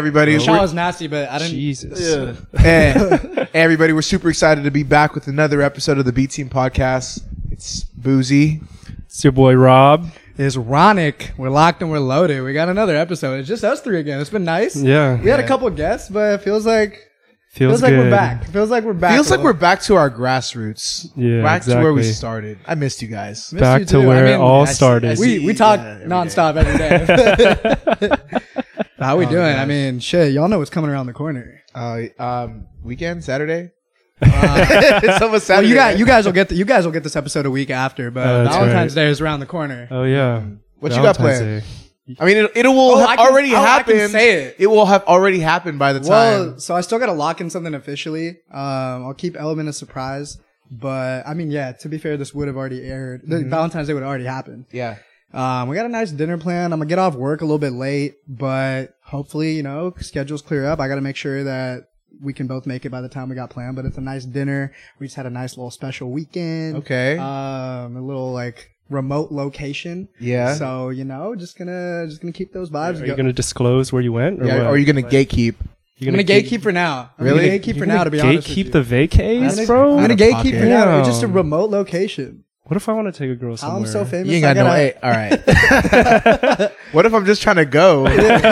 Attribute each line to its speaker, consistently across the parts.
Speaker 1: everybody.
Speaker 2: Shaw was nasty, but I didn't.
Speaker 3: Jesus.
Speaker 1: And everybody, we're super excited to be back with another episode of the B Team Podcast. It's Boozy.
Speaker 3: It's your boy Rob.
Speaker 2: It's Ronic. We're locked and we're loaded. We got another episode. It's just us three again. It's been nice.
Speaker 3: Yeah.
Speaker 2: We had a couple guests, but it feels like
Speaker 3: Feels,
Speaker 2: feels, like we're
Speaker 3: good.
Speaker 2: back. Feels like we're back.
Speaker 1: Feels
Speaker 2: a
Speaker 1: like
Speaker 2: little.
Speaker 1: we're back to our grassroots.
Speaker 3: Yeah,
Speaker 1: back to where we
Speaker 3: exactly.
Speaker 1: started. I missed you guys.
Speaker 2: Missed
Speaker 3: Back
Speaker 2: you
Speaker 3: to
Speaker 2: too.
Speaker 3: where
Speaker 2: I
Speaker 3: it
Speaker 2: mean,
Speaker 3: all
Speaker 1: I see-
Speaker 3: started.
Speaker 1: I see.
Speaker 2: we we talk
Speaker 1: Yeah, every
Speaker 2: nonstop every day. How we
Speaker 3: Oh,
Speaker 2: doing?
Speaker 1: gosh.
Speaker 2: I mean, shit, y'all know what's coming around the corner.
Speaker 1: Uh, um, weekend Saturday. Uh, it's almost
Speaker 2: Well,
Speaker 1: Saturday.
Speaker 2: you got
Speaker 1: right?
Speaker 2: you guys will get the, you guys will get this episode a week after, but
Speaker 3: Oh, that's
Speaker 2: Valentine's Day is around the corner.
Speaker 3: Oh yeah.
Speaker 1: What you got
Speaker 3: Valentine's
Speaker 1: planned?
Speaker 3: Day.
Speaker 1: I mean, it, it will
Speaker 2: Oh,
Speaker 1: have
Speaker 2: I can-
Speaker 1: already
Speaker 2: oh, I can
Speaker 1: happened.
Speaker 2: say it.
Speaker 1: will have already happened by the time.
Speaker 2: Well, so I still got to lock in something officially. Um, I'll keep element of surprise, but I mean, yeah. To be fair, this would have already aired. The Valentine's Day would have already happened.
Speaker 1: yeah.
Speaker 2: Um, we got a nice dinner plan. I'm gonna get off work a little bit late, but hopefully, you know, schedules clear up. I got to make sure that we can both make it by the time we got planned. But it's a nice dinner. We just had a nice little special weekend.
Speaker 1: Okay.
Speaker 2: Um, a little like remote location.
Speaker 1: yeah.
Speaker 2: So you know, just gonna just gonna keep those vibes.
Speaker 3: Are
Speaker 2: go-
Speaker 3: you gonna disclose where you went? Or
Speaker 1: yeah.
Speaker 3: what?
Speaker 1: Or are you gonna gatekeep?
Speaker 3: You
Speaker 2: I'm gonna gatekeep for now. I'm gonna
Speaker 1: Really?
Speaker 2: gatekeep
Speaker 3: you're
Speaker 2: for
Speaker 3: gonna
Speaker 2: now. To be honest, with
Speaker 3: gatekeep
Speaker 2: you.
Speaker 3: the vacays,
Speaker 2: I'm gonna-
Speaker 3: bro.
Speaker 2: I'm gonna
Speaker 1: Out of
Speaker 2: gatekeep for
Speaker 1: pocket.
Speaker 2: now. It's just a
Speaker 3: Damn.
Speaker 2: remote location.
Speaker 3: what if I want to take a girl somewhere?
Speaker 2: I'm so famous.
Speaker 1: You ain't
Speaker 2: I
Speaker 1: got no.
Speaker 2: gotta-
Speaker 1: Hey, all right. what if I'm just trying to go?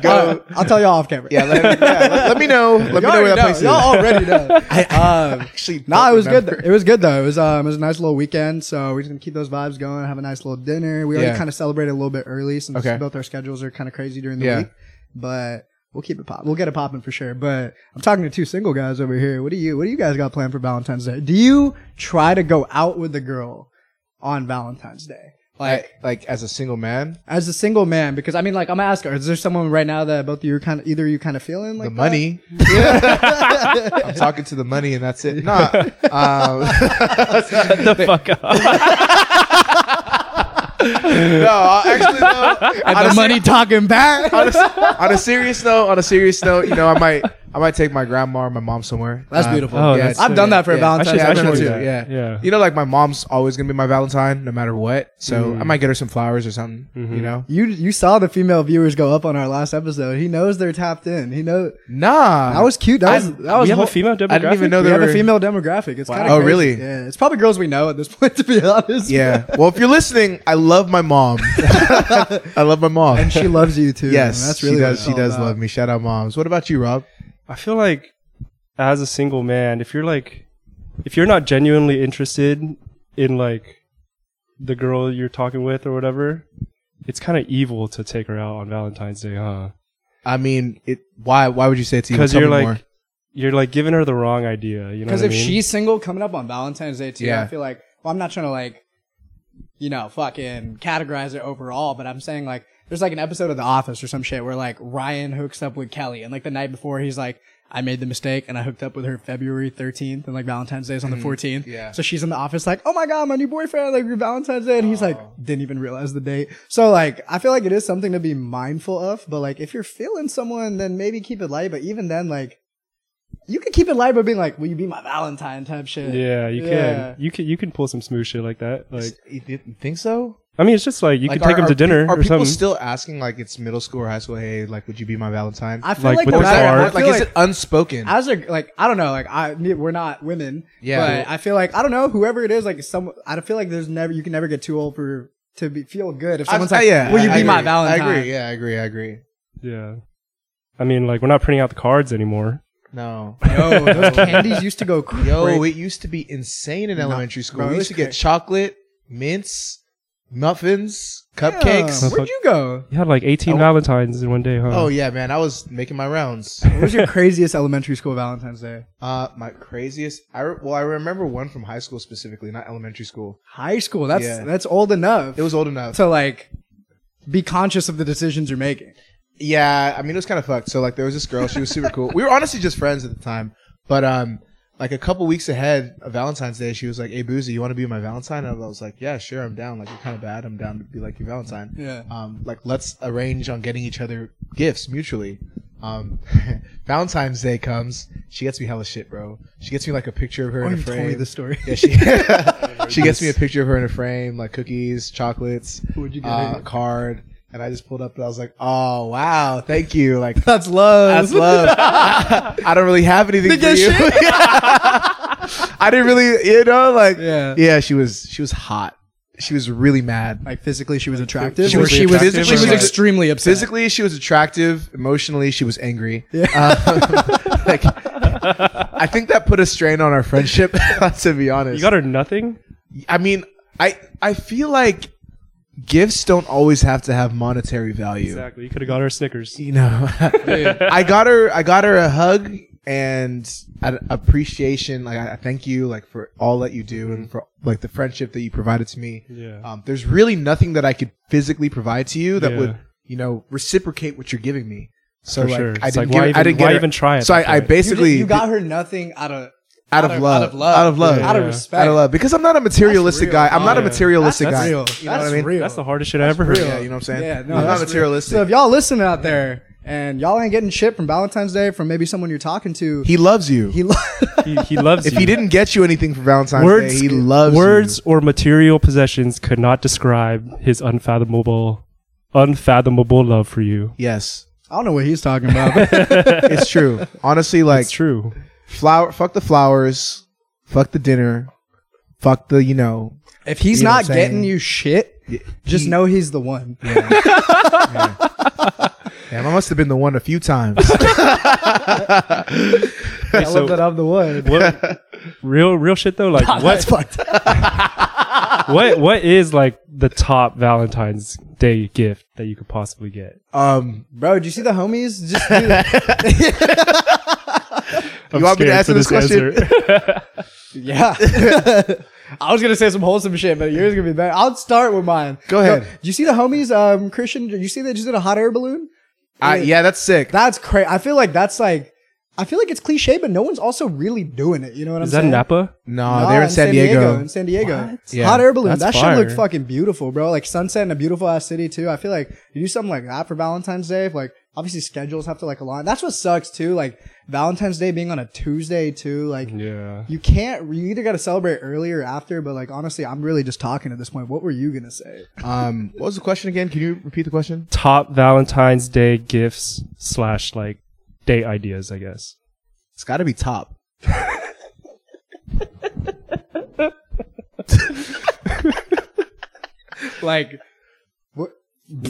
Speaker 1: go.
Speaker 2: I'll, I'll tell y'all off camera.
Speaker 1: Yeah. Let, yeah, let, let me know. Let me
Speaker 2: Y'all
Speaker 1: know where
Speaker 2: already
Speaker 1: that
Speaker 2: know.
Speaker 1: place
Speaker 2: Y'all
Speaker 1: is.
Speaker 2: already know. um,
Speaker 1: Actually,
Speaker 2: no,
Speaker 1: don't
Speaker 2: it was good.
Speaker 1: remember.
Speaker 2: Though. It was good though. It was um, it was a nice little weekend. So we're just gonna keep those vibes going. Have a nice little dinner. We already
Speaker 1: Yeah.
Speaker 2: kind of celebrated a little bit early since
Speaker 1: Okay.
Speaker 2: both our schedules are kind of crazy during the
Speaker 1: Yeah.
Speaker 2: week. But we'll keep it pop. We'll get it popping for sure. But I'm talking to two single guys over here. What do you What do you guys got planned for Valentine's Day? Do you try to go out with a girl on Valentine's Day?
Speaker 1: Like, like as a single man,
Speaker 2: As a single man, because I mean, like, I'm gonna ask her, is there someone right now that both of you are kind of, either of you kind of feeling like
Speaker 1: the money. I'm talking to the money, and that's it. Nah. uh, Um,
Speaker 3: the fuck up.
Speaker 1: no, I- actually, no.
Speaker 2: that? the money talking back?
Speaker 1: on, a, on a serious note, on a serious note, you know, I might, I might take my grandma or my mom somewhere.
Speaker 2: That's
Speaker 1: Um,
Speaker 2: beautiful.
Speaker 3: Oh, that's
Speaker 2: I've
Speaker 3: sick.
Speaker 2: done that for a
Speaker 1: Yeah.
Speaker 2: Valentine's
Speaker 3: I should-
Speaker 2: Day.
Speaker 1: Yeah,
Speaker 3: I
Speaker 1: I
Speaker 3: should
Speaker 1: remember
Speaker 3: do
Speaker 1: too.
Speaker 3: that.
Speaker 1: Yeah.
Speaker 3: Yeah.
Speaker 1: You know, like my mom's always gonna be my Valentine, no matter what. So I might get her some flowers or something. You know?
Speaker 2: You you saw the female viewers go up on our last episode. He knows they're tapped in. He know
Speaker 1: Nah.
Speaker 2: that was cute. That was that was.
Speaker 3: we have
Speaker 2: whole-
Speaker 3: a female demographic.
Speaker 1: I didn't even know
Speaker 2: we
Speaker 1: there
Speaker 2: have
Speaker 1: were.
Speaker 2: a female demographic. It's kind of
Speaker 1: Oh, really?
Speaker 2: Yeah, it's probably girls we know at this point. To be honest,
Speaker 1: Yeah. Well, if you're listening, I love my mom. I love my mom.
Speaker 2: and she loves you too.
Speaker 1: yes,
Speaker 2: and that's really
Speaker 1: she
Speaker 2: what
Speaker 1: does.
Speaker 2: it's
Speaker 1: She
Speaker 2: all
Speaker 1: does
Speaker 2: about.
Speaker 1: love me. Shout out, moms. What about you, Rob?
Speaker 3: I feel like as a single man, if you're like if you're not genuinely interested in like the girl you're talking with or whatever, it's kind of evil to take her out on Valentine's Day, huh?
Speaker 1: I mean, it. Why? Why would you say it's evil?
Speaker 3: Because
Speaker 1: Tell
Speaker 3: you're
Speaker 1: me
Speaker 3: like
Speaker 1: more.
Speaker 3: you're like giving her the wrong idea. You know
Speaker 2: Because
Speaker 3: what I
Speaker 2: if
Speaker 3: mean?
Speaker 2: she's single coming up on Valentine's Day too,
Speaker 1: Yeah.
Speaker 2: I feel like well, I'm not trying to like, you know, fucking categorize it overall, but I'm saying like there's like an episode of The Office or some shit where like Ryan hooks up with Kelly, and like the night before he's like, I made the mistake and I hooked up with her February 13th, and like Valentine's Day is on
Speaker 3: Mm,
Speaker 2: the 14th.
Speaker 1: yeah.
Speaker 2: So she's in the office like, oh my god, my new boyfriend, like your Valentine's Day, and he's
Speaker 3: Oh.
Speaker 2: like, didn't even realize the date. So like, I feel like it is something to be mindful of, but like if you're feeling someone, then maybe keep it light. But even then, like you can keep it light by being like, "Will you be my Valentine?" type shit.
Speaker 3: yeah, you
Speaker 2: Yeah.
Speaker 3: can. You can you can pull some smooth shit like that. Like
Speaker 1: you didn't think so?
Speaker 3: I mean, it's just like you
Speaker 1: Like,
Speaker 3: could take
Speaker 1: are-
Speaker 3: them to
Speaker 1: are pe-
Speaker 3: dinner
Speaker 1: Are
Speaker 3: or
Speaker 1: people
Speaker 3: something.
Speaker 1: still asking like it's middle school or high school? Hey, like, would you be my Valentine?
Speaker 2: I feel
Speaker 3: Like,
Speaker 2: like,
Speaker 3: with
Speaker 2: no
Speaker 1: Or
Speaker 3: the
Speaker 1: is
Speaker 2: matter-
Speaker 1: that-
Speaker 3: card?
Speaker 2: I
Speaker 1: or,
Speaker 2: feel
Speaker 1: like,
Speaker 2: like,
Speaker 1: is it unspoken?
Speaker 2: as a like, I don't know, like I me- we're not women.
Speaker 1: Yeah.
Speaker 2: But I feel like I don't know whoever it is, like some. I feel like there's never you can never get too old for to be, feel good if
Speaker 1: I-
Speaker 2: someone's
Speaker 1: I-
Speaker 2: like,
Speaker 1: yeah,
Speaker 2: "Will you
Speaker 1: I
Speaker 2: be my
Speaker 1: agree.
Speaker 2: Valentine?"
Speaker 1: I agree. Yeah, I agree. I agree.
Speaker 3: yeah. I mean, like we're not printing out the cards anymore.
Speaker 1: No.
Speaker 2: Yo, Oh, those candies used to go crazy.
Speaker 1: Yo, it used to be insane in elementary school.
Speaker 2: bro,
Speaker 1: we
Speaker 2: it
Speaker 1: used
Speaker 2: was
Speaker 1: to get
Speaker 2: crazy.
Speaker 1: chocolate, mints, muffins, cupcakes.
Speaker 2: Damn, where'd you go?
Speaker 3: You had like 18
Speaker 1: Oh.
Speaker 3: Valentines in one day, huh?
Speaker 1: Oh yeah, man! I was making my rounds.
Speaker 2: What was your craziest elementary school Valentine's Day?
Speaker 1: Uh, my craziest. I re- well, I remember one from high school specifically, not elementary school.
Speaker 2: High school. That's
Speaker 1: Yeah.
Speaker 2: that's old enough
Speaker 1: It was old enough.
Speaker 2: to like be conscious of the decisions you're making.
Speaker 1: Yeah, I mean it was kind of fucked. So like there was this girl, she was super cool. We were honestly just friends at the time, but um, like a couple weeks ahead of Valentine's Day, she was like, "Hey, Boozy, you want to be my Valentine?" And I was like, "Yeah, sure, I'm down. Like you're kind of bad, I'm down to be like your Valentine."
Speaker 2: Yeah.
Speaker 1: Um, like let's arrange on getting each other gifts mutually. Um, Valentine's Day comes, she gets me hella shit, bro. She gets me like a picture of her
Speaker 2: Oh,
Speaker 1: in a
Speaker 2: you
Speaker 1: frame.
Speaker 2: told me the story.
Speaker 1: Yeah, she, she gets me a picture of her in a frame, like cookies, chocolates,
Speaker 2: What'd you get
Speaker 1: uh,
Speaker 2: her?
Speaker 1: a card. and I just pulled up and I was like, oh wow, thank you. Like
Speaker 2: That's love.
Speaker 1: that's love. I, I don't really have anything for
Speaker 2: Nigga,
Speaker 1: you.
Speaker 2: shit.
Speaker 1: I didn't really, you know, like
Speaker 2: Yeah.
Speaker 1: yeah. She was she was hot. She was really mad.
Speaker 2: Like physically, she was attractive.
Speaker 1: She was-
Speaker 2: or she was,
Speaker 1: attractive
Speaker 2: she
Speaker 1: or
Speaker 2: was
Speaker 1: not?
Speaker 2: extremely upset.
Speaker 1: Physically, she was attractive. Emotionally, she was angry.
Speaker 2: Yeah.
Speaker 1: Um, like, I think that put a strain on our friendship. to be honest,
Speaker 3: You got her nothing.
Speaker 1: I mean, I I feel like gifts don't always have to have monetary value.
Speaker 3: Exactly. You could have got her Snickers.
Speaker 1: You know,
Speaker 2: Yeah.
Speaker 1: I got her I got her a hug and an appreciation. Like I, I thank you like for all that you do and for like the friendship that you provided to me.
Speaker 3: Mm-hmm. Yeah.
Speaker 1: Um, there's really nothing that I could physically provide to you that
Speaker 3: Yeah.
Speaker 1: would you know reciprocate what you're giving me. So
Speaker 3: For
Speaker 1: like,
Speaker 3: sure.
Speaker 1: I didn't
Speaker 3: It's like, why
Speaker 1: get, I
Speaker 3: even-
Speaker 1: didn't get
Speaker 3: why
Speaker 1: her-
Speaker 3: even try at
Speaker 1: So
Speaker 3: that
Speaker 1: I, I
Speaker 3: point?
Speaker 2: you,
Speaker 1: basically
Speaker 2: did- you got her nothing out of
Speaker 1: out, of love,
Speaker 2: out of love,
Speaker 1: out of love,
Speaker 3: Yeah.
Speaker 2: out of respect,
Speaker 1: out of love because I'm not a materialistic
Speaker 2: real.
Speaker 1: guy. I'm not a
Speaker 3: Yeah.
Speaker 1: materialistic
Speaker 2: That's
Speaker 1: guy.
Speaker 2: real.
Speaker 1: You know what
Speaker 2: That's
Speaker 1: I mean?
Speaker 2: real.
Speaker 3: That's the hardest shit I ever heard.
Speaker 2: real.
Speaker 1: Yeah, you know what I'm saying?
Speaker 2: Yeah, no,
Speaker 1: I'm not
Speaker 2: that's real.
Speaker 1: materialistic.
Speaker 2: So if y'all listen out there and y'all ain't getting shit from Valentine's Day from maybe someone you're talking to,
Speaker 1: he loves you.
Speaker 2: he lo-
Speaker 3: He, he loves
Speaker 1: if
Speaker 3: you.
Speaker 1: he didn't get you anything for Valentine's Day, he loves
Speaker 3: words or material possessions could not describe his unfathomable, unfathomable love for you.
Speaker 1: you. Yes,
Speaker 2: I don't know what he's talking about. but-
Speaker 1: it's true. Honestly, like
Speaker 3: It's true.
Speaker 1: flower. Fuck the flowers. Fuck the dinner. Fuck the you know.
Speaker 2: if he's
Speaker 1: You know what
Speaker 2: not
Speaker 1: I'm saying?
Speaker 2: getting you shit, just
Speaker 1: he-
Speaker 2: know he's the one.
Speaker 1: Damn, I must have been the one a few times.
Speaker 2: I
Speaker 3: so-
Speaker 2: love that I'm the one.
Speaker 3: What real real shit though? Like
Speaker 2: That's
Speaker 3: what
Speaker 2: fucked. up.
Speaker 3: what what is like the top Valentine's Day gift that you could possibly get?
Speaker 1: um,
Speaker 2: Bro, did you see the homies? Just do-
Speaker 3: I'm
Speaker 1: You want me to
Speaker 3: scared
Speaker 1: answer
Speaker 3: for
Speaker 1: this question?
Speaker 3: answer.
Speaker 2: yeah. I was gonna say some wholesome shit, but yours is gonna be better. I'll start with mine.
Speaker 1: Go ahead.
Speaker 2: Do you see the homies, um, Christian? Did you see they just did a hot air balloon?
Speaker 1: I, yeah, that's sick.
Speaker 2: That's crazy. I feel like that's like, I feel like it's cliche, but no one's also really doing it. You know what I'm
Speaker 3: is that
Speaker 2: saying?
Speaker 3: Napa?
Speaker 1: no,
Speaker 2: Nah,
Speaker 1: they're in San Diego.
Speaker 2: In San Diego.
Speaker 1: Yeah.
Speaker 2: Hot air balloon.
Speaker 3: That's
Speaker 2: that
Speaker 3: fire.
Speaker 2: shit looked fucking beautiful, bro. Like sunset in a beautiful ass city too. I feel like you do something like that for Valentine's Day. If like obviously schedules have to like align. That's what sucks too. Like Valentine's Day being on a Tuesday too. Like
Speaker 3: Yeah.
Speaker 2: you can't. You either got to celebrate early or after. But like honestly, I'm really just talking at this point. What were you gonna say?
Speaker 1: Um, what was the question again? Can you repeat the question?
Speaker 3: Top Valentine's Day gifts slash like date ideas, I guess.
Speaker 1: It's got to be top.
Speaker 2: Like what?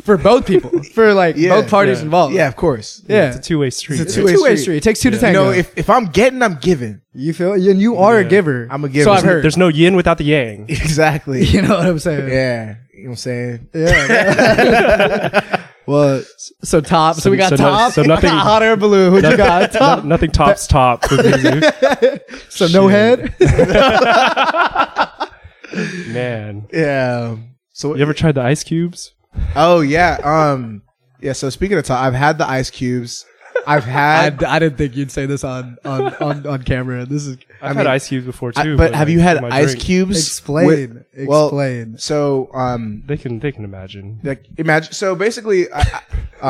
Speaker 2: For both people, for like
Speaker 1: Yeah,
Speaker 2: both parties
Speaker 3: yeah.
Speaker 2: involved.
Speaker 1: Yeah, of course.
Speaker 2: yeah.
Speaker 3: It's a two way street.
Speaker 1: It's
Speaker 2: It's
Speaker 1: a
Speaker 2: a
Speaker 1: two-way
Speaker 2: two-way street.
Speaker 1: street.
Speaker 2: It takes two to
Speaker 1: You
Speaker 2: tango.
Speaker 1: know, if if I'm getting, I'm giving.
Speaker 2: you feel, and you are a
Speaker 3: Yeah.
Speaker 2: giver.
Speaker 1: I'm a giver.
Speaker 2: So I've
Speaker 1: There's no-
Speaker 2: heard.
Speaker 3: There's no yin without the yang.
Speaker 1: Exactly.
Speaker 2: You know what I'm saying?
Speaker 1: yeah, you know what I'm saying.
Speaker 2: Yeah. well, so top. So, we got
Speaker 3: so no-
Speaker 2: top.
Speaker 3: so
Speaker 2: we
Speaker 3: nothing-
Speaker 2: got hot air balloon. What you got?
Speaker 3: No-
Speaker 2: Top.
Speaker 3: nothing tops top. for Mizzou.
Speaker 2: so no head.
Speaker 3: Man.
Speaker 1: Yeah. So what-
Speaker 3: You ever tried the ice cubes?
Speaker 1: Oh yeah. Um. Yeah. So speaking of top, I've had the ice cubes. I've
Speaker 2: I,
Speaker 1: had.
Speaker 2: I didn't think you'd say this on on on, on camera. This is
Speaker 3: I've
Speaker 1: mean,
Speaker 3: had ice cubes before
Speaker 1: I-
Speaker 3: too.
Speaker 1: but have
Speaker 3: like,
Speaker 1: you had
Speaker 3: my
Speaker 1: ice
Speaker 3: drink-
Speaker 1: cubes?
Speaker 2: explain.
Speaker 1: with- well,
Speaker 2: explain.
Speaker 1: so um,
Speaker 3: They can they can imagine.
Speaker 1: like imagine. So basically, I, I-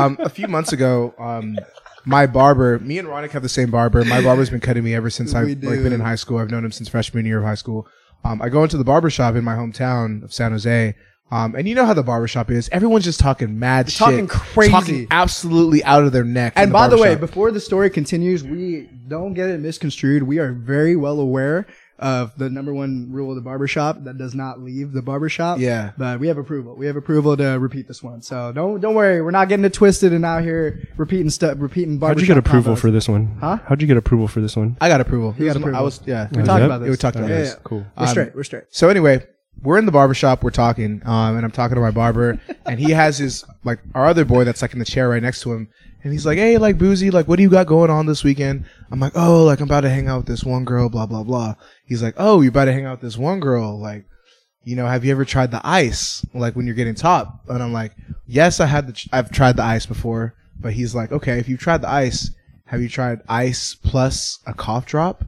Speaker 1: um, a few months ago, um, my barber, me and Ronick have the same barber. My barber's been cutting me ever since I've
Speaker 2: We
Speaker 1: like,
Speaker 2: do.
Speaker 1: been in high school. I've known him since freshman year of high school. Um, I go into the barber shop in my hometown of San Jose. Um, and you know how the barber shop is. Everyone's just talking mad shit.
Speaker 2: Talking crazy.
Speaker 1: Talking absolutely out of their neck. in
Speaker 2: and by the
Speaker 1: barber
Speaker 2: way,
Speaker 1: shop.
Speaker 2: before the story continues, we don't get it misconstrued. We are very well aware of the number one rule of the barbershop that does not leave the barbershop.
Speaker 1: Yeah.
Speaker 2: But we have approval. We have approval to repeat this one. So don't don't worry. We're not getting it twisted and out here repeating stuff, repeating
Speaker 3: How'd
Speaker 2: barbershop.
Speaker 3: you get approval
Speaker 2: combos.
Speaker 3: for this one?
Speaker 2: Huh?
Speaker 3: How'd you get approval for this one?
Speaker 1: I got approval.
Speaker 2: You got
Speaker 1: It was my-
Speaker 2: approval.
Speaker 1: I was yeah.
Speaker 2: We
Speaker 3: Yeah,
Speaker 2: talked
Speaker 3: yeah.
Speaker 2: about this.
Speaker 1: Yeah, we talked about
Speaker 2: Oh, Yeah,
Speaker 1: this.
Speaker 2: yeah.
Speaker 3: Cool.
Speaker 2: We're
Speaker 1: Um,
Speaker 2: straight. We're straight.
Speaker 1: So anyway, we're in the barbershop, we're talking, um, and I'm talking to my barber, and he has his like our other boy that's like in the chair right next to him, and he's like, Hey, like Boozy, like what do you got going on this weekend? I'm like, Oh, like I'm about to hang out with this one girl, blah, blah, blah. He's like, Oh, you're about to hang out with this one girl, like you know, have you ever tried the ice? Like when you're getting top? And I'm like, yes, I had the, I've tried the ice before. But he's like, okay, if you've tried the ice, have you tried ice plus a cough drop?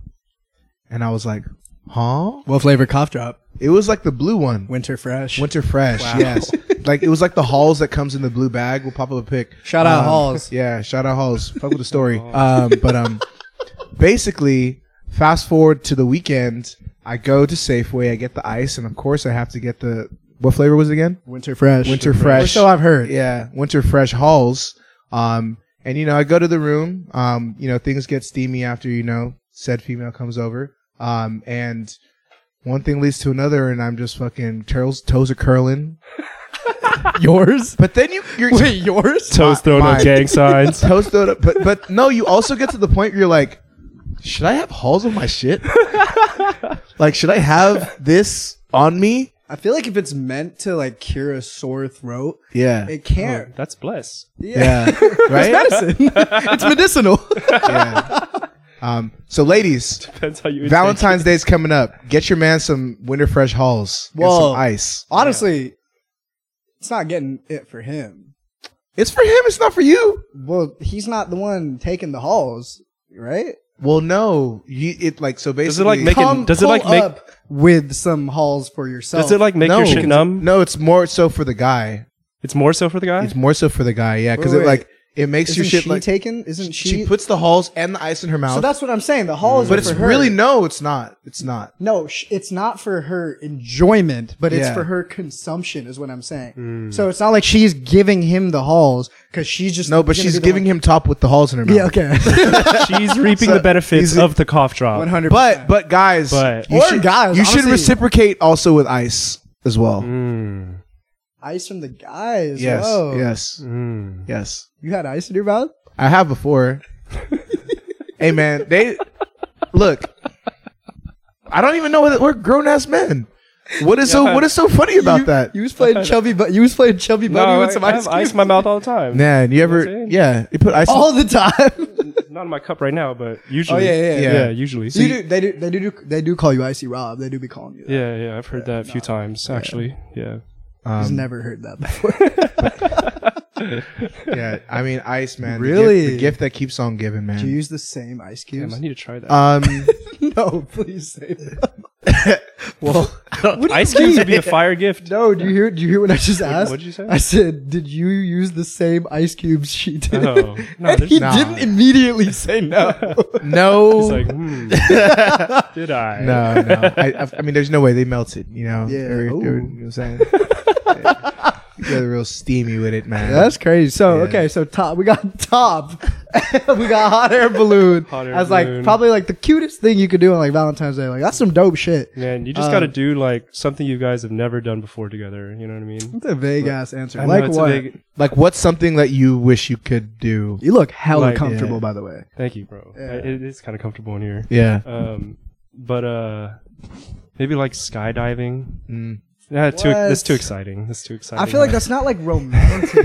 Speaker 1: And I was like, huh?
Speaker 2: What flavor cough drop?
Speaker 1: It was like the blue one.
Speaker 2: Winter fresh.
Speaker 1: Winter Fresh, yes. like it was like the Halls that comes in the blue bag. We'll pop up a pic.
Speaker 2: Shout out
Speaker 1: Um,
Speaker 2: Halls.
Speaker 1: Yeah, shout out Halls. Fuck with the story. Um, but um, basically, fast forward to the weekend. I go to Safeway. I get the ice, and of course, I have to get the what flavor was it again?
Speaker 2: Winter fresh.
Speaker 1: Winter
Speaker 2: Or
Speaker 1: Fresh.
Speaker 2: so uh, I've heard.
Speaker 1: Yeah, Winter Fresh Halls. Um, and you know, I go to the room. Um, you know, things get steamy after you know said female comes over. Um, and one thing leads to another, and I'm just fucking turtles toes are curling.
Speaker 2: Yours?
Speaker 1: But then you you're
Speaker 2: Wait, yours?
Speaker 3: Toes thrown
Speaker 1: my-
Speaker 3: up gang signs.
Speaker 1: toes thrown up. But but no, you also get to the point where you're like, should I have halls on my shit? like, should I have this on me?
Speaker 2: I feel like if it's meant to like cure a sore throat,
Speaker 1: Yeah.
Speaker 2: it
Speaker 3: Oh,
Speaker 2: can't.
Speaker 3: that's bless.
Speaker 1: Yeah. right.
Speaker 2: It's medicine. it's medicinal.
Speaker 1: Yeah. Um, so, ladies,
Speaker 3: Depends how you take
Speaker 1: Valentine's Day's coming up. Get your man some winter fresh halls. Get
Speaker 2: Whoa.
Speaker 1: some ice.
Speaker 2: Honestly, it's not getting it for him.
Speaker 1: It's for him. It's not for you.
Speaker 2: Well, he's not the one taking the halls, right?
Speaker 1: Well, no. You, it like so basically.
Speaker 3: Does it, like, make it-
Speaker 2: Come
Speaker 3: does it, like,
Speaker 2: pull
Speaker 3: make-
Speaker 2: up with some halls for yourself?
Speaker 3: Does it like make
Speaker 1: no,
Speaker 3: your shit numb?
Speaker 1: No, it's more so for the guy.
Speaker 3: It's more so for the guy.
Speaker 1: It's more so for the guy. Yeah, because
Speaker 2: Wait,
Speaker 1: it
Speaker 2: wait.
Speaker 1: like it makes
Speaker 2: Isn't
Speaker 1: your shit
Speaker 2: she
Speaker 1: like
Speaker 2: taken? Isn't she?
Speaker 1: she puts the halls and the ice in her
Speaker 2: so
Speaker 1: mouth.
Speaker 2: that's what I'm saying. The halls,
Speaker 1: but
Speaker 2: are
Speaker 1: it's
Speaker 2: for her.
Speaker 1: really no. It's not. It's not.
Speaker 2: No, sh- it's not for her enjoyment, but it's
Speaker 1: Yeah. Hmm.
Speaker 2: for her consumption, is what I'm saying. So it's not like she's giving him the halls because she's just
Speaker 1: No, but she's giving him top with the halls in her mouth.
Speaker 2: Yeah, okay,
Speaker 3: She's reaping the benefits
Speaker 1: he's-
Speaker 3: of the cough drop.
Speaker 2: one hundred.
Speaker 1: But but guys,
Speaker 3: But-
Speaker 1: you
Speaker 2: Or
Speaker 1: should,
Speaker 2: guys,
Speaker 1: you should
Speaker 2: honestly.
Speaker 1: reciprocate also with ice as well.
Speaker 3: Mm,
Speaker 2: ice from the guys.
Speaker 1: Yes,
Speaker 2: whoa.
Speaker 1: yes,
Speaker 3: mm.
Speaker 1: yes.
Speaker 2: You had ice in your mouth.
Speaker 1: I have before. hey man, they look. I don't even know what we're grown ass men. What is so what is so funny about that?
Speaker 2: You was playing chubby, but you was playing chubby
Speaker 3: No,
Speaker 2: bunny
Speaker 3: I,
Speaker 2: with some
Speaker 3: I
Speaker 2: ice
Speaker 3: have
Speaker 2: cubes
Speaker 3: ice in my mouth all the time.
Speaker 1: Man, you ever
Speaker 3: That's it.
Speaker 1: yeah, you put ice
Speaker 2: all the time.
Speaker 3: Not in my cup right now, but usually.
Speaker 2: Oh, yeah, yeah,
Speaker 1: yeah.
Speaker 3: usually.
Speaker 2: you do, they do, they do, they do call you icy Rob. They do be calling you. That.
Speaker 3: yeah, yeah. I've heard that a few times actually. Yeah.
Speaker 2: He's
Speaker 1: um,
Speaker 2: never heard that before.
Speaker 1: yeah, I mean ice man. the
Speaker 2: Really?
Speaker 1: gift- The gift, that keeps on giving, man.
Speaker 2: do you use the same ice
Speaker 3: Damn, I
Speaker 2: cubes?
Speaker 3: need to try that.
Speaker 2: Uh,
Speaker 1: Um
Speaker 2: no, please say that.
Speaker 1: well
Speaker 3: ice cubes would be a fire gift.
Speaker 2: No, do you hear? Do you hear what I just asked?
Speaker 3: what'd you say?
Speaker 2: I said, "Did you use the same ice cubes she did?"
Speaker 3: Oh, no,
Speaker 2: And
Speaker 3: there's
Speaker 2: he
Speaker 3: not.
Speaker 2: didn't immediately say no.
Speaker 1: no
Speaker 3: It's like, hmm, did I?
Speaker 1: No, no. I, I, I mean there's no way they melted, you know.
Speaker 2: Yeah,
Speaker 1: They were- they were-
Speaker 2: ooh.
Speaker 1: you know what I'm saying? Yeah. You got real steamy with it, man.
Speaker 2: That's crazy. So
Speaker 1: Yeah.
Speaker 2: okay, so top we got top, we got hot air balloon.
Speaker 3: Hot air
Speaker 2: as
Speaker 3: balloon.
Speaker 2: like probably like the cutest thing you could do on like Valentine's Day. Like that's some dope shit.
Speaker 3: Man, you just
Speaker 2: Um,
Speaker 3: got to do like something you guys have never done before together. You know what I mean?
Speaker 2: That's a vague ass answer.
Speaker 3: I know
Speaker 2: like
Speaker 3: it's a
Speaker 2: what?
Speaker 3: big-
Speaker 1: Like, what's something that you wish you could do?
Speaker 2: You look hella
Speaker 3: Like,
Speaker 2: comfortable,
Speaker 1: yeah.
Speaker 2: by the way.
Speaker 3: Thank you, bro.
Speaker 2: Yeah.
Speaker 3: I- It, it's kind of comfortable in here.
Speaker 1: Yeah.
Speaker 3: Um, but uh, maybe like skydiving.
Speaker 1: Mm.
Speaker 3: Yeah, too.
Speaker 2: Hmm. What?
Speaker 3: That's too exciting. That's too exciting.
Speaker 2: I feel like that's not like romantic.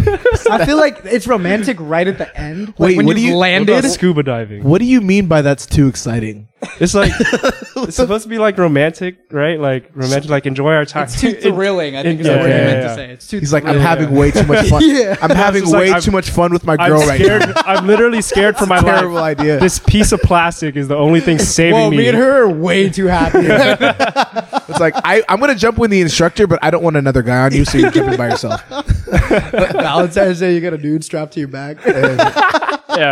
Speaker 2: I feel like it's romantic right at the end. Like
Speaker 1: Wait,
Speaker 2: when
Speaker 1: what do
Speaker 2: you've
Speaker 1: you- what
Speaker 3: What
Speaker 2: landed.
Speaker 3: about scuba diving.
Speaker 1: What do you mean by that's too exciting?
Speaker 3: It's like it's supposed to be like romantic, right? Like romantic, like enjoy our time.
Speaker 2: It's too thrilling. I think
Speaker 3: it-
Speaker 2: is what
Speaker 3: yeah,
Speaker 2: you
Speaker 3: yeah,
Speaker 2: meant
Speaker 3: yeah.
Speaker 2: to say. It's too.
Speaker 1: He's like, I'm
Speaker 3: Yeah.
Speaker 1: having way too much fun.
Speaker 2: Yeah.
Speaker 1: I'm having
Speaker 3: just like,
Speaker 1: way
Speaker 3: I'm-
Speaker 1: too much fun with my
Speaker 3: I'm
Speaker 1: girl right
Speaker 3: scared.
Speaker 1: now.
Speaker 3: I'm literally scared for my
Speaker 1: Terrible
Speaker 3: life.
Speaker 1: idea.
Speaker 3: This piece of plastic is the only thing saving
Speaker 2: Whoa, me.
Speaker 3: me.
Speaker 2: and her are way too happy. yeah,
Speaker 1: it's like I, I'm gonna jump with the instructor, but I don't want another guy on you, so you're jumping by yourself.
Speaker 3: Oh,
Speaker 1: Yeah,
Speaker 2: Valentine's Day, you got a dude strapped to your back.
Speaker 3: Yeah, I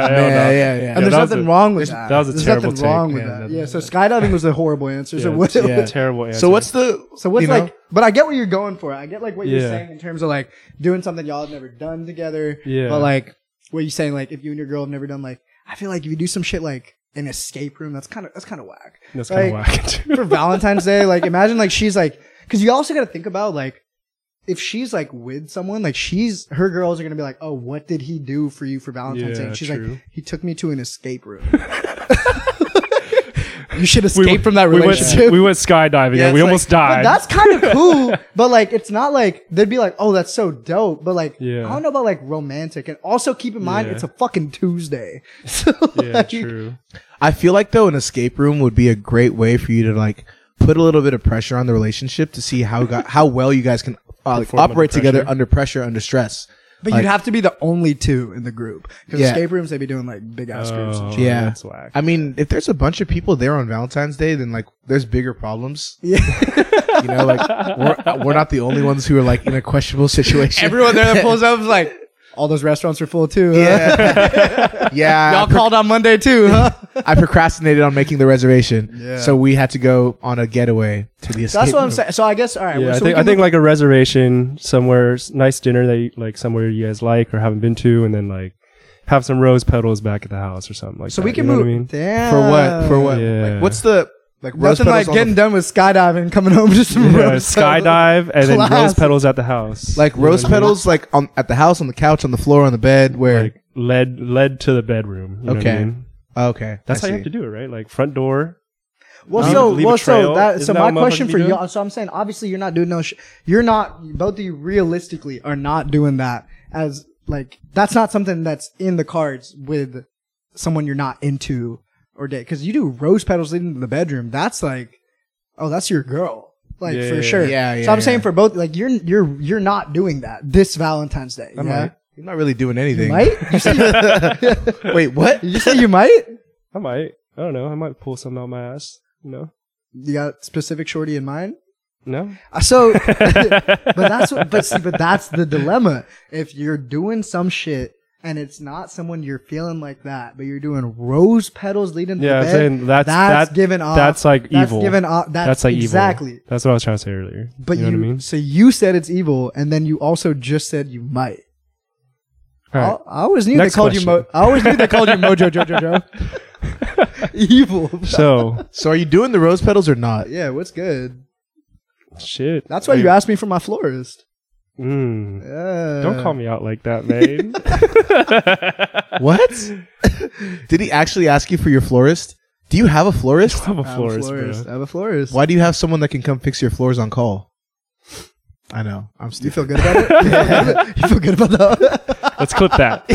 Speaker 3: don't know.
Speaker 1: yeah, yeah.
Speaker 2: and there's
Speaker 3: that was
Speaker 2: nothing
Speaker 3: a-
Speaker 2: wrong with that.
Speaker 3: that was a
Speaker 2: there's
Speaker 3: terrible
Speaker 2: nothing
Speaker 3: take.
Speaker 2: wrong with
Speaker 1: Yeah,
Speaker 2: that.
Speaker 1: that-
Speaker 2: Yeah, so skydiving was a horrible answer. So
Speaker 3: Yeah,
Speaker 2: what?
Speaker 3: it's-
Speaker 1: yeah.
Speaker 3: Terrible answer.
Speaker 1: So what's the?
Speaker 2: So what's
Speaker 1: you know?
Speaker 2: like? But I get what you're going for. I get like what you're
Speaker 3: Yeah.
Speaker 2: saying in terms of like doing something y'all have never done together.
Speaker 3: Yeah.
Speaker 2: But like what you're saying, like if you and your girl have never done, like I feel like if you do some shit like an escape room, that's kind of that's kind of whack.
Speaker 3: That's kind of
Speaker 2: Like,
Speaker 3: whack.
Speaker 2: for Valentine's Day, like imagine like she's like, because you also got to think about like if she's like with someone, like she's her girls are gonna be like, oh, what did he do for you for Valentine's Day?
Speaker 3: Yeah,
Speaker 2: And she's
Speaker 3: true.
Speaker 2: like, he took me to an escape room. you should escape
Speaker 3: went-
Speaker 2: from that
Speaker 3: we went,
Speaker 2: relationship.
Speaker 3: we went skydiving
Speaker 1: Yeah,
Speaker 3: and we
Speaker 1: it's
Speaker 3: almost
Speaker 2: But
Speaker 3: died.
Speaker 2: that's kind of cool, but like it's not like they'd be like, "Oh, that's so dope," but like
Speaker 3: Yeah.
Speaker 2: I don't know about like romantic. And also keep in mind,
Speaker 3: Yeah.
Speaker 2: it's a fucking Tuesday, so
Speaker 3: yeah,
Speaker 2: like,
Speaker 3: true.
Speaker 1: I feel like though an escape room would be a great way for you to like put a little bit of pressure on the relationship to see how got, how well you guys can uh, like,
Speaker 3: Perform under
Speaker 1: operate together
Speaker 3: pressure.
Speaker 1: under pressure, under stress.
Speaker 2: But
Speaker 1: Like-
Speaker 2: you'd have to be the only two in the group because
Speaker 1: Yeah.
Speaker 2: escape rooms they'd be doing like big ass groups.
Speaker 3: Oh,
Speaker 2: And shit.
Speaker 1: Yeah.
Speaker 3: that's whack.
Speaker 1: I mean, if there's a bunch of people there on Valentine's Day, then like there's bigger problems.
Speaker 2: Yeah.
Speaker 1: You know, like we're, we're not the only ones who are like in a questionable situation.
Speaker 2: Everyone there that pulls up is like, all those restaurants are full too. Huh?
Speaker 1: yeah, yeah.
Speaker 2: Y'all called on Monday too, huh?
Speaker 1: I procrastinated on making the reservation,
Speaker 2: Yeah.
Speaker 1: so we had to go on a getaway to the escape.
Speaker 2: that's what I'm
Speaker 1: room.
Speaker 2: saying. So I guess all right. so
Speaker 3: yeah, I
Speaker 2: we
Speaker 3: think
Speaker 2: can
Speaker 3: I think
Speaker 2: move-
Speaker 3: like a reservation somewhere, s- nice dinner that you, like somewhere you guys like or haven't been to, and then like have some rose petals back at the house or something like
Speaker 2: so
Speaker 3: that.
Speaker 2: we can
Speaker 3: you know
Speaker 2: move.
Speaker 3: what I mean?
Speaker 2: Damn.
Speaker 1: For what? For what?
Speaker 3: Yeah.
Speaker 1: Like, what's the like rose
Speaker 2: Nothing like
Speaker 1: petals on the-
Speaker 2: getting done with skydiving, and coming home to some
Speaker 3: Yeah,
Speaker 2: rose
Speaker 3: skydive and then rose
Speaker 2: Classic.
Speaker 3: petals at the house.
Speaker 1: like
Speaker 3: You know
Speaker 1: rose
Speaker 3: what I mean?
Speaker 1: petals like on at the house on the couch on the floor on the bed where
Speaker 3: Like led led to the bedroom. You know what I
Speaker 1: Okay.
Speaker 3: mean?
Speaker 1: oh, okay
Speaker 3: That's
Speaker 1: I
Speaker 3: how you
Speaker 1: see.
Speaker 3: have to do it, right? Like front door.
Speaker 2: Well,
Speaker 3: Leave-
Speaker 2: so
Speaker 3: leave a
Speaker 2: well,
Speaker 3: trail.
Speaker 2: so that so
Speaker 3: Isn't that
Speaker 2: my
Speaker 3: what motherfuckers
Speaker 2: question
Speaker 3: be
Speaker 2: for
Speaker 3: doing?
Speaker 2: y'all. So I'm saying, obviously, you're not doing no. Sh- you're not. Both of you realistically are not doing that as like that's not something that's in the cards with someone you're not into or date. Because you do rose petals leading to the bedroom. That's like, oh, that's your girl. Like
Speaker 3: Yeah.
Speaker 2: for sure.
Speaker 1: Yeah, yeah,
Speaker 2: So I'm
Speaker 1: yeah.
Speaker 2: saying for both, like you're you're you're not doing that this Valentine's Day.
Speaker 1: I
Speaker 2: yeah?
Speaker 1: might. You're not really doing anything.
Speaker 2: might. You say,
Speaker 1: Wait, what?
Speaker 2: you say you might.
Speaker 3: I might. I don't know. I might pull something out my ass. No.
Speaker 2: You got specific shorty in mind.
Speaker 3: No.
Speaker 2: Uh, So, but that's what, but see, but that's the dilemma. If you're doing some shit and it's not someone you're feeling like that, but you're doing rose petals leading to
Speaker 3: Yeah,
Speaker 2: the
Speaker 3: I'm
Speaker 2: bed,
Speaker 3: saying that's
Speaker 2: that's
Speaker 3: that-
Speaker 2: given off.
Speaker 3: that's like
Speaker 2: that's
Speaker 3: evil.
Speaker 2: Given off. That's,
Speaker 3: That's like evil.
Speaker 2: exactly.
Speaker 3: That's what I was trying to say earlier.
Speaker 2: But
Speaker 3: you
Speaker 2: you,
Speaker 3: know what I mean?
Speaker 2: so you said it's evil, and then you also just said you might.
Speaker 3: All right.
Speaker 2: I, I always knew
Speaker 3: Next
Speaker 2: they called you. Mo-
Speaker 3: question.
Speaker 2: I always knew they called you Mojo Jojo Joe. evil.
Speaker 3: So
Speaker 1: So are you doing the rose petals or not?
Speaker 2: Yeah, what's good?
Speaker 3: shit.
Speaker 2: That's why you asked me for my florist.
Speaker 3: Mm.
Speaker 2: Yeah.
Speaker 3: Don't call me out like that, man.
Speaker 1: What? Did he actually ask you for your florist? Do you have a florist?
Speaker 3: I'm a
Speaker 2: Uh, I'm
Speaker 3: florist, bro.
Speaker 2: I'm a florist.
Speaker 1: Why do you have someone that can come fix your floors on call? I know. I'm
Speaker 2: You
Speaker 1: stupid.
Speaker 2: feel good about it? you feel good about that?
Speaker 3: Let's clip that.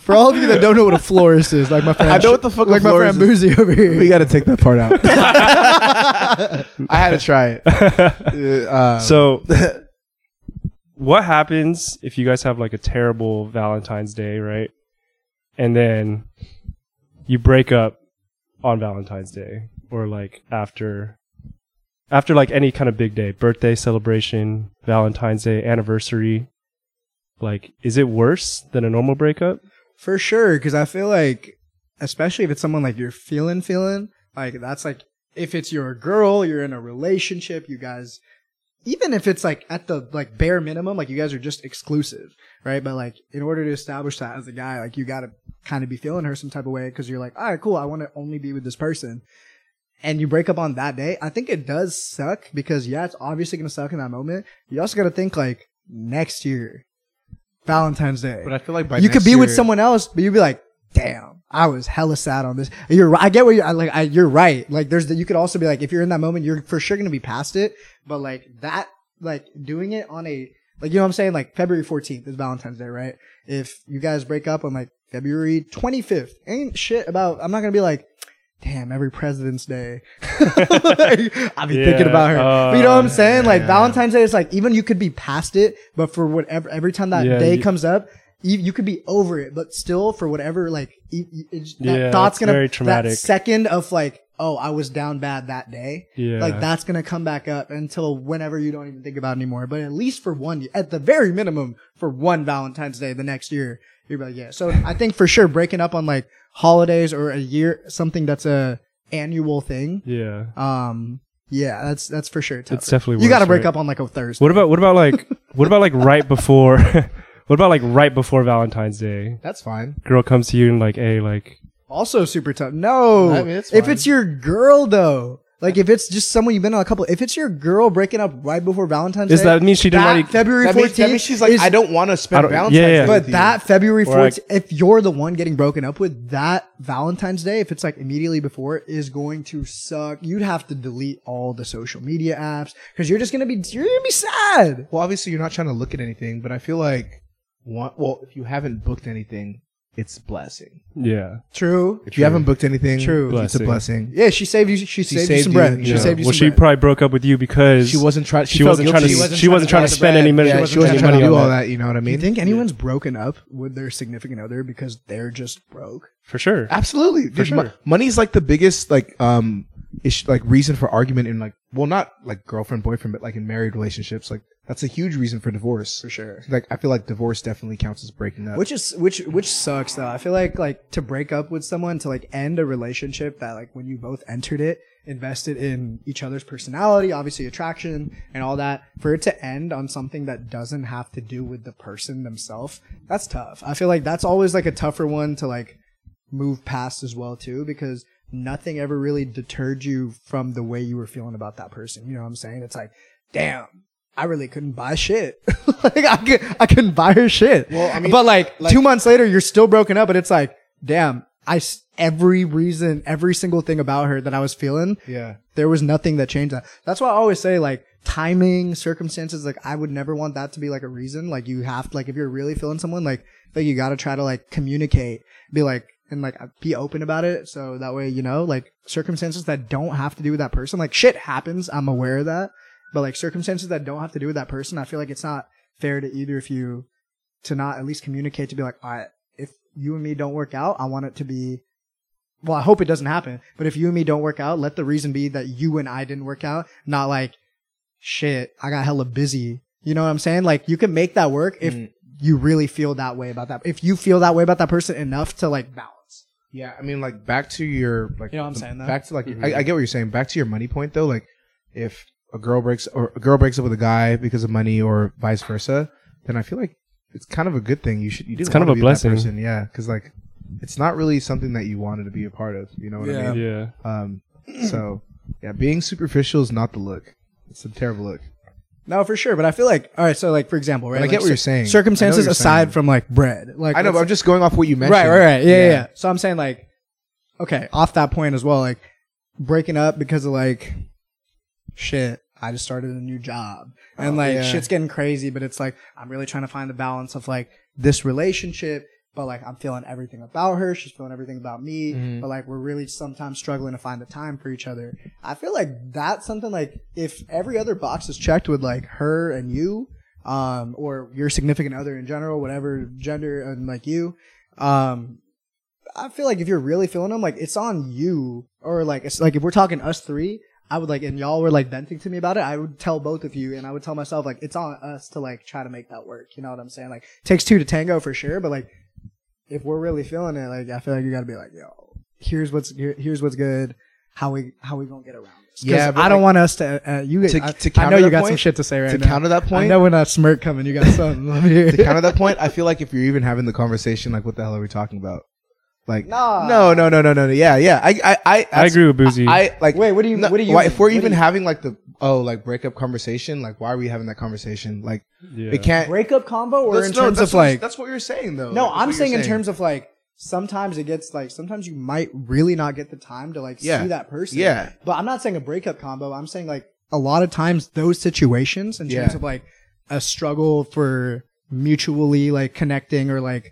Speaker 2: For all of you that don't know what a florist is, like my friend,
Speaker 1: I know what the fuck a
Speaker 2: like my friend
Speaker 1: florist
Speaker 2: Boozy over here.
Speaker 1: We got to take that part out. I had to try it. Uh, uh,
Speaker 3: so, what happens if you guys have like a terrible Valentine's Day, right? And then you break up on Valentine's Day or like after after like any kind of big day, birthday celebration, Valentine's Day, anniversary. Like is it worse than a normal breakup?
Speaker 2: for sure, because I feel like, especially if it's someone like you're feeling, feeling like that's like if it's your girl, you're in a relationship, you guys. Even if it's like at the like bare minimum, like you guys are just exclusive, right? But like in order to establish that as a guy, like you gotta kind of be feeling her some type of way because you're like, all right, cool, I want to only be with this person. and you break up on that day, I think it does suck because yeah, it's obviously gonna suck in that moment. You also gotta think like next year, Valentine's Day.
Speaker 1: but I feel like by
Speaker 2: you could
Speaker 1: next
Speaker 2: be with
Speaker 1: year-
Speaker 2: someone else, but you'd be like, damn, I was hella sad on this. You're right. I get what you're I, like. I, you're right. Like there's the, you could also be like, if you're in that moment, you're for sure gonna be past it. But like that, like doing it on a like you know what I'm saying like February 14th is Valentine's Day, right? If you guys break up on like February 25th, ain't shit about. I'm not gonna be like. Damn, every President's Day. I'll be
Speaker 3: Yeah,
Speaker 2: thinking about her. but you know what I'm
Speaker 3: uh,
Speaker 2: saying? Like
Speaker 1: yeah.
Speaker 2: Valentine's Day is like even you could be past it, but for whatever every time that
Speaker 3: Yeah,
Speaker 2: uh, day
Speaker 3: you-
Speaker 2: comes up, you, you could be over it, but still for whatever like you, you, it's- that
Speaker 3: Yeah,
Speaker 2: thought's
Speaker 3: it's
Speaker 2: gonna
Speaker 3: very traumatic.
Speaker 2: that second of like oh I was down bad that day,
Speaker 3: Yeah.
Speaker 2: like that's gonna come back up until whenever you don't even think about it anymore. But at least for one, at the very minimum, for one Valentine's Day the next year, you're like yeah. So I think for sure breaking up on like holidays or a year something that's a annual thing.
Speaker 3: Yeah.
Speaker 2: Um, yeah, that's that's for sure. Tough.
Speaker 3: It's definitely
Speaker 2: You got
Speaker 3: worse,
Speaker 2: to break
Speaker 3: right?
Speaker 2: up on like a Thursday.
Speaker 3: What about what about like what about like right before what about like right before Valentine's Day?
Speaker 1: That's fine.
Speaker 3: Girl comes to you and like, hey, like
Speaker 2: Also super tough. No,
Speaker 1: I mean, it's
Speaker 2: if
Speaker 1: fine.
Speaker 2: it's your girl though, like if it's just someone you've been on a couple, if it's your girl breaking up right before Valentine's
Speaker 3: Does
Speaker 2: Day,
Speaker 3: that mean she didn't already-
Speaker 2: February
Speaker 1: That means,
Speaker 2: fourteenth?
Speaker 1: that means she's like, I don't want to
Speaker 3: I
Speaker 1: spend
Speaker 3: don't-
Speaker 1: Valentine's
Speaker 3: yeah, yeah.
Speaker 1: Day
Speaker 2: But
Speaker 1: with you.
Speaker 2: that February
Speaker 3: Or, like-
Speaker 2: fourteenth, if you're the one getting broken up with, that Valentine's Day, if it's like immediately before, is going to suck. You'd have to delete all the social media apps because you're just gonna be you're gonna be sad.
Speaker 1: Well, obviously, you're not trying to look at anything, but I feel like, one, well, if you haven't booked anything, it's a blessing.
Speaker 3: Yeah.
Speaker 2: True.
Speaker 1: If you haven't booked anything,
Speaker 2: True.
Speaker 1: it's a blessing.
Speaker 3: Blessing.
Speaker 2: Yeah, she saved you. She, saved, you
Speaker 1: saved
Speaker 2: some
Speaker 1: you,
Speaker 2: bread. She
Speaker 1: yeah.
Speaker 2: saved you
Speaker 3: well,
Speaker 2: some
Speaker 3: she
Speaker 2: bread.
Speaker 3: probably broke up with you because
Speaker 1: She wasn't trying. She,
Speaker 3: she wasn't
Speaker 1: felt
Speaker 3: trying to
Speaker 1: guilty.
Speaker 3: she wasn't trying to spend any money
Speaker 1: yeah,
Speaker 3: she
Speaker 1: she wasn't
Speaker 3: any
Speaker 1: trying to
Speaker 3: money
Speaker 1: do
Speaker 3: on
Speaker 1: all
Speaker 3: that.
Speaker 1: that. You know what I
Speaker 2: Do you
Speaker 1: mean?
Speaker 2: think anyone's broken up with their significant other because they're just broke?
Speaker 3: for sure.
Speaker 1: Ah. Absolutely, dude. Mo-
Speaker 3: sure.
Speaker 1: money's like the biggest like um ish like reason for argument in like well not like girlfriend boyfriend but like in married relationships like That's a huge reason for divorce.
Speaker 2: for sure.
Speaker 1: Like I feel like divorce definitely counts as breaking up.
Speaker 2: Which is which which sucks though. I feel like like to break up with someone to like end a relationship that like when you both entered it, invested in each other's personality, obviously attraction and all that, for it to end on something that doesn't have to do with the person themselves, that's tough. I feel like that's always like a tougher one to like move past as well too because nothing ever really deterred you from the way you were feeling about that person. You know what I'm saying? It's like, damn, I really couldn't buy shit. like I could, I couldn't buy her shit.
Speaker 1: Well, I mean,
Speaker 2: but like,
Speaker 1: like-
Speaker 2: two months later, you're still broken up, and it's like, damn, I s- every reason, every single thing about her that I was feeling,
Speaker 1: yeah.
Speaker 2: there was nothing that changed that. That's why I always say like timing, circumstances, like I would never want that to be like a reason. Like you have to like if you're really feeling someone, like like you gotta try to like communicate, be like and like uh, be open about it. So that way, you know, like circumstances that don't have to do with that person, like shit happens. I'm aware of that. But like circumstances that don't have to do with that person, I feel like it's not fair to either of you to not at least communicate to be like, all right, if you and me don't work out, I want it to be well, I hope it doesn't happen. But if you and me don't work out, let the reason be that you and I didn't work out, not like shit, I got hella busy. You know what I'm saying? Like you can make that work if
Speaker 1: Mm.
Speaker 2: you really feel that way about that. If you feel that way about that person enough to like balance.
Speaker 1: Yeah, I mean, like back to your like
Speaker 2: You know what I'm
Speaker 1: the-
Speaker 2: saying, though?
Speaker 1: Back to like
Speaker 3: Mhm.
Speaker 1: I, I get what you're saying. Back to your money point though. Like if a girl breaks or a girl breaks up with a guy because of money or vice versa, then I feel like it's kind of a good thing. You should. You
Speaker 3: It's
Speaker 1: didn't
Speaker 3: kind of
Speaker 1: wanna
Speaker 3: a
Speaker 1: be that
Speaker 3: blessing.
Speaker 1: person, yeah, because like it's not really something that you wanted to be a part of. You know what I
Speaker 2: Yeah.
Speaker 1: mean?
Speaker 3: Yeah.
Speaker 1: Um. So yeah, being superficial is not the look. It's a terrible look.
Speaker 2: No, for sure. But I feel like all right, so like for example, right?
Speaker 1: I
Speaker 2: like,
Speaker 1: get what
Speaker 2: cir-
Speaker 1: you're saying. I know what
Speaker 2: Circumstances
Speaker 1: you're
Speaker 2: aside
Speaker 1: saying.
Speaker 2: from like bread. Like
Speaker 1: I know,
Speaker 2: let's-
Speaker 1: but I'm just going off what you mentioned.
Speaker 2: Right, right, right. Yeah, yeah, yeah. So I'm saying like, okay, off that point as well, like breaking up because of like, shit, I just started a new job and
Speaker 1: Oh,
Speaker 2: like
Speaker 1: yeah.
Speaker 2: shit's getting crazy, but it's like I'm really trying to find the balance of like this relationship, but like I'm feeling everything about her, she's feeling everything about me,
Speaker 1: Mhm.
Speaker 2: but like we're really sometimes struggling to find the time for each other. I feel like that's something like if every other box is checked with like her and you, um, or your significant other in general, whatever gender and like you, um, I feel like if you're really feeling them, like it's on you, or like it's like if we're talking us three, I would like, and y'all were like venting to me about it, I would tell both of you, and I would tell myself like it's on us to like try to make that work. You know what I'm saying? Like takes two to tango for sure, but like if we're really feeling it, like I feel like you got to be like, yo, here's what's here, here's what's good. How we how we gonna get around this? 'Cause
Speaker 1: Yeah, but,
Speaker 2: I don't
Speaker 1: like,
Speaker 2: want us to. Uh, you
Speaker 1: to-
Speaker 2: I,
Speaker 1: to
Speaker 2: I
Speaker 1: counter
Speaker 2: know you
Speaker 1: that
Speaker 2: got some
Speaker 1: point-
Speaker 2: shit to say right
Speaker 1: To
Speaker 2: now.
Speaker 1: counter that
Speaker 2: I
Speaker 1: point,
Speaker 2: know when that smirk coming, you got something. Let me hear.
Speaker 1: to counter that point, I feel like if you're even having the conversation, like what the hell are we talking about? Like
Speaker 2: Nah.
Speaker 1: no, no, no, no, no, no. Yeah, yeah. I, I, I,
Speaker 3: I
Speaker 1: that's-
Speaker 3: agree with Boozy.
Speaker 1: I like.
Speaker 2: Wait, what do you?
Speaker 1: no,
Speaker 2: what do you?
Speaker 1: why- if we're
Speaker 2: what do
Speaker 1: even
Speaker 2: you-
Speaker 1: having like the oh like breakup conversation, like why are we having that conversation? Like
Speaker 3: yeah.
Speaker 1: it can't.
Speaker 2: breakup combo or
Speaker 1: That's-
Speaker 2: in
Speaker 1: no,
Speaker 2: terms
Speaker 1: that's
Speaker 2: of
Speaker 1: what-
Speaker 2: like
Speaker 1: that's what you're saying though.
Speaker 2: no
Speaker 1: Like, that's
Speaker 2: i'm
Speaker 1: what you're
Speaker 2: saying in terms of like sometimes it gets like sometimes you might really not get the time to like
Speaker 1: Yeah.
Speaker 2: see that person
Speaker 1: Yeah.
Speaker 2: but i'm not saying a breakup combo i'm saying like a lot of times those situations in terms
Speaker 1: Yeah.
Speaker 2: of like a struggle for mutually like connecting or like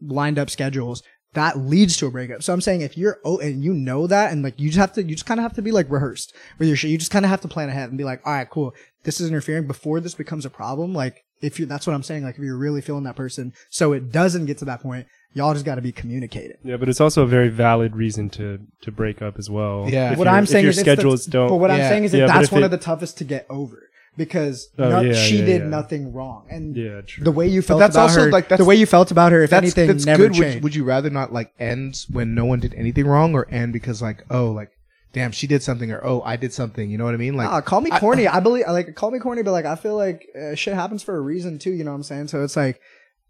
Speaker 2: lined up schedules that leads to a breakup. So I'm saying if you're oh and you know that and like you just have to you just kind of have to be like rehearsed with your shit. You just kind of have to plan ahead and be like, all right, cool. This is interfering before this becomes a problem. Like if you that's what I'm saying. Like if you're really feeling that person, so it doesn't get to that point. Y'all just got to be communicating.
Speaker 3: Yeah, but it's also a very valid reason to to break up as well.
Speaker 1: Yeah.
Speaker 3: If
Speaker 2: What
Speaker 3: your-
Speaker 2: I'm saying
Speaker 3: if your
Speaker 2: is it's the-
Speaker 3: schedules don't.
Speaker 2: But what I'm
Speaker 1: Yeah.
Speaker 2: saying is that
Speaker 3: Yeah, but
Speaker 2: that's
Speaker 3: if
Speaker 2: one
Speaker 3: it-
Speaker 2: of the toughest to get over because
Speaker 3: Oh,
Speaker 2: no-
Speaker 3: yeah,
Speaker 2: she
Speaker 3: yeah,
Speaker 2: did
Speaker 3: yeah.
Speaker 2: nothing wrong and
Speaker 3: yeah, true.
Speaker 2: the way you felt
Speaker 1: that's
Speaker 2: about
Speaker 1: also,
Speaker 2: her,
Speaker 1: like,
Speaker 2: the
Speaker 1: that's-
Speaker 2: way you felt about her, if
Speaker 1: that's,
Speaker 2: anything,
Speaker 1: that's
Speaker 2: never
Speaker 1: good.
Speaker 2: changed.
Speaker 1: Would, would you rather not like end when no one did anything wrong, or end because like oh like damn she did something, or oh I did something? You know what I mean? Like
Speaker 2: Nah, Ah, call me
Speaker 1: I-
Speaker 2: corny. I believe, like, call me corny, but like, I feel like uh, shit happens for a reason too. You know what I'm saying? So it's like,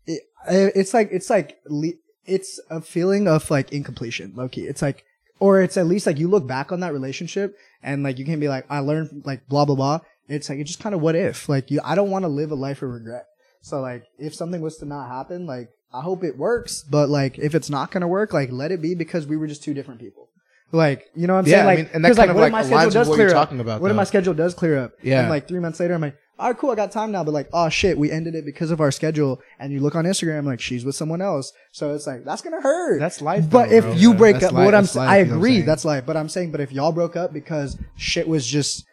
Speaker 2: it, I- it's like, it's like, le- it's a feeling of like incompletion, low key. It's like, or it's at least like you look back on that relationship and like you can be like, I learned like blah blah blah. It's like it's just kind of what if. Like you, I don't want to live a life of regret. So like, if something was to not happen, like I hope it works. But like, if it's not gonna work, like let it be because we were just two different people. Like you know what I'm
Speaker 1: Yeah,
Speaker 2: saying?
Speaker 1: I
Speaker 2: Like,
Speaker 1: mean, and that
Speaker 2: 'cause,
Speaker 1: kind of,
Speaker 2: what
Speaker 1: like,
Speaker 2: if my
Speaker 1: aligns
Speaker 2: schedule
Speaker 1: with
Speaker 2: does
Speaker 1: what you're
Speaker 2: clear up?
Speaker 1: talking about,
Speaker 2: What if
Speaker 1: though.
Speaker 2: my schedule does clear up?
Speaker 1: Yeah.
Speaker 2: And like three months later, I'm like, all right, cool, I got time now. But like, oh shit, we ended it because of our schedule. And you look on Instagram, like she's with someone else. So it's like that's gonna hurt.
Speaker 1: that's life.
Speaker 2: But
Speaker 1: though,
Speaker 2: if
Speaker 1: bro.
Speaker 2: you break
Speaker 1: That's
Speaker 2: up,
Speaker 1: li-
Speaker 2: what I'm
Speaker 1: that's
Speaker 2: saying,
Speaker 1: life,
Speaker 2: I
Speaker 1: you know what I'm
Speaker 2: agree,
Speaker 1: saying?
Speaker 2: that's life. But I'm saying, but if y'all broke up because shit was just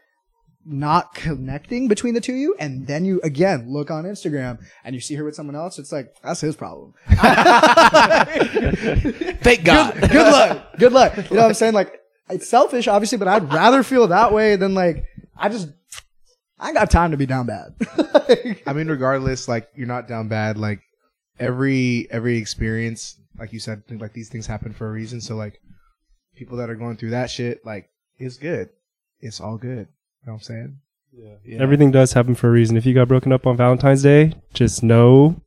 Speaker 2: not connecting between the two of you, and then you again look on Instagram and you see her with someone else, it's like that's his problem. Ah.
Speaker 1: thank God.
Speaker 2: Good luck, good luck. You know what I'm saying? Like it's selfish, obviously, but I'd rather feel that way than like I just I ain't got time to be down bad.
Speaker 1: I mean, regardless, like you're not down bad. Like every every experience, like you said, like these things happen for a reason. So like people that are going through that shit, like it's good. It's all good. You know what I'm saying?
Speaker 3: Yeah.
Speaker 1: Yeah.
Speaker 3: Everything does happen for a reason. If you got broken up on Valentine's Day, just know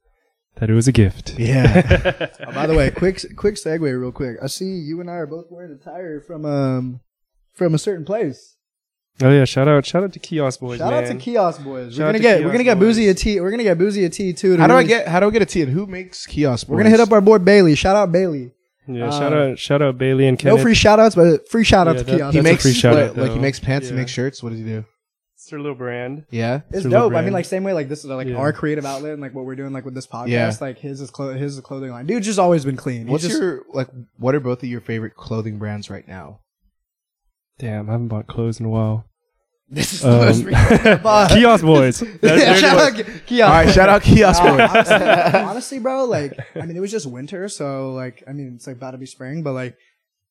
Speaker 3: that it was a gift.
Speaker 1: Yeah.
Speaker 2: Oh, by the way, quick quick segue, real quick. I see you and I are both wearing attire from um from a certain place.
Speaker 3: oh yeah, shout out, shout out to Kiosk Boys,
Speaker 2: Shout
Speaker 3: man.
Speaker 2: out to Kiosk Boys.
Speaker 3: Shout out
Speaker 2: we're gonna
Speaker 3: to
Speaker 2: get
Speaker 3: Kiosk
Speaker 2: we're gonna get
Speaker 3: Boys.
Speaker 2: Boozy a T. We're gonna get Boozy a T too. to
Speaker 1: how do I
Speaker 2: really-
Speaker 1: get how do I get a tea and who makes kiosk?
Speaker 2: We're gonna hit up our boy Bailey. Shout out Bailey.
Speaker 3: Yeah,
Speaker 2: Um,
Speaker 3: shout out, shout out Bailey and Kenneth.
Speaker 2: No free shout outs, but free shout out
Speaker 3: Yeah,
Speaker 2: to
Speaker 3: that-
Speaker 2: Kiosk.
Speaker 1: He
Speaker 3: That's a
Speaker 1: makes
Speaker 3: free shout
Speaker 1: what,
Speaker 3: out,
Speaker 1: like he
Speaker 3: though.
Speaker 1: makes pants, he
Speaker 3: Yeah.
Speaker 1: makes shirts. What does he do?
Speaker 3: it's their little brand.
Speaker 1: Yeah.
Speaker 2: It's
Speaker 3: Through
Speaker 2: dope.
Speaker 3: the
Speaker 2: I mean,
Speaker 3: brand.
Speaker 2: like same way, like this is like
Speaker 3: Yeah.
Speaker 2: our creative outlet, and like what we're doing, like with this podcast.
Speaker 1: Yeah.
Speaker 2: Like his is clo- his is clothing line. Dude's just always been clean. He
Speaker 1: What's
Speaker 2: just,
Speaker 1: your like? What are both of your favorite clothing brands right now?
Speaker 3: Damn, I haven't bought clothes in a while.
Speaker 2: this is the
Speaker 3: Um,
Speaker 2: most ridiculous-
Speaker 3: Kiosk Boys. They're-
Speaker 2: yeah,
Speaker 3: they're
Speaker 2: shout
Speaker 3: the-
Speaker 2: out Ki- Kiosk.
Speaker 1: All right, shout out kiosk.
Speaker 2: No,
Speaker 1: Boys.
Speaker 2: honestly, honestly, bro, like I mean, it was just winter, so like I mean, it's like about to be spring, but like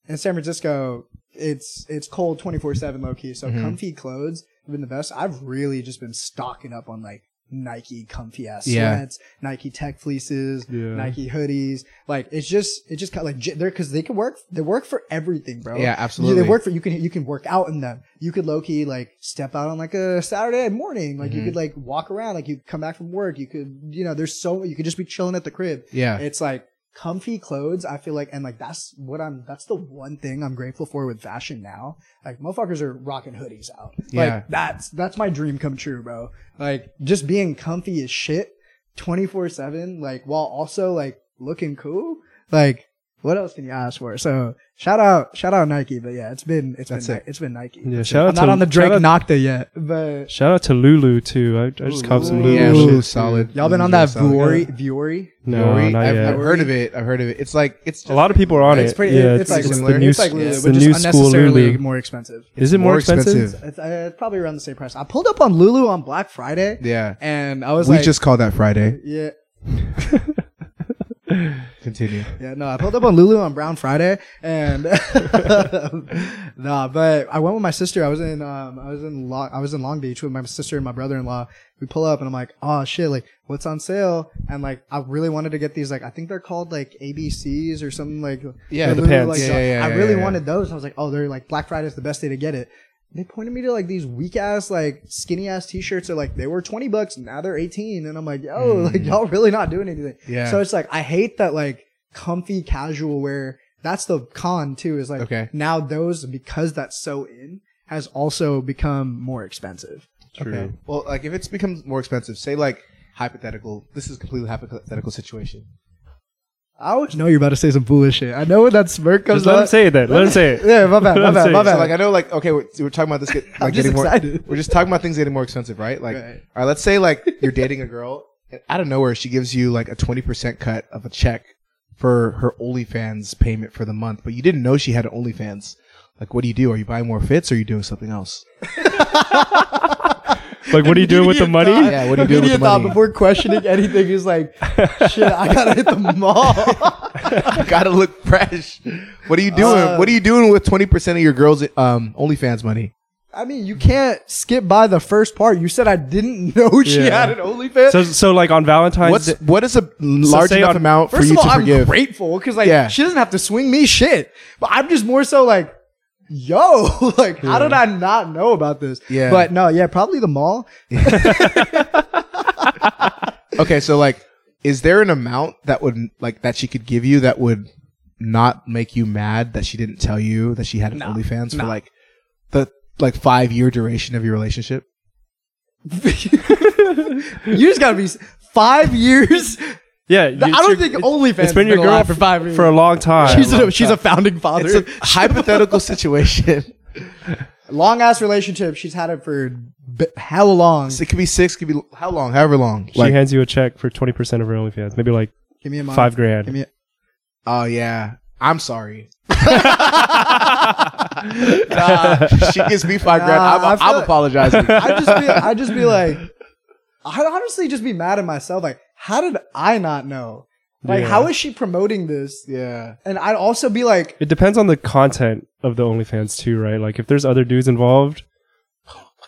Speaker 2: in San Francisco, it's it's cold twenty four seven low key. So
Speaker 1: Mhm.
Speaker 2: comfy clothes have been the best. I've really just been stocking up on like Nike comfy ass
Speaker 1: Yeah.
Speaker 2: sweats, Nike tech fleeces,
Speaker 3: Yeah.
Speaker 2: Nike hoodies. Like it's just it just kind of like j- they're because they can work they work for everything, bro.
Speaker 1: Yeah,
Speaker 2: You-
Speaker 1: absolutely.
Speaker 2: They work for you can you can work out in them. You could low key like step out on like a Saturday morning. Like you
Speaker 1: Mhm.
Speaker 2: could like walk around. Like you come back from work. You could you know there's so you could just be chilling at the crib.
Speaker 1: Yeah.
Speaker 2: It's like comfy clothes. I feel like and like that's what I'm. That's the one thing I'm grateful for with fashion now. Like motherfuckers are rocking hoodies out.
Speaker 1: Yeah.
Speaker 2: Like that's that's my dream come true, bro. Like just being comfy as shit, twenty four seven. Like while also like looking cool. Like what else can you ask for? So shout out, shout out Nike. But yeah, it's been it's
Speaker 1: That's
Speaker 2: been
Speaker 1: it.
Speaker 2: Ni- it's been Nike.
Speaker 3: Yeah, shout
Speaker 2: I'm
Speaker 3: out
Speaker 2: not
Speaker 3: to
Speaker 2: on the Drake
Speaker 3: shout out,
Speaker 2: Nocta yet, but
Speaker 3: shout out to Lulu too. I, I just caught some
Speaker 2: Ooh.
Speaker 3: Lulu.
Speaker 1: Yeah,
Speaker 2: Ooh.
Speaker 3: shit, too.
Speaker 1: Lulu's solid.
Speaker 2: y'all been on that
Speaker 1: Lulu's solid.
Speaker 2: Vuori Vuori.
Speaker 3: No,
Speaker 1: Vuori?
Speaker 3: not
Speaker 1: I've,
Speaker 3: yet.
Speaker 1: I've heard of it. I've heard of it. It's like it's just
Speaker 3: A lot of people are on
Speaker 2: It's
Speaker 3: it.
Speaker 2: pretty.
Speaker 3: yeah,
Speaker 2: it's, like
Speaker 1: it's
Speaker 2: similar.
Speaker 1: the new
Speaker 2: it's like
Speaker 1: s-
Speaker 2: Lulu,
Speaker 3: it's
Speaker 2: but
Speaker 3: the
Speaker 2: just
Speaker 3: new school
Speaker 2: unnecessarily
Speaker 3: Lulu.
Speaker 2: more expensive.
Speaker 3: Is it more, expensive?
Speaker 2: It's, uh, it's probably around the same price. I pulled up on Lulu on Black Friday,
Speaker 1: Yeah.
Speaker 2: and I was
Speaker 1: We
Speaker 2: like,
Speaker 1: just called that Friday.
Speaker 2: yeah,
Speaker 1: Continue.
Speaker 2: yeah, no, I pulled up on Lulu on Brown Friday, and nah, but I went with my sister. I was in, um, I was in, Long, I was in Long Beach with my sister and my brother-in-law. We pull up, and I'm like, oh shit, like what's on sale? And like, I really wanted to get these, like I think they're called like ABCs or something like.
Speaker 1: Yeah,
Speaker 2: they're
Speaker 3: the
Speaker 2: literally,
Speaker 3: pants.
Speaker 2: Like,
Speaker 1: Yeah, yeah,
Speaker 2: I
Speaker 1: yeah,
Speaker 2: really
Speaker 1: yeah, yeah.
Speaker 2: wanted those. I was like, oh, they're like Black Friday's the best day to get it. They pointed me to like these weak ass, like skinny ass t-shirts. They're like they were twenty bucks, now they're eighteen, and I'm like, yo, like y'all really not doing anything.
Speaker 1: Hmm. Yeah.
Speaker 2: So it's like I hate that like comfy casual wear. That's the con too. Is like
Speaker 1: Okay.
Speaker 2: now those because that's so in has also become more expensive.
Speaker 3: True.
Speaker 1: Okay. Well, like if it's becomes more expensive, say like hypothetical. This is a completely hypothetical situation.
Speaker 2: I always know you're about to say some foolish shit. I know when that smirk comes
Speaker 3: Just let him
Speaker 2: up-
Speaker 3: say it then. Let him say it.
Speaker 2: Yeah, my bad, my
Speaker 3: Let him
Speaker 2: bad,
Speaker 3: say
Speaker 2: my
Speaker 3: it.
Speaker 2: bad.
Speaker 1: So like I know like okay, we're, we're talking about this get, like
Speaker 2: just
Speaker 1: getting more.
Speaker 2: excited.
Speaker 1: We're just talking about things getting more expensive, right? Like,
Speaker 2: Right.
Speaker 1: all right, let's say like you're dating a girl, and out of nowhere she gives you like a twenty percent cut of a check for her OnlyFans payment for the month, but you didn't know she had an OnlyFans. Like, what do you do? Are you buying more fits, or are you doing something else?
Speaker 3: Like, what are you doing with the money?
Speaker 1: Yeah, what do you do with the
Speaker 2: Immediate thought
Speaker 1: money?
Speaker 2: before questioning anything is like, shit, I gotta hit the mall.
Speaker 1: Gotta look fresh. What are you doing?
Speaker 2: Uh,
Speaker 1: what are you doing with twenty percent of your girls' um, OnlyFans money?
Speaker 2: I mean, you can't skip by the first part. You said I didn't know she
Speaker 3: Yeah.
Speaker 2: had an OnlyFans.
Speaker 3: So, so like on Valentine's
Speaker 1: What's
Speaker 3: Day,
Speaker 1: what is a large
Speaker 3: say
Speaker 1: enough
Speaker 3: on-
Speaker 1: amount for
Speaker 2: First
Speaker 1: you
Speaker 2: of all,
Speaker 1: to
Speaker 2: I'm
Speaker 1: forgive?
Speaker 2: grateful because like
Speaker 1: Yeah.
Speaker 2: she doesn't have to swing me shit. But I'm just more so like, yo, like how did I not know about this?
Speaker 1: Yeah.
Speaker 2: But no, yeah, probably the mall.
Speaker 1: Okay, so like, is there an amount that would like that she could give you that would not make you mad that she didn't tell you that she had an
Speaker 2: No,
Speaker 1: OnlyFans
Speaker 2: no.
Speaker 1: for like the like five year duration of your relationship?
Speaker 2: you just gotta be five years.
Speaker 3: yeah, you-
Speaker 2: I
Speaker 3: it's
Speaker 2: don't
Speaker 3: your-
Speaker 2: think OnlyFans
Speaker 3: it's been your
Speaker 2: been
Speaker 3: girl
Speaker 2: alive for five years.
Speaker 3: for a long time.
Speaker 2: she's a, she's a founding
Speaker 1: It's
Speaker 2: father.
Speaker 1: a hypothetical situation.
Speaker 2: long ass relationship. She's had it for b- how long?
Speaker 1: It could be six, could be how long, however long.
Speaker 3: she hands you a check for twenty percent of her OnlyFans, maybe like
Speaker 2: Give me a month.
Speaker 3: five
Speaker 2: Give
Speaker 3: grand.
Speaker 2: me. A-
Speaker 1: oh yeah, I'm sorry. she gives me five grand.
Speaker 2: Nah, I
Speaker 1: I'm,
Speaker 2: feel
Speaker 1: I'm
Speaker 2: like-
Speaker 1: apologizing.
Speaker 2: I just be, I just be like, I honestly just be mad at myself. Like, how did I not know? Like,
Speaker 3: Yeah.
Speaker 2: how is she promoting this?
Speaker 1: yeah.
Speaker 2: And I'd also be like,
Speaker 3: It depends on the content of the OnlyFans too, right? Like if there's other dudes involved,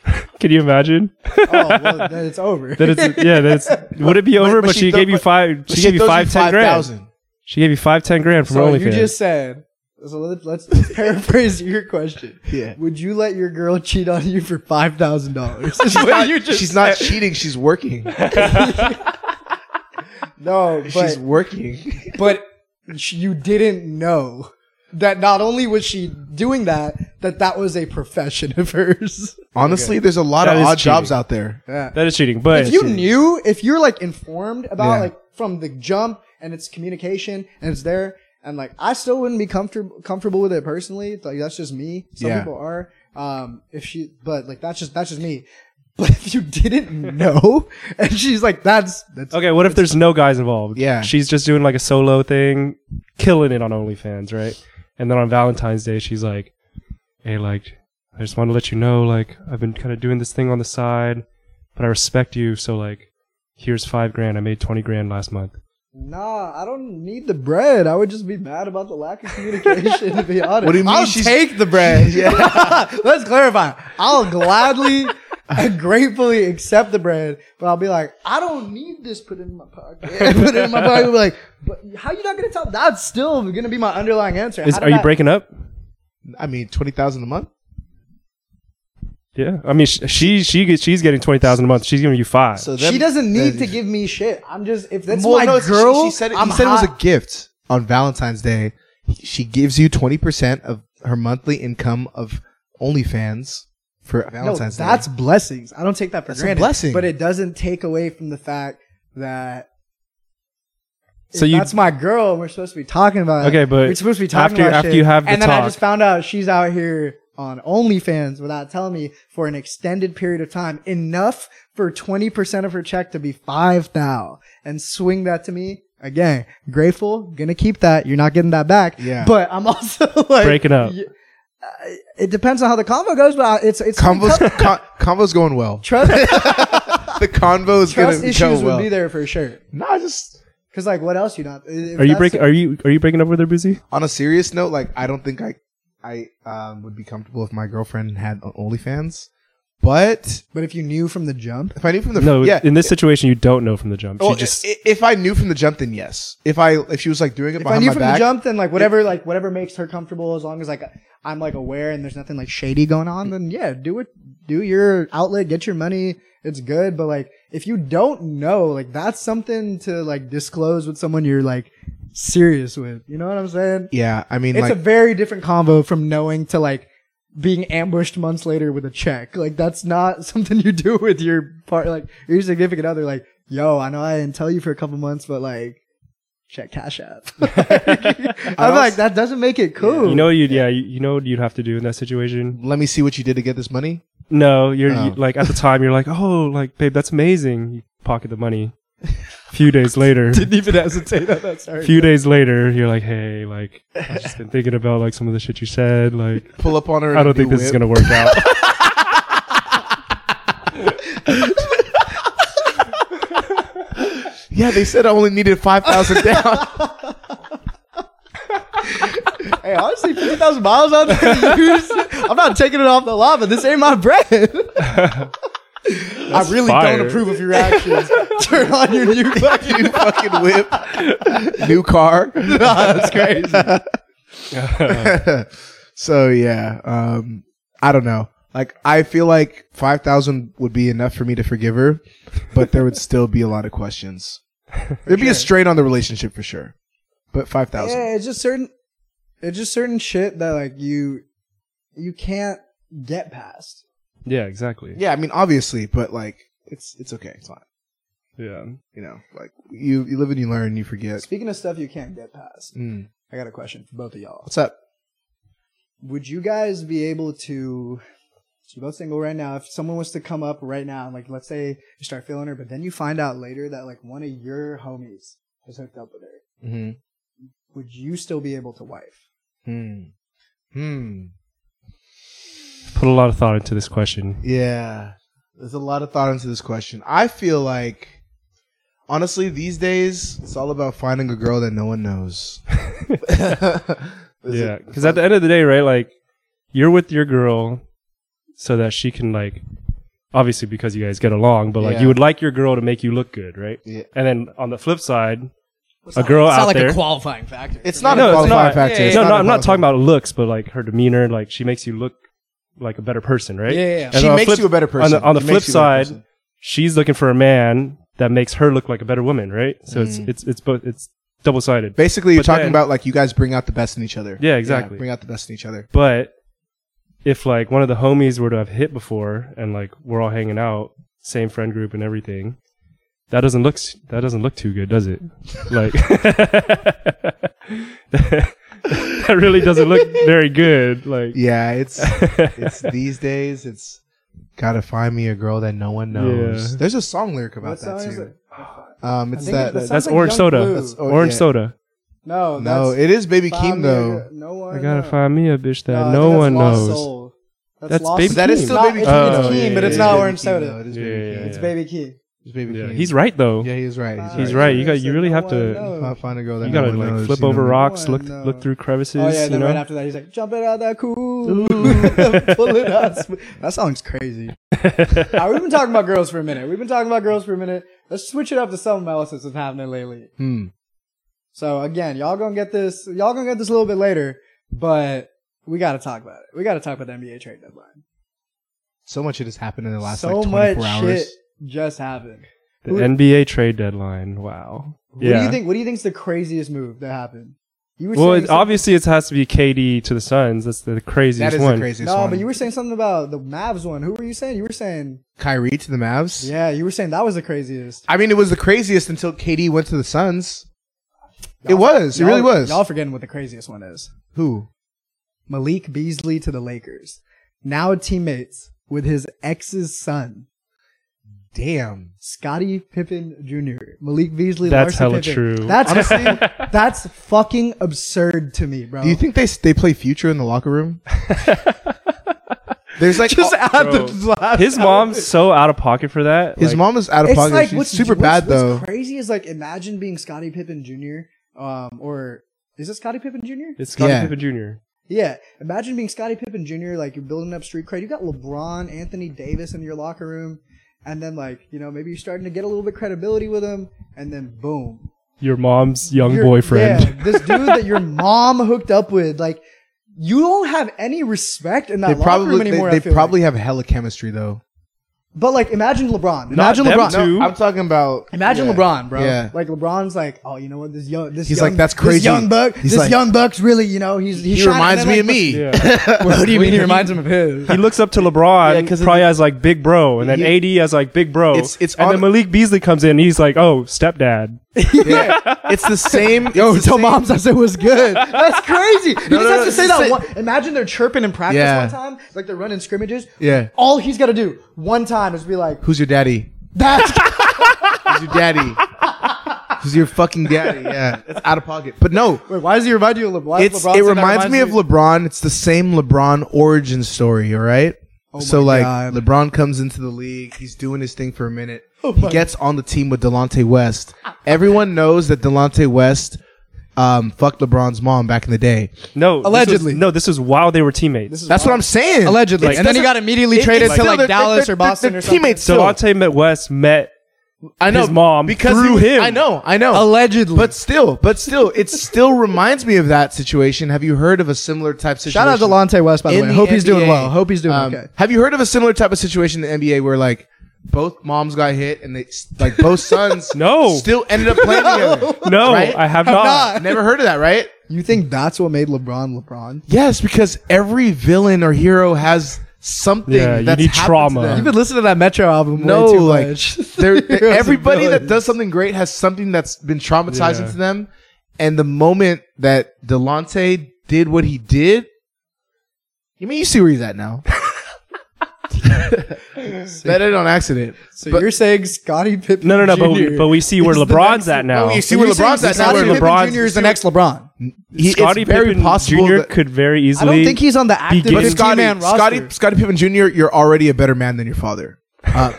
Speaker 3: Can you imagine?
Speaker 2: oh, well, then it's over.
Speaker 3: That it's yeah. That's would it be over?
Speaker 1: but
Speaker 3: But,
Speaker 1: she
Speaker 3: she,
Speaker 1: throw-
Speaker 3: gave you
Speaker 1: but-
Speaker 3: five. She, gave you five ten grand. She gave you five ten grand from
Speaker 2: so
Speaker 3: OnlyFans.
Speaker 2: you just said. So let's, let's, let's paraphrase your question.
Speaker 1: Yeah.
Speaker 2: Would you let your girl cheat on you for five thousand dollars?
Speaker 1: She's not, she's not cheating. She's working.
Speaker 2: no, but
Speaker 1: she's working.
Speaker 2: but sh- you didn't know that not only was she doing that, that that was a profession of hers.
Speaker 1: Honestly, there's a lot
Speaker 3: That
Speaker 1: of
Speaker 3: is
Speaker 1: odd jobs
Speaker 3: cheating.
Speaker 1: out there.
Speaker 2: Yeah.
Speaker 3: that is cheating. But
Speaker 2: if you knew, if you're like informed about
Speaker 1: Yeah.
Speaker 2: like from the jump and it's communication and it's there and like I still wouldn't be comfortable comfortable with it personally. It's Like that's just me. Some
Speaker 1: Yeah.
Speaker 2: people are. Um, if she, but like that's just that's just me. But if you didn't know, and she's like, that's that's
Speaker 3: okay, what if there's no guys involved?
Speaker 1: Yeah.
Speaker 3: she's just doing like a solo thing, killing it on OnlyFans, right? And then on Valentine's Day, she's like, "Hey, like, I just want to let you know, like, I've been kind of doing this thing on the side, but I respect you, so like, here's five grand. I made twenty grand last month."
Speaker 2: Nah, I don't need the bread. I would just be mad about the lack of communication, to be honest.
Speaker 1: What do you mean
Speaker 2: I'll
Speaker 1: she's-
Speaker 2: take the bread. Let's clarify. I'll gladly and gratefully accept the bread, but I'll be like, I don't need this put in my pocket. put it in my pocket. Be like, but how you not gonna tell? That's still gonna be my underlying answer.
Speaker 3: Is
Speaker 2: How did
Speaker 3: are you
Speaker 2: I-
Speaker 3: breaking up?
Speaker 1: I mean, twenty thousand a month.
Speaker 3: Yeah, I mean, sh- she she gets- she's getting twenty thousand a month. She's giving you five.
Speaker 1: So
Speaker 2: She doesn't need to give me shit. I'm just if that's my
Speaker 1: it's- she-
Speaker 2: girl.
Speaker 1: She, said it,
Speaker 2: I'm
Speaker 1: he said it was
Speaker 2: hot.
Speaker 1: a gift on Valentine's Day. She gives you twenty percent of her monthly income of OnlyFans for
Speaker 2: No,
Speaker 1: Valentine's Day.
Speaker 2: that's blessings. I don't take that for
Speaker 1: That's a
Speaker 2: granted.
Speaker 1: blessing.
Speaker 2: but it doesn't take away from the fact that.
Speaker 3: So
Speaker 2: So
Speaker 3: you-
Speaker 2: that's my girl. and We're supposed to be talking about. it.
Speaker 3: Okay, but
Speaker 2: we're supposed to be talking
Speaker 3: after-
Speaker 2: about
Speaker 3: after
Speaker 2: shit,
Speaker 3: you have the
Speaker 2: and then I
Speaker 3: talk-
Speaker 2: just found out she's out here on OnlyFans without telling me for an extended period of time, enough for twenty percent of her check to be five thou, and swing that to me again. Grateful, gonna keep that. You're not getting that back.
Speaker 1: Yeah.
Speaker 2: but I'm also like
Speaker 3: Breaking up.
Speaker 2: y- uh, It depends on how the convo goes, but I- it's it's
Speaker 1: convo's con- convo's going well.
Speaker 2: Trust,
Speaker 1: The convo is
Speaker 2: trust
Speaker 1: going to go
Speaker 2: issues
Speaker 1: well.
Speaker 2: would be there for sure.
Speaker 1: Nah, just
Speaker 2: Cause like, what else you not? if
Speaker 3: are you
Speaker 2: that's-
Speaker 3: breaking? Are you are you breaking up with her, Boozy?
Speaker 1: on a serious note, like I don't think I I um, would be comfortable if my girlfriend had OnlyFans, but
Speaker 2: But if you knew from the jump,
Speaker 1: if I knew from the
Speaker 3: No,
Speaker 1: yeah,
Speaker 3: in this situation, you don't know from the jump.
Speaker 1: well,
Speaker 3: she just
Speaker 1: i- if I knew from the jump, then yes. If I if she was like doing it
Speaker 2: if I
Speaker 1: behind
Speaker 2: knew
Speaker 1: my
Speaker 2: from
Speaker 1: back,
Speaker 2: the jump, then like whatever, like whatever makes her comfortable, as long as like I'm like aware and there's nothing like shady going on, then yeah, do it. Do your outlet, get your money. It's good. But like, if you don't know, like that's something to like disclose with someone you're like serious with. You know what I'm saying?
Speaker 1: yeah, I mean,
Speaker 2: It's
Speaker 1: like
Speaker 2: a very different combo from knowing to like being ambushed months later with a check. Like that's not something you do with your part, like your significant other. Like, yo, I know I didn't tell you for a couple months, but like, check Cash App. I'm like, that doesn't make it cool.
Speaker 3: You know, you'd yeah, you, you know what you'd have to do in that situation.
Speaker 1: let me see what you did to get this money.
Speaker 3: No, you're
Speaker 1: Oh.
Speaker 3: you- like at the time you're like, oh, like babe, that's amazing. You pocket the money. A few days later,
Speaker 2: didn't even hesitate on that.
Speaker 3: a
Speaker 2: Sorry.
Speaker 3: few days later, you're like, hey, like I've just been thinking about like some of the shit you said. Like
Speaker 1: Pull up on her.
Speaker 3: I don't think this is gonna work out.
Speaker 1: Yeah, they said I only needed five thousand down.
Speaker 2: hey, honestly, fifty thousand miles out there to use. I'm not taking it off the lot, but this ain't my bread. I really
Speaker 3: fire.
Speaker 2: don't approve of your actions. Turn on your new
Speaker 1: New fucking whip, new car.
Speaker 2: That's crazy.
Speaker 1: so yeah, um, I don't know. Like I feel like five thousand would be enough for me to forgive her, but there would still be a lot of questions. There'd be a strain on the relationship for sure, but five thousand.
Speaker 2: Yeah, it's just certain it's just certain shit that like you you can't get past.
Speaker 3: yeah, exactly.
Speaker 1: Yeah, I mean obviously, but like it's it's okay, it's fine.
Speaker 3: Yeah,
Speaker 1: You know, like you you live and you learn, you forget.
Speaker 2: Speaking of stuff you can't get past,
Speaker 1: Mm.
Speaker 2: I got a question for both of y'all.
Speaker 1: What's up?
Speaker 2: Would you guys be able to so you're both single right now. If someone was to come up right now and like let's say you start feeling her, but then you find out later that like one of your homies has hooked up with her,
Speaker 1: Mm-hmm.
Speaker 2: would you still be able to wife?
Speaker 1: Hmm. Hmm.
Speaker 3: put a lot of thought into this question.
Speaker 1: Yeah. There's a lot of thought into this question. I feel like honestly these days it's all about finding a girl that no one knows.
Speaker 3: Yeah, because at the end of the day, right? Like you're with your girl so that she can like obviously because you guys get along, but like
Speaker 1: Yeah.
Speaker 3: you would like your girl to make you look good, right?
Speaker 1: Yeah.
Speaker 3: And then on the flip side,
Speaker 2: It's
Speaker 3: a
Speaker 2: not-
Speaker 3: girl
Speaker 2: it's not
Speaker 3: out
Speaker 2: like
Speaker 3: there-
Speaker 2: a qualifying factor.
Speaker 1: It's
Speaker 2: for
Speaker 1: not
Speaker 2: me.
Speaker 1: a
Speaker 3: no, it's
Speaker 1: qualifying
Speaker 3: not.
Speaker 1: factor.
Speaker 2: Yeah,
Speaker 1: It's
Speaker 3: no,
Speaker 1: not
Speaker 3: no,
Speaker 1: a
Speaker 3: I'm not talking
Speaker 1: qualifying-
Speaker 3: about looks, but like her demeanor, like she makes you look like a better person, right?
Speaker 2: Yeah, yeah, yeah.
Speaker 3: And
Speaker 1: She
Speaker 3: on the
Speaker 1: makes
Speaker 3: flip-
Speaker 1: you a better
Speaker 3: on
Speaker 1: person.
Speaker 3: the- on the
Speaker 1: She
Speaker 3: flip
Speaker 1: makes you a better
Speaker 3: side,
Speaker 1: person.
Speaker 3: she's looking for a man that makes her look like a better woman, right? So it's
Speaker 1: Mm.
Speaker 3: it's it's both it's double sided.
Speaker 1: basically, you're
Speaker 3: but
Speaker 1: talking
Speaker 3: then-
Speaker 1: about like you guys bring out the best in each other.
Speaker 3: Yeah, exactly.
Speaker 1: bring out the best in each other.
Speaker 3: But if like one of the homies were to have hit before and like we're all hanging out, same friend group and everything, that doesn't look s- that doesn't look too good, does it? Like that really doesn't look very good. Like
Speaker 1: Yeah, it's it's these days. It's gotta find me a girl that no one knows.
Speaker 3: Yeah.
Speaker 1: There's a song lyric about
Speaker 2: What song
Speaker 1: that
Speaker 2: is
Speaker 1: too.
Speaker 2: it?
Speaker 1: Um,
Speaker 2: I
Speaker 1: it's
Speaker 2: think
Speaker 1: that.
Speaker 2: it's-
Speaker 3: that's
Speaker 2: Sounds like
Speaker 3: orange
Speaker 2: Young
Speaker 3: soda.
Speaker 2: Blue.
Speaker 3: That's
Speaker 1: Oh,
Speaker 3: orange
Speaker 1: yeah.
Speaker 3: soda.
Speaker 2: No,
Speaker 1: no,
Speaker 2: that's
Speaker 1: it is Baby
Speaker 2: Find
Speaker 1: Keem
Speaker 2: Me a
Speaker 1: though.
Speaker 2: Girl- No one.
Speaker 3: I gotta
Speaker 2: knows.
Speaker 3: find me a bitch
Speaker 2: No,
Speaker 3: that
Speaker 2: I
Speaker 3: no
Speaker 2: think that's
Speaker 3: one
Speaker 2: Lost
Speaker 3: knows.
Speaker 2: Soul. That's,
Speaker 3: That's
Speaker 2: Lost
Speaker 3: Baby
Speaker 1: But that is
Speaker 3: Keem.
Speaker 1: still
Speaker 2: Not-
Speaker 1: Baby
Speaker 2: it's-
Speaker 1: Keem.
Speaker 3: it's
Speaker 1: though.
Speaker 3: Keem, but
Speaker 1: Yeah,
Speaker 3: it's
Speaker 1: yeah,
Speaker 3: not
Speaker 1: yeah.
Speaker 2: orange
Speaker 1: Keem,
Speaker 2: soda.
Speaker 1: though. It is
Speaker 3: Yeah,
Speaker 1: Baby
Speaker 3: yeah,
Speaker 1: Keem.
Speaker 3: yeah.
Speaker 2: It's Baby Key.
Speaker 1: It's Baby
Speaker 3: Yeah,
Speaker 1: Keem.
Speaker 3: he's right though.
Speaker 1: Yeah, he is right. He's,
Speaker 3: He's
Speaker 1: right.
Speaker 3: right. You got- you really have to-
Speaker 1: I'll find a girl that
Speaker 3: You
Speaker 1: no
Speaker 3: gotta
Speaker 1: one
Speaker 3: like
Speaker 1: knows,
Speaker 3: flip
Speaker 1: you know?
Speaker 3: over rocks,
Speaker 2: No
Speaker 3: look
Speaker 2: one knows.
Speaker 3: look through crevices.
Speaker 2: Oh yeah,
Speaker 3: you
Speaker 2: then
Speaker 3: know?
Speaker 2: right after that, he's like, "Jumping out that cool."
Speaker 3: Ooh.
Speaker 2: Pulling out sm- That song's crazy. All right, we've been talking about girls for a minute. We've been talking about girls for a minute. Let's switch it up to something else that's been happening lately.
Speaker 1: Hmm.
Speaker 2: So again, y'all gonna get this. Y'all gonna get this a little bit later, but we gotta talk about it. We gotta talk about the NBA trade deadline.
Speaker 1: So much shit has happened in the last
Speaker 2: so
Speaker 1: like 24
Speaker 2: much
Speaker 1: hours.
Speaker 2: shit just happened.
Speaker 3: the NBA trade deadline. Wow.
Speaker 2: What do
Speaker 3: yeah.
Speaker 2: you think? What do you think's the craziest move that happened? You were
Speaker 3: Well,
Speaker 2: saying
Speaker 3: it, obviously it has to be KD to the Suns. That's the craziest
Speaker 1: That is
Speaker 3: one.
Speaker 1: the craziest
Speaker 2: no,
Speaker 1: one.
Speaker 2: but you were saying something about the Mavs one. Who were you saying? You were saying
Speaker 1: Kyrie to the Mavs.
Speaker 2: yeah. You were saying that was the craziest.
Speaker 1: I mean, it was the craziest until KD went to the Suns. It was. It really
Speaker 2: Y'all-
Speaker 1: was.
Speaker 2: Y'all forgetting what the craziest one is.
Speaker 1: Who?
Speaker 2: Malik Beasley to the Lakers. Now teammates with his ex's son,
Speaker 1: Damn.
Speaker 2: Scottie Pippen Jr. Malik Beasley. Larson
Speaker 3: That's hella
Speaker 2: Pippen.
Speaker 3: true.
Speaker 2: That's honestly, that's fucking absurd to me, bro.
Speaker 1: Do you think they they play Future in the locker room? There's like
Speaker 2: just
Speaker 1: all-
Speaker 2: add
Speaker 3: Bro.
Speaker 2: the last
Speaker 3: His mom's so out of pocket for that.
Speaker 1: his
Speaker 3: Like,
Speaker 1: mom is out of
Speaker 2: It's
Speaker 1: pocket.
Speaker 2: like
Speaker 1: She's
Speaker 2: what's
Speaker 1: super
Speaker 2: what's-
Speaker 1: bad
Speaker 2: what's
Speaker 1: though.
Speaker 2: Crazy is like imagine being Scottie Pippen Jr. Um, or is it Scottie Pippen Jr.?
Speaker 3: It's Scottie
Speaker 1: Yeah.
Speaker 3: Pippen Jr.
Speaker 2: Yeah, imagine being Scottie Pippen Jr. Like you're building up street cred. You got LeBron, Anthony Davis in your locker room, and then like you know maybe you're starting to get a little bit credibility with them, and then boom,
Speaker 3: Your mom's young
Speaker 2: Your-
Speaker 3: boyfriend.
Speaker 2: yeah, this dude that your mom hooked up with, like you don't have any respect in that
Speaker 1: They
Speaker 2: locker
Speaker 1: probably
Speaker 2: room
Speaker 1: they-
Speaker 2: anymore.
Speaker 1: they,
Speaker 2: I feel like.
Speaker 1: probably have hella chemistry though.
Speaker 2: but like imagine LeBron.
Speaker 3: Not
Speaker 2: Imagine
Speaker 3: them
Speaker 2: LeBron.
Speaker 3: two. Dude.
Speaker 1: I'm talking about
Speaker 2: Imagine
Speaker 1: yeah.
Speaker 2: LeBron, bro.
Speaker 1: Yeah.
Speaker 2: Like LeBron's like, oh, you know what? This young, this
Speaker 1: He's
Speaker 2: young-
Speaker 1: like, "That's
Speaker 2: this
Speaker 1: crazy."
Speaker 2: young buck,
Speaker 1: He's
Speaker 2: this
Speaker 1: like-
Speaker 2: young buck's really, you know, he's, he's
Speaker 1: He
Speaker 2: shining."
Speaker 1: reminds
Speaker 2: And
Speaker 1: me
Speaker 2: then,
Speaker 1: of me.
Speaker 3: Yeah.
Speaker 2: what do you mean? He reminds him of his.
Speaker 3: He looks up to LeBron,
Speaker 1: Yeah, 'cause
Speaker 3: probably as like big bro, and then
Speaker 1: He-
Speaker 3: AD as like big bro.
Speaker 1: It's- it's
Speaker 3: and
Speaker 1: on-
Speaker 3: then Malik Beasley comes in, and he's like, "Oh, stepdad."
Speaker 1: Yeah. it's the same. it's
Speaker 2: Yo,
Speaker 1: the
Speaker 2: tell
Speaker 1: same-
Speaker 2: moms I said was good. That's crazy. You just
Speaker 1: no,
Speaker 2: have
Speaker 1: no,
Speaker 2: to say
Speaker 1: it's
Speaker 2: that
Speaker 1: the-
Speaker 2: one. Imagine they're chirping in practice
Speaker 1: Yeah.
Speaker 2: one time, like they're running scrimmages.
Speaker 1: Yeah.
Speaker 2: All he's got to do one time is be like,
Speaker 1: Who's your daddy?
Speaker 2: that's
Speaker 1: Who's your daddy? Who's your fucking daddy? Yeah, it's out of pocket. But no,
Speaker 2: Wait, why does he remind you of LeBron?
Speaker 1: it's it reminds me of LeBron. It's the same LeBron origin story. All right.
Speaker 2: Oh
Speaker 1: so
Speaker 2: my
Speaker 1: like
Speaker 2: God. Oh
Speaker 1: LeBron comes into the league, he's doing his thing for a minute.
Speaker 2: my-
Speaker 1: he gets on the team with Delonte West. Everyone knows that Delonte West um, fucked LeBron's mom back in the day.
Speaker 3: No, this was-
Speaker 2: Allegedly.
Speaker 3: no, this is while they were teammates.
Speaker 1: That's what I'm saying.
Speaker 2: Allegedly.
Speaker 1: It's
Speaker 2: And then he
Speaker 1: just-
Speaker 2: got immediately
Speaker 1: it-
Speaker 2: traded
Speaker 1: it's
Speaker 2: to,
Speaker 1: still-
Speaker 2: like,
Speaker 1: they're-
Speaker 2: Dallas
Speaker 1: they're-
Speaker 2: or Boston
Speaker 1: they're
Speaker 2: or something.
Speaker 1: Teammates, still.
Speaker 3: Delonte met West met
Speaker 1: I know
Speaker 3: his mom
Speaker 1: because
Speaker 3: through
Speaker 1: he was-
Speaker 3: him.
Speaker 1: I know, I know.
Speaker 2: allegedly.
Speaker 1: But still, but still, it still reminds me of that situation. Have you heard of a similar type situation?
Speaker 2: Shout out to Delonte West, by the
Speaker 1: in
Speaker 2: way. Hope he's doing
Speaker 1: NBA?
Speaker 2: well. Hope he's doing
Speaker 1: Um,
Speaker 2: okay.
Speaker 1: Have you heard of a similar type of situation in the NBA where like both moms got hit and they like both sons
Speaker 3: No.
Speaker 1: still ended up playing together?
Speaker 3: No,
Speaker 1: Right?
Speaker 3: I have not.
Speaker 2: not.
Speaker 1: Never heard of that, right?
Speaker 2: You think that's what made LeBron LeBron?
Speaker 1: Yes, because every villain or hero has something
Speaker 3: Yeah, you
Speaker 1: that's
Speaker 3: need
Speaker 1: happened to
Speaker 3: trauma.
Speaker 1: them.
Speaker 2: You've been listening to that Metro album
Speaker 1: no,
Speaker 2: way too
Speaker 1: like
Speaker 2: much.
Speaker 1: they're-
Speaker 2: Heroes and
Speaker 1: everybody that
Speaker 2: villains.
Speaker 1: does something great has something that's been traumatizing
Speaker 3: Yeah.
Speaker 1: to them. And the moment that Delonte did what he did, you mean you see where he's at now? that ended on accident.
Speaker 2: So
Speaker 1: But-
Speaker 2: you're saying Scottie Pippen?
Speaker 3: No, no, no. But
Speaker 2: Jr.
Speaker 3: we, but we see where
Speaker 2: is the
Speaker 3: LeBron's
Speaker 2: next-
Speaker 3: at now.
Speaker 1: Oh, you see
Speaker 2: So
Speaker 1: where
Speaker 2: you're saying
Speaker 1: LeBron's at now.
Speaker 2: Scottie
Speaker 1: Where
Speaker 2: Pippen
Speaker 3: LeBron's-
Speaker 2: Jr. is the next LeBron.
Speaker 1: He,
Speaker 3: Scottie
Speaker 1: it's very
Speaker 3: Pippen
Speaker 1: possible
Speaker 3: Jr.
Speaker 1: that-
Speaker 3: could very
Speaker 2: I
Speaker 3: easily.
Speaker 2: don't think he's on the active
Speaker 3: Begin-
Speaker 1: but
Speaker 3: Pippen-
Speaker 1: Scotty,
Speaker 2: man roster.
Speaker 1: Scotty, Scotty Pippen Jr., you're already a better man than your father. Uh,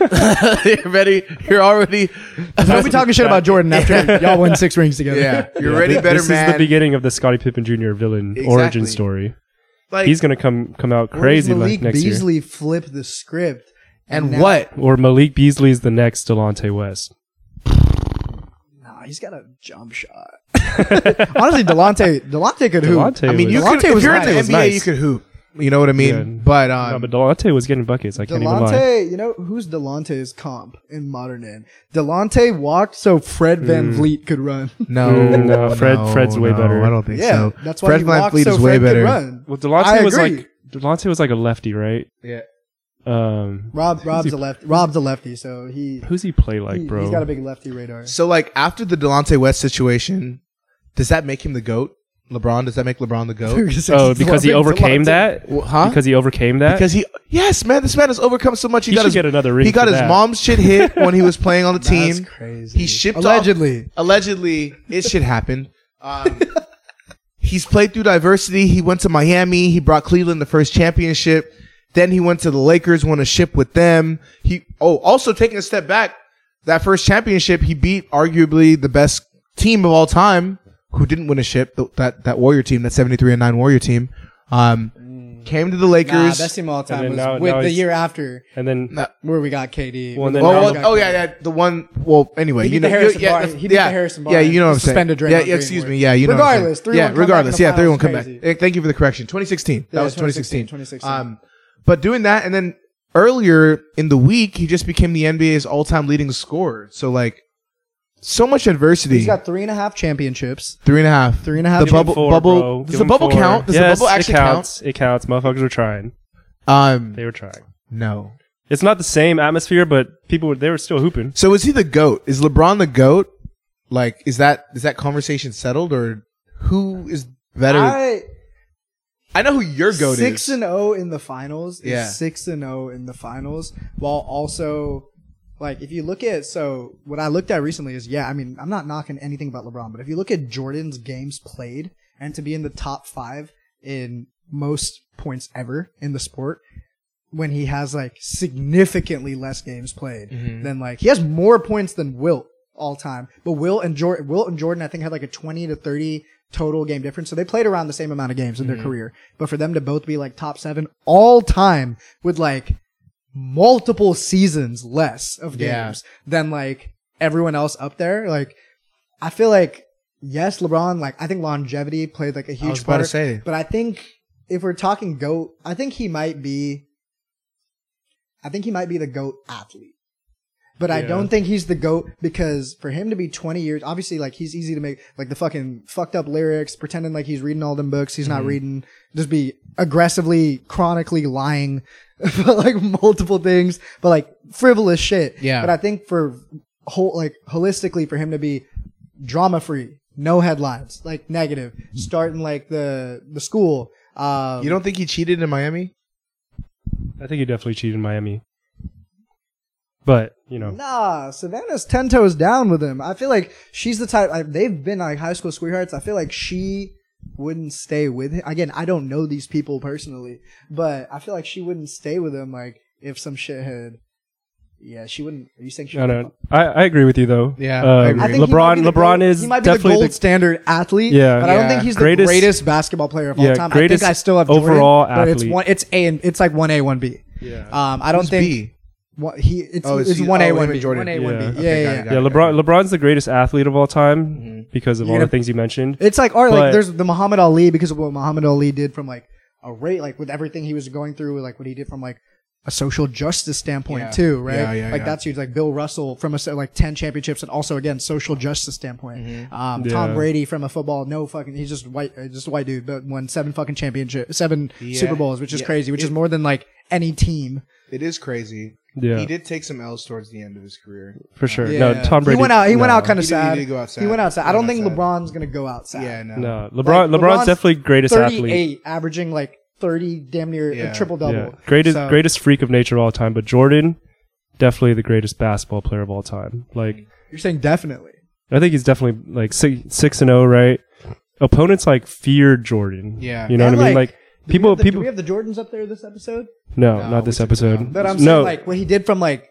Speaker 1: you're ready. You're already.
Speaker 2: Don't be talking shit about Jordan after y'all win six rings together.
Speaker 1: Yeah, you're
Speaker 3: Yeah,
Speaker 1: already
Speaker 3: thi-
Speaker 1: better
Speaker 3: this
Speaker 1: man.
Speaker 3: is the beginning of the Scottie Pippen Jr. villain
Speaker 1: Exactly.
Speaker 3: origin story.
Speaker 1: like,
Speaker 3: he's gonna come come out
Speaker 2: Where does
Speaker 3: crazy like
Speaker 2: Malik
Speaker 3: next year.
Speaker 2: Beasley flip the script
Speaker 1: And
Speaker 2: now-
Speaker 1: what?
Speaker 3: Or Malik Beasley's the next Delonte West.
Speaker 2: No, he's got a jump shot. Honestly, Delonte, Delonte could hoop.
Speaker 3: Delonte
Speaker 1: I mean,
Speaker 3: was-
Speaker 1: you
Speaker 2: Delonte
Speaker 1: could, if
Speaker 2: was
Speaker 1: you're in
Speaker 2: nice.
Speaker 1: the
Speaker 2: It
Speaker 1: NBA,
Speaker 2: was
Speaker 3: nice.
Speaker 1: you could hoop. You know what I mean?
Speaker 3: Yeah.
Speaker 1: But
Speaker 3: No,
Speaker 1: um,
Speaker 3: but Delonte was getting buckets. I can't even lie.
Speaker 2: Delonte, you know who's Delonte's comp in modern end? Delonte walked so Fred
Speaker 3: Hmm.
Speaker 2: Van Vliet could run.
Speaker 1: no,
Speaker 3: Mm, no, Fred- Fred's way better.
Speaker 1: I don't think
Speaker 2: yeah,
Speaker 1: so.
Speaker 2: that's why
Speaker 1: Fred
Speaker 2: he
Speaker 1: Van
Speaker 2: walked
Speaker 1: Vliet
Speaker 2: so
Speaker 1: is way
Speaker 2: Fred
Speaker 1: better.
Speaker 2: could run.
Speaker 3: Well, Delonte
Speaker 2: I
Speaker 3: was
Speaker 2: agree.
Speaker 3: like Delonte was like a lefty, right?
Speaker 1: Yeah.
Speaker 3: Um,
Speaker 2: Rob, Rob's a left, Rob's a lefty, so he,
Speaker 3: who's he play like,
Speaker 2: he
Speaker 3: bro?
Speaker 2: he's got a big lefty radar.
Speaker 1: So like after the Delonte West situation, does that make him the goat? LeBron? Does that make LeBron the goat?
Speaker 3: oh, because he overcame that.
Speaker 1: Well, huh?
Speaker 3: Because he overcame that.
Speaker 1: Because he, yes, man, this man has overcome so much. He,
Speaker 3: He
Speaker 1: got
Speaker 3: should
Speaker 1: his,
Speaker 3: get another ring
Speaker 1: He got
Speaker 3: for
Speaker 1: his
Speaker 3: that.
Speaker 1: mom's shit hit when he was playing on the team.
Speaker 2: That's crazy.
Speaker 1: He shipped off-
Speaker 2: allegedly.
Speaker 1: allegedly, it should happen. Um, he's played through diversity. He went to Miami. He brought Cleveland the first championship. Then he went to the Lakers, won a ship with them. He oh, also taking a step back, that first championship he beat arguably the best team of all time, who didn't win a ship. th- That that Warrior team, that seventy three and nine Warrior team, um, came to the
Speaker 2: Nah,
Speaker 1: Lakers.
Speaker 2: best team of all time
Speaker 3: then
Speaker 2: was
Speaker 3: now-
Speaker 2: with
Speaker 3: now
Speaker 2: the
Speaker 3: he's-
Speaker 2: year after
Speaker 3: and then
Speaker 1: No.
Speaker 2: where we got KD.
Speaker 3: Well,
Speaker 2: When
Speaker 3: then
Speaker 2: the
Speaker 1: Oh,
Speaker 3: now
Speaker 2: Warriors
Speaker 1: well,
Speaker 2: got
Speaker 1: oh
Speaker 2: KD.
Speaker 1: yeah, yeah. The one. Well, anyway,
Speaker 2: beat
Speaker 1: you
Speaker 2: the
Speaker 1: know,
Speaker 2: Harrison
Speaker 1: yeah,
Speaker 2: Barnes.
Speaker 1: yeah,
Speaker 2: He beat the
Speaker 1: yeah,
Speaker 2: Harrison
Speaker 1: Yeah,
Speaker 2: Barnes.
Speaker 1: you know what I'm
Speaker 2: He
Speaker 1: saying.
Speaker 2: suspended Draymond
Speaker 1: yeah,
Speaker 2: Green
Speaker 1: excuse
Speaker 2: worse.
Speaker 1: me. Yeah, you know. What I'm
Speaker 2: Regardless,
Speaker 1: saying. yeah,
Speaker 2: 3-1 comeback
Speaker 1: regardless.
Speaker 2: in the
Speaker 1: yeah, three one
Speaker 2: finals,
Speaker 1: come back.
Speaker 2: crazy.
Speaker 1: Eh, Thank you for the correction. 2016.
Speaker 2: Yeah,
Speaker 1: that was
Speaker 2: 2016,
Speaker 1: 2016.
Speaker 2: 2016.
Speaker 1: Um, but doing that, and then earlier in the week, he just became the NBA's all-time leading scorer. So like, so much adversity.
Speaker 2: He's got three and a half championships.
Speaker 1: three and a half.
Speaker 2: Three and a half.
Speaker 1: The
Speaker 3: Give him
Speaker 1: bubble-
Speaker 3: four,
Speaker 1: bubble-
Speaker 3: bro.
Speaker 1: does
Speaker 3: Give
Speaker 1: the
Speaker 3: him
Speaker 1: bubble
Speaker 3: four.
Speaker 1: count? Does the
Speaker 3: Yes,
Speaker 1: bubble actually
Speaker 3: it counts. It counts. Motherfuckers were trying.
Speaker 1: Um,
Speaker 3: They were trying.
Speaker 1: no.
Speaker 3: It's not the same atmosphere, but people were, they were still hooping.
Speaker 1: So is he the goat? Is LeBron the goat? Like, is that is that conversation settled, or who is better? I,
Speaker 2: I,
Speaker 1: know who your goat
Speaker 2: six
Speaker 1: is.
Speaker 2: and zero in the finals.
Speaker 1: Yeah.
Speaker 2: Yeah, six and zero in the finals, while also. Like if you look at so what I looked at recently is yeah I mean I'm not knocking anything about LeBron but if you look at Jordan's games played and to be in the top five in most points ever in the sport when he has like significantly less games played than like he has more points than Wilt all time. But Will and Jordan, Wilt and Jordan, I think had like a twenty to thirty total game difference. So they played around the same amount of games in their career. But for them to both be like top seven all time with like multiple seasons less of
Speaker 1: Yeah.
Speaker 2: games than like everyone else up there, like I feel like yes, LeBron. Like I think longevity played like a huge
Speaker 1: I was about
Speaker 2: part.
Speaker 1: to say.
Speaker 2: But I think if we're talking goat, I think he might be. I think he might be the goat athlete, but I
Speaker 3: Yeah.
Speaker 2: don't think he's the goat because for him to be 20 years, obviously, like he's easy to make like the fucking fucked up lyrics, pretending like he's reading all them books he's
Speaker 1: Mm-hmm.
Speaker 2: not reading, just be aggressively, chronically lying about like multiple things, but like frivolous shit.
Speaker 1: Yeah.
Speaker 2: But I think for whole like holistically for him to be drama free, no headlines, like negative, starting like the the school. Um,
Speaker 1: You don't think he cheated in Miami?
Speaker 3: I think he definitely cheated in Miami. But, you know,
Speaker 2: Nah, Savannah's ten toes down with him. I feel like she's the type. I, they've been like high school sweethearts. I feel like she wouldn't stay with him. Again, I don't know these people personally, but I feel like she wouldn't stay with him. Like if some shit had, yeah, she wouldn't. Are you saying she?
Speaker 3: I
Speaker 2: wouldn't-
Speaker 3: don't I, I agree with you, though.
Speaker 1: Yeah, I
Speaker 3: Um,
Speaker 1: agree. I
Speaker 2: think he might
Speaker 3: LeBron,
Speaker 2: be the
Speaker 3: LeBron
Speaker 2: gold-
Speaker 3: is
Speaker 2: he might be
Speaker 3: definitely
Speaker 2: the gold
Speaker 3: the
Speaker 2: standard athlete.
Speaker 3: Yeah.
Speaker 2: but I don't
Speaker 1: Yeah.
Speaker 2: think he's
Speaker 3: Greatest-
Speaker 2: the greatest basketball player of all
Speaker 3: Yeah,
Speaker 2: time.
Speaker 3: greatest
Speaker 2: I think I still have Jordan,
Speaker 3: overall
Speaker 2: but it's
Speaker 3: athlete.
Speaker 2: one. It's a and it's like one A, one B.
Speaker 3: Yeah.
Speaker 2: Um, I don't
Speaker 1: Who's
Speaker 2: think
Speaker 1: B?
Speaker 2: What, he it's,
Speaker 1: Oh, it's-
Speaker 2: it's
Speaker 1: oh,
Speaker 2: one A,
Speaker 1: him
Speaker 2: one
Speaker 1: and
Speaker 2: B.
Speaker 1: Jordan.
Speaker 2: One A,
Speaker 1: Yeah.
Speaker 2: one B.
Speaker 3: Okay,
Speaker 2: Yeah,
Speaker 1: got
Speaker 2: yeah,
Speaker 1: it,
Speaker 2: yeah.
Speaker 1: got
Speaker 2: Mm-hmm.
Speaker 3: Yeah, LeBron. LeBron's the greatest athlete of all time because of all
Speaker 2: You're
Speaker 3: the things you mentioned.
Speaker 2: It's like or
Speaker 3: But-
Speaker 2: like there's the Muhammad Ali because of what Muhammad Ali did from like a rate like with everything he was going through, like what he did from like a social justice standpoint
Speaker 1: Yeah.
Speaker 2: too, right?
Speaker 1: Yeah, yeah,
Speaker 2: like
Speaker 1: yeah.
Speaker 2: that's huge. Like Bill Russell from a se- like ten championships, and also again social justice standpoint.
Speaker 1: Mm-hmm.
Speaker 2: Um, Tom
Speaker 3: Yeah.
Speaker 2: Brady from a football, no fucking, he's just white, uh, just a white dude, but won seven fucking championship, seven
Speaker 1: Yeah.
Speaker 2: Super Bowls, which is
Speaker 1: Yeah.
Speaker 2: crazy, which is more than like any team.
Speaker 1: It is crazy.
Speaker 3: Yeah,
Speaker 1: He did take some L's towards the end of his career.
Speaker 3: for sure. No,
Speaker 2: Yeah.
Speaker 3: Tom Brady.
Speaker 2: He went out. He went
Speaker 3: no.
Speaker 2: out kind
Speaker 1: He
Speaker 2: of
Speaker 1: did- he
Speaker 2: sad.
Speaker 1: did go outside.
Speaker 2: He went outside. I
Speaker 1: He
Speaker 2: don't
Speaker 1: went
Speaker 2: think
Speaker 1: outside.
Speaker 2: LeBron's gonna go outside.
Speaker 1: Yeah, no.
Speaker 3: No, LeBron.
Speaker 2: Like,
Speaker 3: LeBron's,
Speaker 2: LeBron's
Speaker 3: definitely greatest athlete.
Speaker 2: 38, averaging like 30, damn near
Speaker 1: Yeah.
Speaker 2: a triple double.
Speaker 3: Yeah, greatest
Speaker 2: So,
Speaker 3: greatest freak of nature of all time. But Jordan, definitely the greatest basketball player of all time. Like
Speaker 2: You're saying definitely.
Speaker 3: I think he's definitely like six six and zero, right? Opponents like feared Jordan.
Speaker 1: Yeah.
Speaker 3: you know
Speaker 2: And,
Speaker 3: what I mean.
Speaker 2: like,
Speaker 3: Like people,
Speaker 2: do
Speaker 3: people.
Speaker 2: we have the Jordans up there this episode?
Speaker 3: no,
Speaker 1: No,
Speaker 3: not this
Speaker 1: we took it
Speaker 3: episode.
Speaker 1: down.
Speaker 2: But I'm saying
Speaker 3: no,
Speaker 2: like what he did from like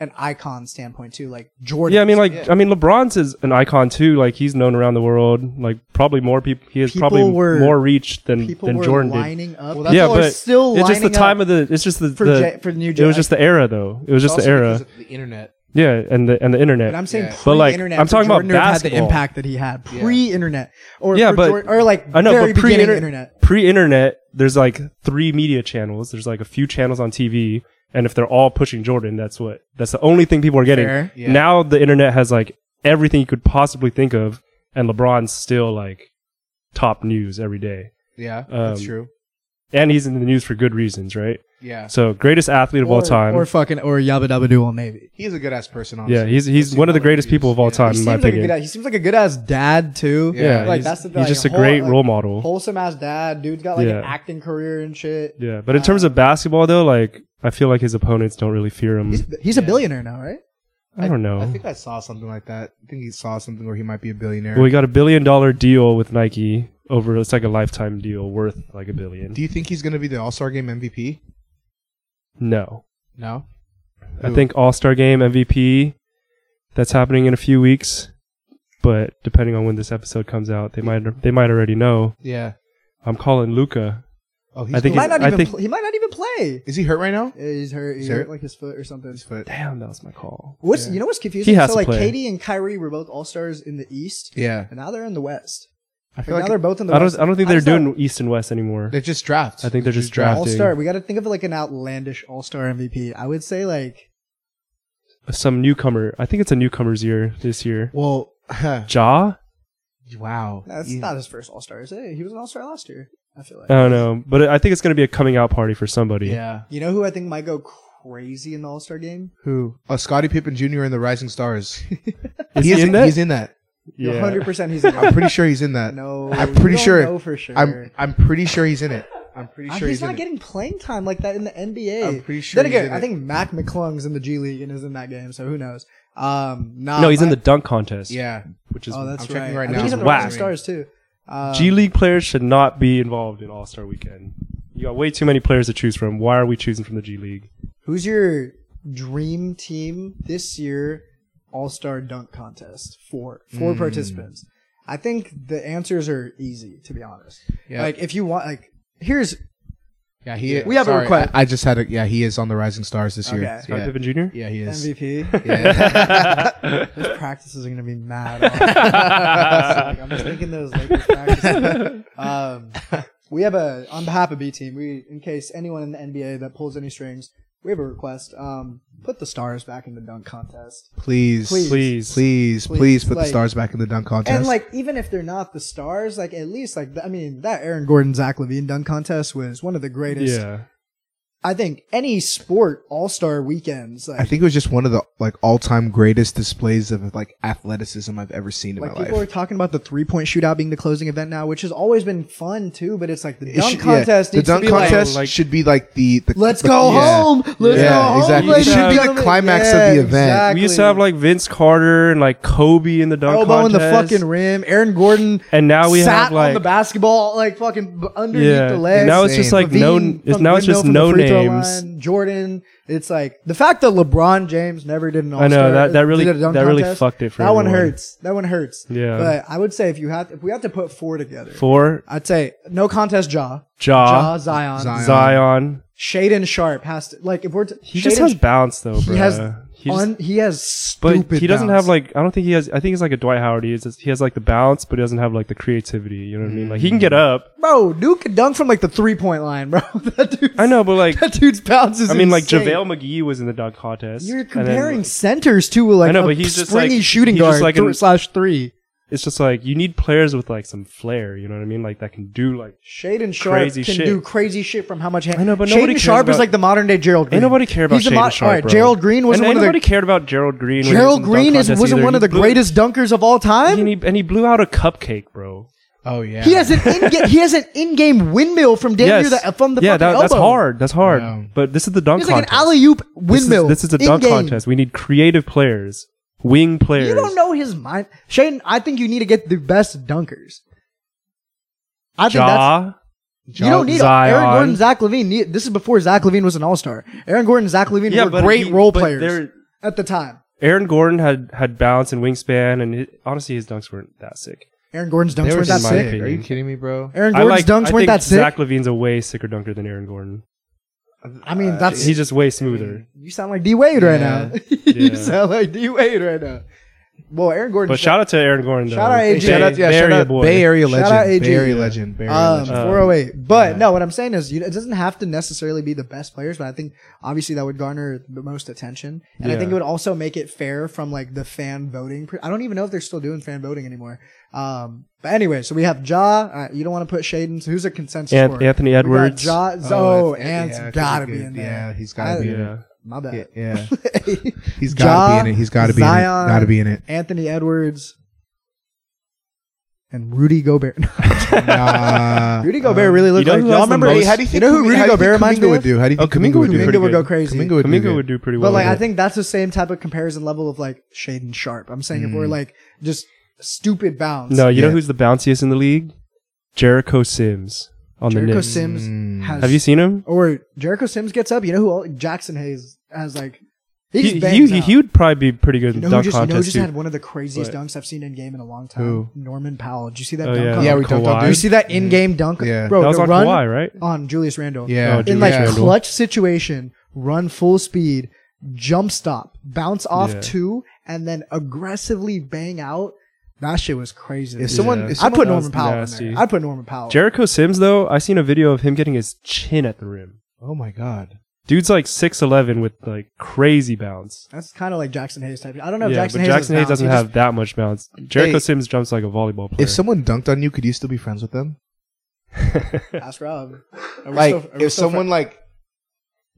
Speaker 2: an icon standpoint too, like Jordan.
Speaker 3: Yeah, I mean, like,
Speaker 1: Yeah.
Speaker 3: I mean, LeBron's is an icon too. Like, he's known around the world. Like, probably more people. He has
Speaker 2: People
Speaker 3: probably
Speaker 2: were-
Speaker 3: more reach than
Speaker 2: people
Speaker 3: than
Speaker 2: were
Speaker 3: Jordan did.
Speaker 2: lining up.
Speaker 1: Well, that's
Speaker 3: yeah,
Speaker 1: all
Speaker 3: but
Speaker 2: still
Speaker 3: it's just the
Speaker 2: lining
Speaker 3: time
Speaker 2: up
Speaker 3: of the. It's just the
Speaker 2: for
Speaker 3: the.
Speaker 2: Gen- for the new
Speaker 3: it
Speaker 2: Gen-
Speaker 3: was just the era, though. It was just the era.
Speaker 1: the internet.
Speaker 3: Yeah, and the and the internet.
Speaker 2: But I'm saying
Speaker 1: Yeah.
Speaker 2: pre-internet.
Speaker 3: But, like, I'm
Speaker 2: for
Speaker 3: talking about
Speaker 2: Jordan to have had the
Speaker 3: basketball.
Speaker 2: impact that he had pre-internet, or
Speaker 3: Yeah,
Speaker 2: for
Speaker 3: but-
Speaker 2: Jordan- or like
Speaker 3: I know,
Speaker 2: very
Speaker 3: but
Speaker 2: beginning
Speaker 3: pre-inter-
Speaker 2: internet.
Speaker 3: pre-internet, there's like three media channels. There's like a few channels on TV, and if they're all pushing Jordan, that's what that's the only thing people are getting.
Speaker 2: Fair.
Speaker 1: Yeah.
Speaker 3: Now the internet has like everything you could possibly think of, and LeBron's still like top news every day,
Speaker 1: Yeah,
Speaker 3: Um,
Speaker 1: that's true.
Speaker 3: and he's in the news for good reasons, right?
Speaker 1: Yeah,
Speaker 3: So greatest athlete of all
Speaker 2: or,
Speaker 3: time.
Speaker 2: or fucking, or Yabba Dabba Doo Old Navy.
Speaker 1: he's a good ass person. Honestly.
Speaker 3: yeah, he's he's
Speaker 1: That's
Speaker 3: one of the greatest
Speaker 1: interviews.
Speaker 3: people of all
Speaker 1: Yeah.
Speaker 3: time,
Speaker 2: He
Speaker 3: in
Speaker 2: seems
Speaker 3: my
Speaker 2: like a
Speaker 3: opinion.
Speaker 2: good. ass- He seems like a good ass dad too.
Speaker 1: Yeah,
Speaker 3: yeah,
Speaker 2: like
Speaker 3: he's,
Speaker 2: that's the,
Speaker 3: he's
Speaker 2: like,
Speaker 3: just a
Speaker 2: whole,
Speaker 3: great
Speaker 2: like,
Speaker 3: role model.
Speaker 2: wholesome ass dad. Dude's got like an
Speaker 3: Yeah.
Speaker 2: acting career and shit.
Speaker 3: yeah, but in terms of basketball, though, like I feel like his opponents don't really fear him.
Speaker 2: He's, he's a billionaire now, right?
Speaker 3: I don't know.
Speaker 1: I think I saw something like that. I think he saw something where he might be a billionaire.
Speaker 3: Well, he got a billion dollar deal with Nike over it's like a lifetime deal worth like a billion.
Speaker 1: Do you think he's going to be the All Star Game MVP?
Speaker 3: No.
Speaker 1: No.
Speaker 3: I
Speaker 1: Who?
Speaker 3: think All Star Game MVP that's happening in a few weeks. But depending on when this episode comes out, they might they might already know.
Speaker 1: Yeah.
Speaker 3: I'm calling Luca.
Speaker 1: Oh, he's
Speaker 3: I think
Speaker 2: He might
Speaker 1: going-
Speaker 2: not
Speaker 3: he's- I
Speaker 2: even.
Speaker 3: think-
Speaker 2: pl- he might not even play.
Speaker 1: is he hurt right now?
Speaker 2: Yeah, He's hurt. He's
Speaker 1: Is there-
Speaker 2: hurt like his foot or something.
Speaker 1: His foot.
Speaker 3: Damn, that was my call.
Speaker 2: What's
Speaker 1: Yeah.
Speaker 2: you know what's confusing?
Speaker 3: has
Speaker 2: so
Speaker 3: to
Speaker 2: like
Speaker 3: play.
Speaker 2: Katie and Kyrie were both all stars in the East,
Speaker 1: Yeah.
Speaker 2: and now they're in the West.
Speaker 1: I
Speaker 2: Like,
Speaker 1: feel
Speaker 2: now they're
Speaker 1: like
Speaker 2: both in the
Speaker 3: I
Speaker 2: West.
Speaker 3: don't I don't think
Speaker 2: I
Speaker 3: they're
Speaker 2: just don't-
Speaker 3: doing East and West anymore.
Speaker 1: they're just drafts.
Speaker 3: I think they're just
Speaker 2: All
Speaker 3: drafting.
Speaker 2: star. We got to think of like an outlandish all star MVP. I would say like
Speaker 3: Some newcomer. I think it's a newcomer's year this year.
Speaker 1: Well,
Speaker 3: Ja?
Speaker 1: wow.
Speaker 2: that's
Speaker 1: Yeah.
Speaker 2: not his first all star. He was an all star last year. I feel like.
Speaker 3: I don't know, but I think it's going to be a coming out party for somebody.
Speaker 1: Yeah.
Speaker 2: You know who I think might go crazy in the all star game?
Speaker 1: Who? Uh, Scottie Pippen Jr. in the Rising Stars.
Speaker 3: Is
Speaker 1: He
Speaker 3: he
Speaker 1: is-
Speaker 3: in that?
Speaker 1: He's in that.
Speaker 2: You're
Speaker 3: Yeah.
Speaker 2: 100% he's in
Speaker 1: I'm
Speaker 2: it.
Speaker 1: pretty sure he's in that.
Speaker 2: No,
Speaker 1: I'm pretty
Speaker 2: you don't
Speaker 1: sure-
Speaker 2: know for sure.
Speaker 1: I'm I'm pretty sure he's in it. I'm pretty
Speaker 2: Uh,
Speaker 1: sure
Speaker 2: he's,
Speaker 1: he's,
Speaker 2: not
Speaker 1: in
Speaker 2: getting playing time like that in the NBA.
Speaker 1: I'm pretty sure
Speaker 2: Then
Speaker 1: he's
Speaker 2: again,
Speaker 1: in
Speaker 2: I
Speaker 1: it.
Speaker 2: think Mac McClung's in the G League and is in that game, so who knows? Um, nah,
Speaker 3: No, he's in
Speaker 2: my-
Speaker 3: the dunk contest.
Speaker 1: it. Yeah.
Speaker 3: which is
Speaker 2: Oh, that's
Speaker 1: I'm
Speaker 2: right.
Speaker 1: checking right
Speaker 2: I
Speaker 1: now.
Speaker 2: think he's in the
Speaker 3: Whack.
Speaker 2: Rising Stars too. Um,
Speaker 3: G League players should not be involved in All Star Weekend. You got way too many players to choose from. Why are we choosing from the G League?
Speaker 2: Who's your dream team this year All Star Dunk Contest for four
Speaker 1: Hmm.
Speaker 2: participants? I think the answers are easy, to be honest.
Speaker 1: Yeah.
Speaker 2: Like if you want, like here's
Speaker 1: yeah. He.
Speaker 2: We have a
Speaker 1: sorry,
Speaker 2: request.
Speaker 1: I, I just had a. Yeah. He is on the Rising Stars this year.
Speaker 2: Okay.
Speaker 3: Scott
Speaker 1: Yeah.
Speaker 3: Pippen Jr.
Speaker 1: Yeah. He is.
Speaker 2: MVP.
Speaker 1: Yeah.
Speaker 2: Those practices are gonna be mad. I'm just thinking those Lakers practices. Um, we have a on behalf of B team. We, in case anyone in the NBA that pulls any strings, we have a request. Um, put the stars back in the dunk contest.
Speaker 1: Please.
Speaker 2: Please.
Speaker 3: Please,
Speaker 1: Please,
Speaker 2: Please,
Speaker 1: please put
Speaker 2: like-
Speaker 1: the stars back in the dunk contest.
Speaker 2: And like, even if they're not the stars, like at least like th- I mean that Aaron Gordon Zach Levine dunk contest was one of the greatest.
Speaker 3: yeah,
Speaker 2: I think any sport All Star weekends. Like,
Speaker 1: I think it was just one of the like all-time greatest displays of like athleticism I've ever seen in
Speaker 2: Like
Speaker 1: my
Speaker 2: people
Speaker 1: life.
Speaker 2: are talking about the three point shootout being the closing event now, which has always been fun too. But it's like the
Speaker 1: It
Speaker 2: dunk
Speaker 1: should- yeah,
Speaker 2: contest.
Speaker 1: the
Speaker 2: needs
Speaker 1: dunk
Speaker 2: to be like,
Speaker 1: contest
Speaker 3: like-
Speaker 1: should be like the, the
Speaker 2: Let's
Speaker 1: the-
Speaker 2: go
Speaker 1: yeah.
Speaker 2: home. Let's
Speaker 1: Yeah,
Speaker 2: go home.
Speaker 1: exactly. It
Speaker 2: ladies
Speaker 3: should
Speaker 2: and
Speaker 3: be the
Speaker 2: gentlemen.
Speaker 1: climax of the event.
Speaker 3: we used to have like Vince Carter and like Kobe in the dunk
Speaker 2: elbow in the
Speaker 3: contest,
Speaker 2: fucking rim. Aaron Gordon
Speaker 3: and now we
Speaker 2: sat
Speaker 3: have like
Speaker 2: on the basketball, like fucking b- underneath
Speaker 3: yeah.
Speaker 2: the legs.
Speaker 3: Now it's just
Speaker 1: Insane.
Speaker 3: like no.
Speaker 2: Levine
Speaker 3: It's
Speaker 2: from
Speaker 3: now it's
Speaker 2: windmill
Speaker 3: just
Speaker 2: from the
Speaker 3: no
Speaker 2: free throw
Speaker 3: names.
Speaker 2: line, Jordan. It's like the fact that LeBron James never did an all
Speaker 3: I know, that- that really- that really fucked it for
Speaker 2: that one
Speaker 3: everyone.
Speaker 2: hurts. That one hurts.
Speaker 3: Yeah.
Speaker 2: But I would say if you have if we have to put four together,
Speaker 3: Four
Speaker 2: I'd say no contest Jaw.
Speaker 3: Ja,
Speaker 2: Jaw Zion.
Speaker 1: Zion.
Speaker 3: Zion.
Speaker 2: Shaden Sharp has to like if we're t-
Speaker 3: He just
Speaker 2: Shaden-
Speaker 3: has bounce though, bro.
Speaker 2: he has
Speaker 3: just-
Speaker 2: un, he has
Speaker 3: But
Speaker 2: stupid.
Speaker 3: he doesn't
Speaker 2: bounce.
Speaker 3: have like I don't think he has. I think he's like a Dwight Howard. He, is, he has like the bounce, but he doesn't have like the creativity. You know what I mean? Like he can get
Speaker 2: Mm.
Speaker 3: up.
Speaker 2: bro. Duke could dunk from like the three point line, bro. that dude.
Speaker 3: I know, but like
Speaker 2: That dude's bounce is
Speaker 3: I mean, like
Speaker 2: insane.
Speaker 3: JaVale McGee was in the dunk contest.
Speaker 2: You're
Speaker 3: and then,
Speaker 2: comparing
Speaker 3: like,
Speaker 2: centers to like
Speaker 3: I know,
Speaker 2: a
Speaker 3: but he's just,
Speaker 2: springy
Speaker 3: like-
Speaker 2: shooting
Speaker 3: he's just
Speaker 2: guard
Speaker 3: like
Speaker 2: thr-
Speaker 3: an-
Speaker 2: slash three.
Speaker 3: it's just like you need players with like some flair. You know what I mean? Like that can do like.
Speaker 2: Shaden Sharp
Speaker 3: Crazy
Speaker 2: can
Speaker 3: shit.
Speaker 2: do crazy shit from how much hand.
Speaker 3: I know, but
Speaker 2: Shaden
Speaker 3: nobody cares
Speaker 2: Sharp is
Speaker 3: about-
Speaker 2: like the modern day Gerald Green.
Speaker 3: Ain't nobody care about
Speaker 2: He's the
Speaker 3: Shaden
Speaker 2: mo-
Speaker 3: Sharp.
Speaker 2: all right,
Speaker 3: bro.
Speaker 2: Gerald Green was
Speaker 3: and
Speaker 2: one
Speaker 3: ain't
Speaker 2: of the-
Speaker 3: nobody cared about Gerald Green. when he
Speaker 2: Gerald
Speaker 3: was in the dunk
Speaker 2: Green is
Speaker 3: contest
Speaker 2: wasn't
Speaker 3: either.
Speaker 2: one of
Speaker 3: He
Speaker 2: the
Speaker 3: blew-
Speaker 2: greatest dunkers of all time.
Speaker 3: And he, and he blew out a cupcake, bro.
Speaker 1: Oh yeah.
Speaker 2: He has an in he has an in game windmill from damn near the from the
Speaker 3: yeah,
Speaker 2: fucking
Speaker 3: that,
Speaker 2: elbow.
Speaker 3: that's hard. That's hard.
Speaker 1: Yeah.
Speaker 3: But this is the dunk
Speaker 2: It's like an
Speaker 3: contest.
Speaker 2: alley oop
Speaker 3: This is-
Speaker 2: windmill.
Speaker 3: This is, a dunk
Speaker 2: in-game.
Speaker 3: contest. We need creative players, wing players.
Speaker 2: You don't know his mind, Shane. I think you need to get the best dunkers. I think that's
Speaker 3: Ja,
Speaker 2: you don't need Aaron
Speaker 3: Zion.
Speaker 2: Gordon, Zach Levine. This is before Zach Levine was an All Star. Aaron Gordon, Zach Levine were
Speaker 3: but
Speaker 2: great
Speaker 3: he-
Speaker 2: role
Speaker 3: but
Speaker 2: players.
Speaker 3: they're-
Speaker 2: at the time.
Speaker 3: Aaron Gordon had had bounce and wingspan, and it, honestly, his dunks weren't that sick.
Speaker 2: Aaron Gordon's
Speaker 1: They
Speaker 2: dunks
Speaker 1: were
Speaker 2: weren't that
Speaker 1: just
Speaker 3: my
Speaker 2: sick.
Speaker 1: sick. Are you
Speaker 3: opinion.
Speaker 1: kidding me, bro?
Speaker 2: Aaron
Speaker 3: I
Speaker 2: Gordon's
Speaker 3: like. I
Speaker 2: dunks weren't
Speaker 3: think
Speaker 2: that sick.
Speaker 3: Zach Levine's a way sicker dunker than Aaron Gordon.
Speaker 2: I
Speaker 1: uh,
Speaker 2: mean, that's
Speaker 3: He's just way smoother.
Speaker 2: you sound like D Wade right now. you
Speaker 3: Yeah.
Speaker 2: sound like D Wade right now. Well, Aaron Gordon.
Speaker 3: But shout out to Aaron Gordon. Though.
Speaker 2: Shout out AJ.
Speaker 1: Shout out, yeah,
Speaker 3: Bay
Speaker 1: shout
Speaker 3: Area
Speaker 1: out
Speaker 3: boy.
Speaker 1: Bay Area
Speaker 2: Shout
Speaker 1: legend,
Speaker 2: out AJ.
Speaker 1: Bay Area legend, Bay Area
Speaker 2: um,
Speaker 1: legend.
Speaker 3: Uh,
Speaker 2: 408. But
Speaker 1: yeah.
Speaker 2: no, what I'm saying is, you, it doesn't have to necessarily be the best players, but I think obviously that would garner the most attention, and I
Speaker 3: Yeah.
Speaker 2: think it would also make it fair from like the fan voting. pr- I don't even know if they're still doing fan voting anymore. Um, but anyway, so we have Ja. All right, you don't want to put Shaden. So who's a consensus?
Speaker 3: An-
Speaker 2: scorer?
Speaker 3: Anthony
Speaker 2: We got
Speaker 3: Edwards.
Speaker 2: Ja, oh, Ant's
Speaker 1: yeah,
Speaker 2: gotta
Speaker 1: good.
Speaker 2: be in there.
Speaker 1: Yeah, he's gotta
Speaker 2: I-
Speaker 1: be in it.
Speaker 3: yeah.
Speaker 2: My
Speaker 1: Yeah,
Speaker 2: bad.
Speaker 1: yeah.
Speaker 2: He's
Speaker 1: he's gotta be in it. He's gotta be in
Speaker 2: Zion.
Speaker 1: it. Gotta be in it.
Speaker 2: Anthony Edwards and Rudy Gobert.
Speaker 1: Nah.
Speaker 2: Rudy Gobert really looked
Speaker 3: you know
Speaker 2: like.
Speaker 3: who
Speaker 2: Y'all
Speaker 3: has the
Speaker 2: remember?
Speaker 3: most-
Speaker 2: how do you, know who Rudy Gobert reminds me
Speaker 1: would
Speaker 2: of?
Speaker 1: do? How do you
Speaker 3: Oh,
Speaker 1: think Kuminga would do?
Speaker 3: pretty
Speaker 2: Kaminga would go
Speaker 3: good.
Speaker 2: crazy.
Speaker 1: Kuminga would do
Speaker 3: Kaminga
Speaker 1: good.
Speaker 3: would do pretty well.
Speaker 2: But like,
Speaker 3: with
Speaker 2: I
Speaker 3: it.
Speaker 2: think that's the same type of comparison level of like Shaden Sharp. I'm saying if we're like just stupid bounds.
Speaker 3: Mm. no, you know
Speaker 1: Yeah.
Speaker 3: who's the bounciest in the league? Jericho Sims on the
Speaker 2: Jericho
Speaker 3: Knicks.
Speaker 2: Sims
Speaker 1: Mm.
Speaker 2: has.
Speaker 3: Have you seen him?
Speaker 2: Or Jericho Sims gets up. You know who? All, Jackson Hayes has like. He just
Speaker 3: He, he,
Speaker 2: bangs
Speaker 3: he,
Speaker 2: out.
Speaker 3: he would probably be pretty good
Speaker 2: You
Speaker 3: in
Speaker 2: know, who
Speaker 3: dunk
Speaker 2: just, you know who
Speaker 3: contests
Speaker 2: just
Speaker 3: too.
Speaker 2: had one of the craziest
Speaker 3: But-
Speaker 2: dunks I've seen in game in a long time?
Speaker 1: Who?
Speaker 2: Norman Powell. Did you see that
Speaker 3: Oh,
Speaker 2: dunk?
Speaker 3: yeah.
Speaker 2: on-
Speaker 1: Yeah, we dunked on
Speaker 3: Kawhi.
Speaker 2: Did you see that
Speaker 1: Yeah.
Speaker 2: in-game dunk?
Speaker 1: Yeah.
Speaker 2: Bro,
Speaker 3: that was
Speaker 2: the
Speaker 3: on
Speaker 2: run
Speaker 3: Kawhi, right?
Speaker 2: on Julius Randle.
Speaker 1: Yeah.
Speaker 3: Oh,
Speaker 1: dude,
Speaker 2: in like
Speaker 1: yeah.
Speaker 3: Randle.
Speaker 2: clutch situation, run full speed, jump stop, bounce off
Speaker 3: Yeah.
Speaker 2: two, and then aggressively bang out. That shit was crazy.
Speaker 1: If someone,
Speaker 3: Yeah.
Speaker 1: if
Speaker 2: I'd
Speaker 1: someone
Speaker 2: put
Speaker 3: That
Speaker 2: Norman
Speaker 3: was
Speaker 2: Powell
Speaker 3: nasty.
Speaker 2: in there. I'd put Norman Powell.
Speaker 3: Jericho Sims though, I seen a video of him getting his chin at the rim.
Speaker 1: Oh my god.
Speaker 3: Dude's like six eleven with like crazy bounce.
Speaker 2: That's kind of like Jackson Hayes type. I don't know if
Speaker 3: yeah,
Speaker 2: Jackson
Speaker 3: but
Speaker 2: Hayes,
Speaker 3: Jackson Hayes
Speaker 2: has bounce.
Speaker 3: doesn't
Speaker 2: He just-
Speaker 3: have that much bounce. Jericho
Speaker 1: Hey.
Speaker 3: Sims jumps like a volleyball player.
Speaker 1: If someone dunked on you, could you still be friends with them?
Speaker 2: Ask Rob. Are we
Speaker 1: Like,
Speaker 2: still- are we
Speaker 1: if
Speaker 2: still
Speaker 1: someone like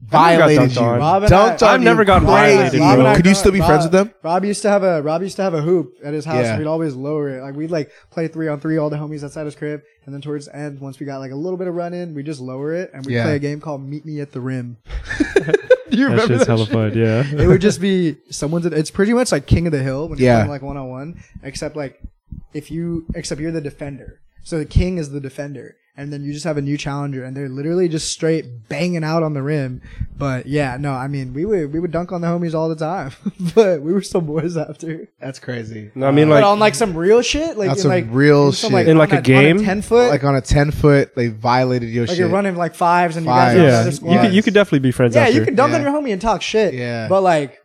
Speaker 3: got
Speaker 1: violated
Speaker 3: dunked
Speaker 1: you,
Speaker 3: on.
Speaker 2: Rob and
Speaker 1: dunked
Speaker 2: I-
Speaker 1: on
Speaker 3: I've never
Speaker 1: you
Speaker 3: gotten
Speaker 1: crazy,
Speaker 3: violated,
Speaker 1: bro.
Speaker 3: Rob and I
Speaker 1: Could you
Speaker 2: got-
Speaker 1: still be
Speaker 2: Rob-
Speaker 1: friends with them?
Speaker 2: Rob used to have a Rob used to have a hoop at his house.
Speaker 1: Yeah.
Speaker 2: And we'd always lower it. Like we'd like play three on three, all the homies outside his crib, and then towards the end, once we got like a little bit of run in, we just lower it and we would
Speaker 1: Yeah.
Speaker 2: play a game called Meet Me at the Rim. Do you
Speaker 3: that
Speaker 2: remember
Speaker 3: shit's
Speaker 2: that?
Speaker 3: hella
Speaker 2: shit?
Speaker 3: fun. Yeah.
Speaker 2: It would just be someone's. It's pretty much like King of the Hill when you're
Speaker 1: Yeah.
Speaker 2: playing like one on one, except like if you except you're the defender. So the king is the defender, and then you just have a new challenger, and they're literally just straight banging out on the rim. But yeah, no, I mean we would we would dunk on the homies all the time, but we were still boys after.
Speaker 1: That's crazy.
Speaker 3: No, I mean
Speaker 2: but
Speaker 3: like
Speaker 2: on like some real shit, like
Speaker 1: That's
Speaker 2: in,
Speaker 1: some
Speaker 2: like
Speaker 1: real
Speaker 2: some,
Speaker 1: shit.
Speaker 3: In, like,
Speaker 2: on
Speaker 3: a game?
Speaker 2: on ten foot,
Speaker 1: Like
Speaker 2: like,
Speaker 1: on a ten foot, they violated your shit.
Speaker 2: you're running like fives and you guys are on
Speaker 3: yeah,
Speaker 1: Yeah.
Speaker 2: the other
Speaker 3: you could you
Speaker 2: squads.
Speaker 3: could definitely be friends.
Speaker 2: yeah,
Speaker 3: after.
Speaker 2: you could dunk on
Speaker 1: Yeah.
Speaker 2: your homie and talk shit.
Speaker 1: Yeah.
Speaker 2: but like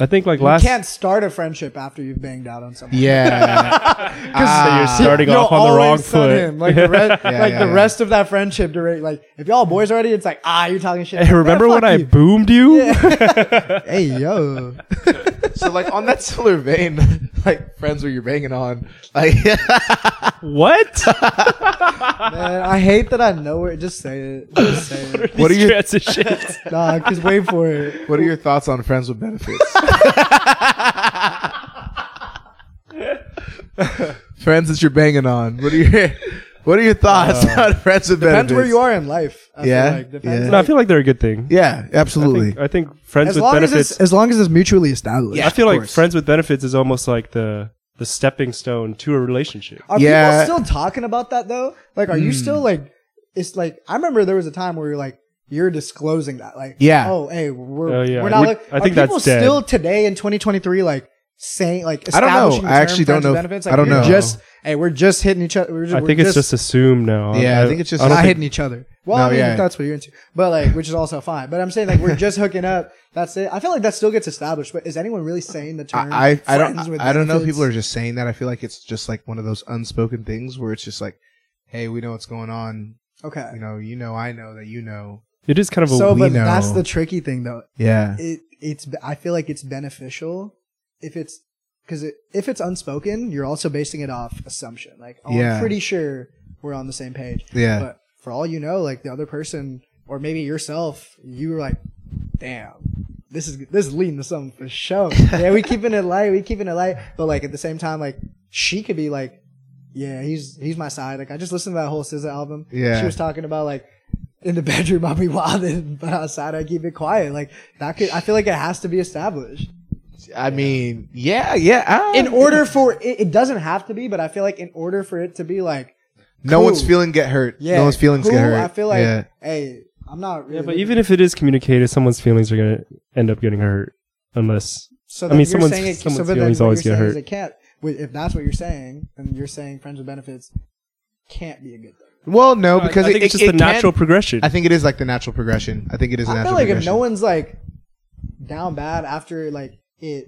Speaker 3: I think like
Speaker 2: You
Speaker 3: last
Speaker 2: can't start a friendship after you've banged out on someone.
Speaker 1: Yeah.
Speaker 3: so you're
Speaker 1: Ah.
Speaker 3: starting
Speaker 2: You'll
Speaker 3: off on the
Speaker 2: always
Speaker 3: wrong
Speaker 2: sun
Speaker 3: foot.
Speaker 2: him. Like the rest,
Speaker 1: Yeah,
Speaker 2: like
Speaker 1: yeah,
Speaker 2: the
Speaker 1: yeah.
Speaker 2: rest of that friendship duration. Like if y'all boys already, it's like ah, you're talking shit.
Speaker 3: Hey, remember
Speaker 2: Man,
Speaker 3: when
Speaker 2: fuck
Speaker 3: I
Speaker 2: you.
Speaker 3: boomed you?
Speaker 2: hey yo,
Speaker 1: so like on that similar vein, like friends where you're banging on, like
Speaker 3: What?
Speaker 2: man, I hate that I know it. Just say it. Just say it.
Speaker 1: What
Speaker 3: These
Speaker 1: are you-
Speaker 3: transitions?
Speaker 2: Nah, cause wait for it.
Speaker 1: what are your thoughts on friends with benefits? friends that you're banging on. What are your what are your thoughts on friends with benefits?
Speaker 2: Depends where you are in life. I feel
Speaker 1: Yeah,
Speaker 2: like. Depends,
Speaker 1: yeah.
Speaker 3: no, I
Speaker 2: like-
Speaker 3: feel like they're a good thing.
Speaker 1: Yeah, absolutely.
Speaker 3: I think, I think friends
Speaker 2: as
Speaker 3: with
Speaker 2: long as
Speaker 3: benefits.
Speaker 2: it's as long as it's mutually established.
Speaker 3: I feel
Speaker 2: of
Speaker 3: like
Speaker 2: course.
Speaker 3: friends with benefits is almost like the the stepping stone to a relationship.
Speaker 2: Are
Speaker 1: Yeah. Hmm.
Speaker 2: people still talking about that though? Like, are you still like? It's like I remember there was a time where you're like you're disclosing that, like,
Speaker 1: Yeah.
Speaker 2: oh, hey, we're
Speaker 3: Oh, yeah.
Speaker 2: we're not.
Speaker 3: We-
Speaker 2: Like,
Speaker 3: I think
Speaker 2: are people
Speaker 3: that's dead.
Speaker 2: still today in 2023 like saying like
Speaker 1: I don't know.
Speaker 2: establishing the
Speaker 1: I
Speaker 2: term
Speaker 1: actually don't
Speaker 2: friends with
Speaker 1: know.
Speaker 2: benefits?
Speaker 1: I
Speaker 2: Like,
Speaker 1: don't
Speaker 2: you're
Speaker 1: know.
Speaker 2: Just hey, we're just hitting each other. We're just,
Speaker 3: I
Speaker 2: we're
Speaker 3: think it's just assumed now.
Speaker 1: yeah, I, think it's just
Speaker 3: I don't
Speaker 2: not
Speaker 3: think-
Speaker 2: hitting each other. Well,
Speaker 1: No,
Speaker 2: I mean,
Speaker 1: yeah.
Speaker 2: if that's what you're into, but like, which is also fine. But I'm saying like we're just hooking up. That's it. I feel like that still gets established. But is anyone really saying the term?
Speaker 1: I, I, I don't
Speaker 2: friends with
Speaker 1: I don't know if
Speaker 2: benefits?
Speaker 1: people are just saying that. I feel like it's just like one of those unspoken things where it's just like, hey, we know what's going on.
Speaker 2: okay.
Speaker 1: You know, you know, I know that you know.
Speaker 3: it is kind of a
Speaker 2: So,
Speaker 1: we
Speaker 2: but
Speaker 1: know.
Speaker 2: that's the tricky thing though.
Speaker 1: Yeah.
Speaker 2: it it's I feel like it's beneficial if it's because it, if it's unspoken, you're also basing it off assumption. Like, oh, I'm
Speaker 1: Yeah.
Speaker 2: pretty sure we're on the same page.
Speaker 1: Yeah.
Speaker 2: But for all you know, like the other person or maybe yourself, you were like, damn. This is this is leading to something for sure. yeah, we keeping it light, we keeping it light. But like at the same time, like she could be like, yeah, he's he's my side. Like I just listened to that whole SZA album.
Speaker 1: Yeah.
Speaker 2: she was talking about like in the bedroom I'll be wild, but outside I keep it quiet. Like that could I feel like it has to be established
Speaker 1: I mean, yeah, yeah. ah,
Speaker 2: in order for it. It doesn't have to be, but I feel like in order for it to be like
Speaker 1: no
Speaker 2: cool.
Speaker 1: one's feeling get hurt.
Speaker 2: yeah,
Speaker 1: no one's feelings
Speaker 2: cool,
Speaker 1: get hurt.
Speaker 2: I feel like
Speaker 1: yeah.
Speaker 2: hey, I'm not. Really
Speaker 3: Yeah, but even if it is communicated, someone's feelings are gonna end up getting hurt. unless
Speaker 2: So
Speaker 3: I
Speaker 2: then
Speaker 3: mean,
Speaker 2: you're
Speaker 3: someone's-
Speaker 2: saying it, so
Speaker 3: someone's
Speaker 2: then
Speaker 3: gonna always
Speaker 2: what
Speaker 3: always
Speaker 2: you're
Speaker 3: get
Speaker 2: saying is
Speaker 3: hurt.
Speaker 2: it can't. wait, If that's what you're saying, then you're saying friends with benefits can't be a good thing.
Speaker 1: Well, no,
Speaker 3: I-
Speaker 1: because
Speaker 3: I
Speaker 1: it-
Speaker 3: think
Speaker 1: it-
Speaker 3: it's just
Speaker 1: it
Speaker 3: the
Speaker 1: can-
Speaker 3: natural progression.
Speaker 1: I think it is like the natural progression. I think it is. A
Speaker 2: I
Speaker 1: natural
Speaker 2: feel like if
Speaker 1: progression.
Speaker 2: no one's like down bad after like it,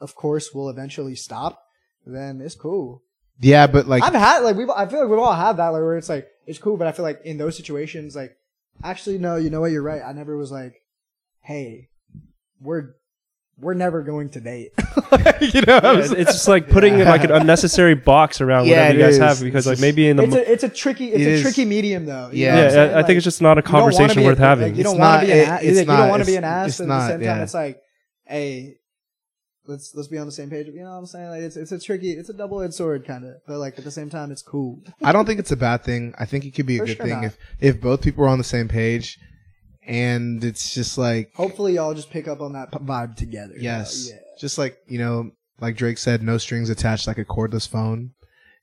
Speaker 2: of course, will eventually stop. Then it's cool.
Speaker 1: yeah, but like
Speaker 2: I've had like we. have I feel like we've all had that like where it's like it's cool, but I feel like in those situations, like actually no, you know what? You're right. I never was like, hey, we're we're never going to date. you know,
Speaker 3: Yeah, it's, it's just like putting like an unnecessary box around
Speaker 1: Yeah,
Speaker 3: whatever you
Speaker 1: it
Speaker 3: guys
Speaker 1: is.
Speaker 3: have because
Speaker 1: It's
Speaker 3: like
Speaker 1: just-
Speaker 3: maybe in the
Speaker 2: it's
Speaker 3: mo-
Speaker 2: a it's a tricky
Speaker 1: It
Speaker 2: it's a
Speaker 1: is-
Speaker 2: tricky medium though. You
Speaker 1: Yeah.
Speaker 2: know what
Speaker 3: yeah,
Speaker 2: I'm saying?
Speaker 3: I, I
Speaker 2: Like,
Speaker 3: think it's just not a
Speaker 2: you don't wanna
Speaker 3: conversation
Speaker 2: be a-
Speaker 3: worth
Speaker 2: like,
Speaker 3: having.
Speaker 2: you don't
Speaker 1: It's
Speaker 2: want
Speaker 1: not-
Speaker 2: to be an
Speaker 1: it-
Speaker 2: ass.
Speaker 1: it's
Speaker 2: you don't
Speaker 1: not-
Speaker 2: want to be an
Speaker 1: it's-
Speaker 2: ass,
Speaker 1: it's
Speaker 2: but at
Speaker 1: not,
Speaker 2: the same time,
Speaker 1: yeah.
Speaker 2: it's like, hey, let's let's be on the same page. You know what I'm saying? Like it's it's a tricky, it's a double edged sword kind of, but like at the same time, it's cool.
Speaker 1: I don't think it's a bad thing. I think it could be a
Speaker 2: For
Speaker 1: good
Speaker 2: sure
Speaker 1: thing
Speaker 2: not.
Speaker 1: if if both people are on the same page, and it's just like
Speaker 2: Hopefully, y'all just pick up on that p- vibe together.
Speaker 1: yes,
Speaker 2: Yeah.
Speaker 1: just like you know, like Drake said, no strings attached, like a cordless phone.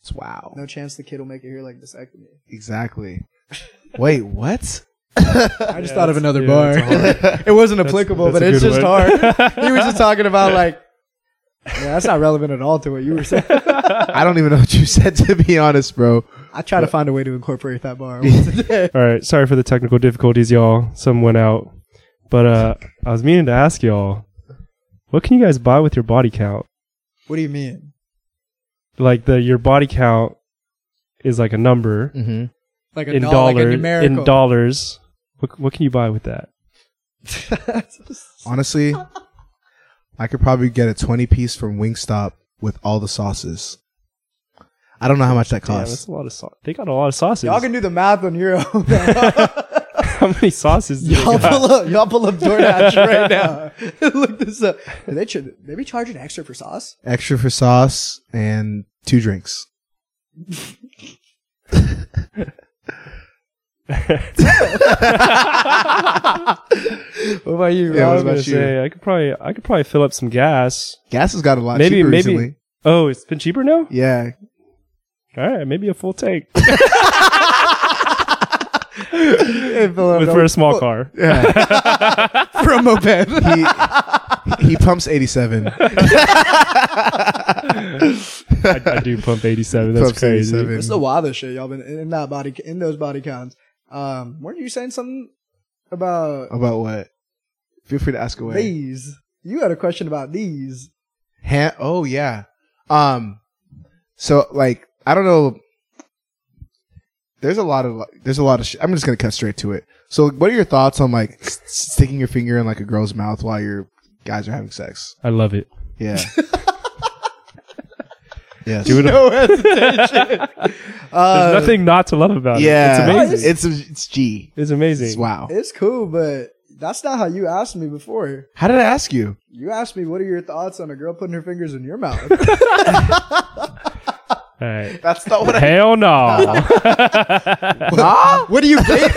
Speaker 1: It's wow,
Speaker 2: No chance the kid will make it here like this. I
Speaker 1: exactly. Wait, what?
Speaker 2: just
Speaker 3: Yeah,
Speaker 2: thought of
Speaker 3: that's-
Speaker 2: another
Speaker 3: yeah,
Speaker 2: bar.
Speaker 3: that's hard.
Speaker 2: it wasn't
Speaker 3: That's-
Speaker 2: applicable,
Speaker 3: that's
Speaker 2: but
Speaker 3: a
Speaker 2: it's
Speaker 3: good
Speaker 2: just
Speaker 3: one.
Speaker 2: hard. He was just talking about like, yeah, that's not relevant at all to what you were saying.
Speaker 1: I don't even know what you said to be honest, bro.
Speaker 2: I try to find a way to incorporate that bar. once a day.
Speaker 3: All right, sorry for the technical difficulties, y'all. Some went out, but uh, I was meaning to ask y'all, what can you guys buy with your body count?
Speaker 2: What do you mean?
Speaker 3: Like the your body count is like a number
Speaker 1: Mm-hmm.
Speaker 2: Like a
Speaker 3: in
Speaker 2: doll- like a
Speaker 3: dollars.
Speaker 2: numerical.
Speaker 3: in dollars, what what can you buy with that?
Speaker 1: Honestly, I could probably get a twenty piece from Wingstop with all the sauces. I don't know how much that
Speaker 3: Damn,
Speaker 1: costs.
Speaker 3: that's a lot of sauce. They got a lot of sauces.
Speaker 2: Y'all can do the math on your own.
Speaker 3: How many sauces? Do
Speaker 2: y'all
Speaker 3: they got?
Speaker 2: pull up, y'all pull up DoorDash right now. Look this up. Did they ch- maybe charge an extra for sauce?
Speaker 1: Extra for sauce and two drinks.
Speaker 2: What about you?
Speaker 1: Yeah,
Speaker 3: I
Speaker 1: what
Speaker 3: was
Speaker 1: about
Speaker 3: gonna
Speaker 1: you?
Speaker 3: say I could probably I could probably fill up some gas.
Speaker 1: Gas has got a lot
Speaker 3: Maybe-
Speaker 1: cheaper
Speaker 3: maybe-
Speaker 1: recently.
Speaker 3: Oh, it's been cheaper now.
Speaker 1: Yeah.
Speaker 3: All right, maybe a full tank
Speaker 2: Rob?
Speaker 3: for a small car.
Speaker 1: Yeah.
Speaker 2: for a moped.
Speaker 1: he, he pumps 87.
Speaker 3: I, I do pump eighty seven. That's
Speaker 1: Pumps
Speaker 3: crazy.
Speaker 1: 87.
Speaker 2: It's the wildest shit y'all been in that body in those body counts. Um, weren't you saying something about
Speaker 1: About what? Feel free to ask away.
Speaker 2: these? You had a question about these.
Speaker 1: Ha- oh, yeah. Um, so like, I don't know. There's a lot of, there's a lot of shit. I'm just going to cut straight to it. So what are your thoughts on like s- sticking your finger in like a girl's mouth while your guys are having sex?
Speaker 3: I love it.
Speaker 1: Yeah. yes. Um,
Speaker 3: Do it.
Speaker 2: No hesitation.
Speaker 3: There's
Speaker 2: Uh,
Speaker 3: nothing not to love about it.
Speaker 1: Yeah.
Speaker 3: It's amazing.
Speaker 1: It's, it's, it's G.
Speaker 3: It's amazing.
Speaker 1: It's wow.
Speaker 2: It's cool, but that's not how you asked me before.
Speaker 1: How did I ask you?
Speaker 2: You asked me, what are your thoughts on a girl putting her fingers in your mouth?
Speaker 3: All right.
Speaker 1: That's not
Speaker 3: Hell no.
Speaker 1: Nah?
Speaker 2: what do you gain?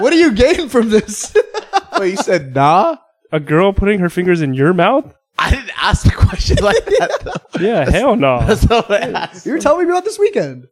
Speaker 2: what do you gain from this?
Speaker 1: Wait, you said nah?
Speaker 3: a girl putting her fingers in your mouth?
Speaker 1: I didn't ask the question like that. though.
Speaker 3: Yeah, hell no.
Speaker 1: That's not what I asked.
Speaker 2: you were telling me about this weekend.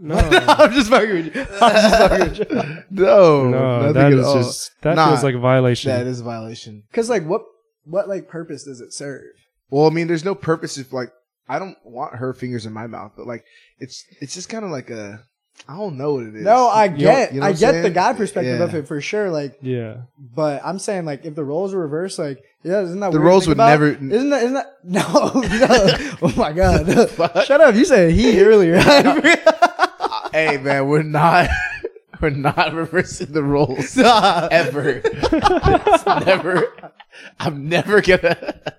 Speaker 3: No.
Speaker 2: I'm just fucking with you. I'm just fucking with you.
Speaker 1: No,
Speaker 3: No,
Speaker 1: nothing
Speaker 3: that
Speaker 1: at
Speaker 3: is
Speaker 1: all.
Speaker 3: just that
Speaker 1: Nah,
Speaker 3: feels like a violation.
Speaker 1: that is a violation.
Speaker 2: Cause like what what like purpose does it serve?
Speaker 1: Well, I mean, there's no purpose if like I don't want her fingers in my mouth, but like it's it's just kind of like a I don't know what it is.
Speaker 2: No, I
Speaker 1: You know-
Speaker 2: get
Speaker 1: you know
Speaker 2: I
Speaker 1: what I'm
Speaker 2: get the
Speaker 1: saying?
Speaker 2: guy perspective
Speaker 1: Yeah.
Speaker 2: of it for sure. Like,
Speaker 3: yeah.
Speaker 2: but I'm saying like if the roles were reversed, like yeah, isn't that
Speaker 1: The
Speaker 2: weird to
Speaker 1: roles
Speaker 2: think
Speaker 1: would
Speaker 2: about?
Speaker 1: never-
Speaker 2: Isn't that isn't that no no? oh my god!
Speaker 1: fuck?
Speaker 2: Shut up! You said he earlier.
Speaker 1: hey man, we're not we're not reversing the roles ever. It's never. I'm never gonna.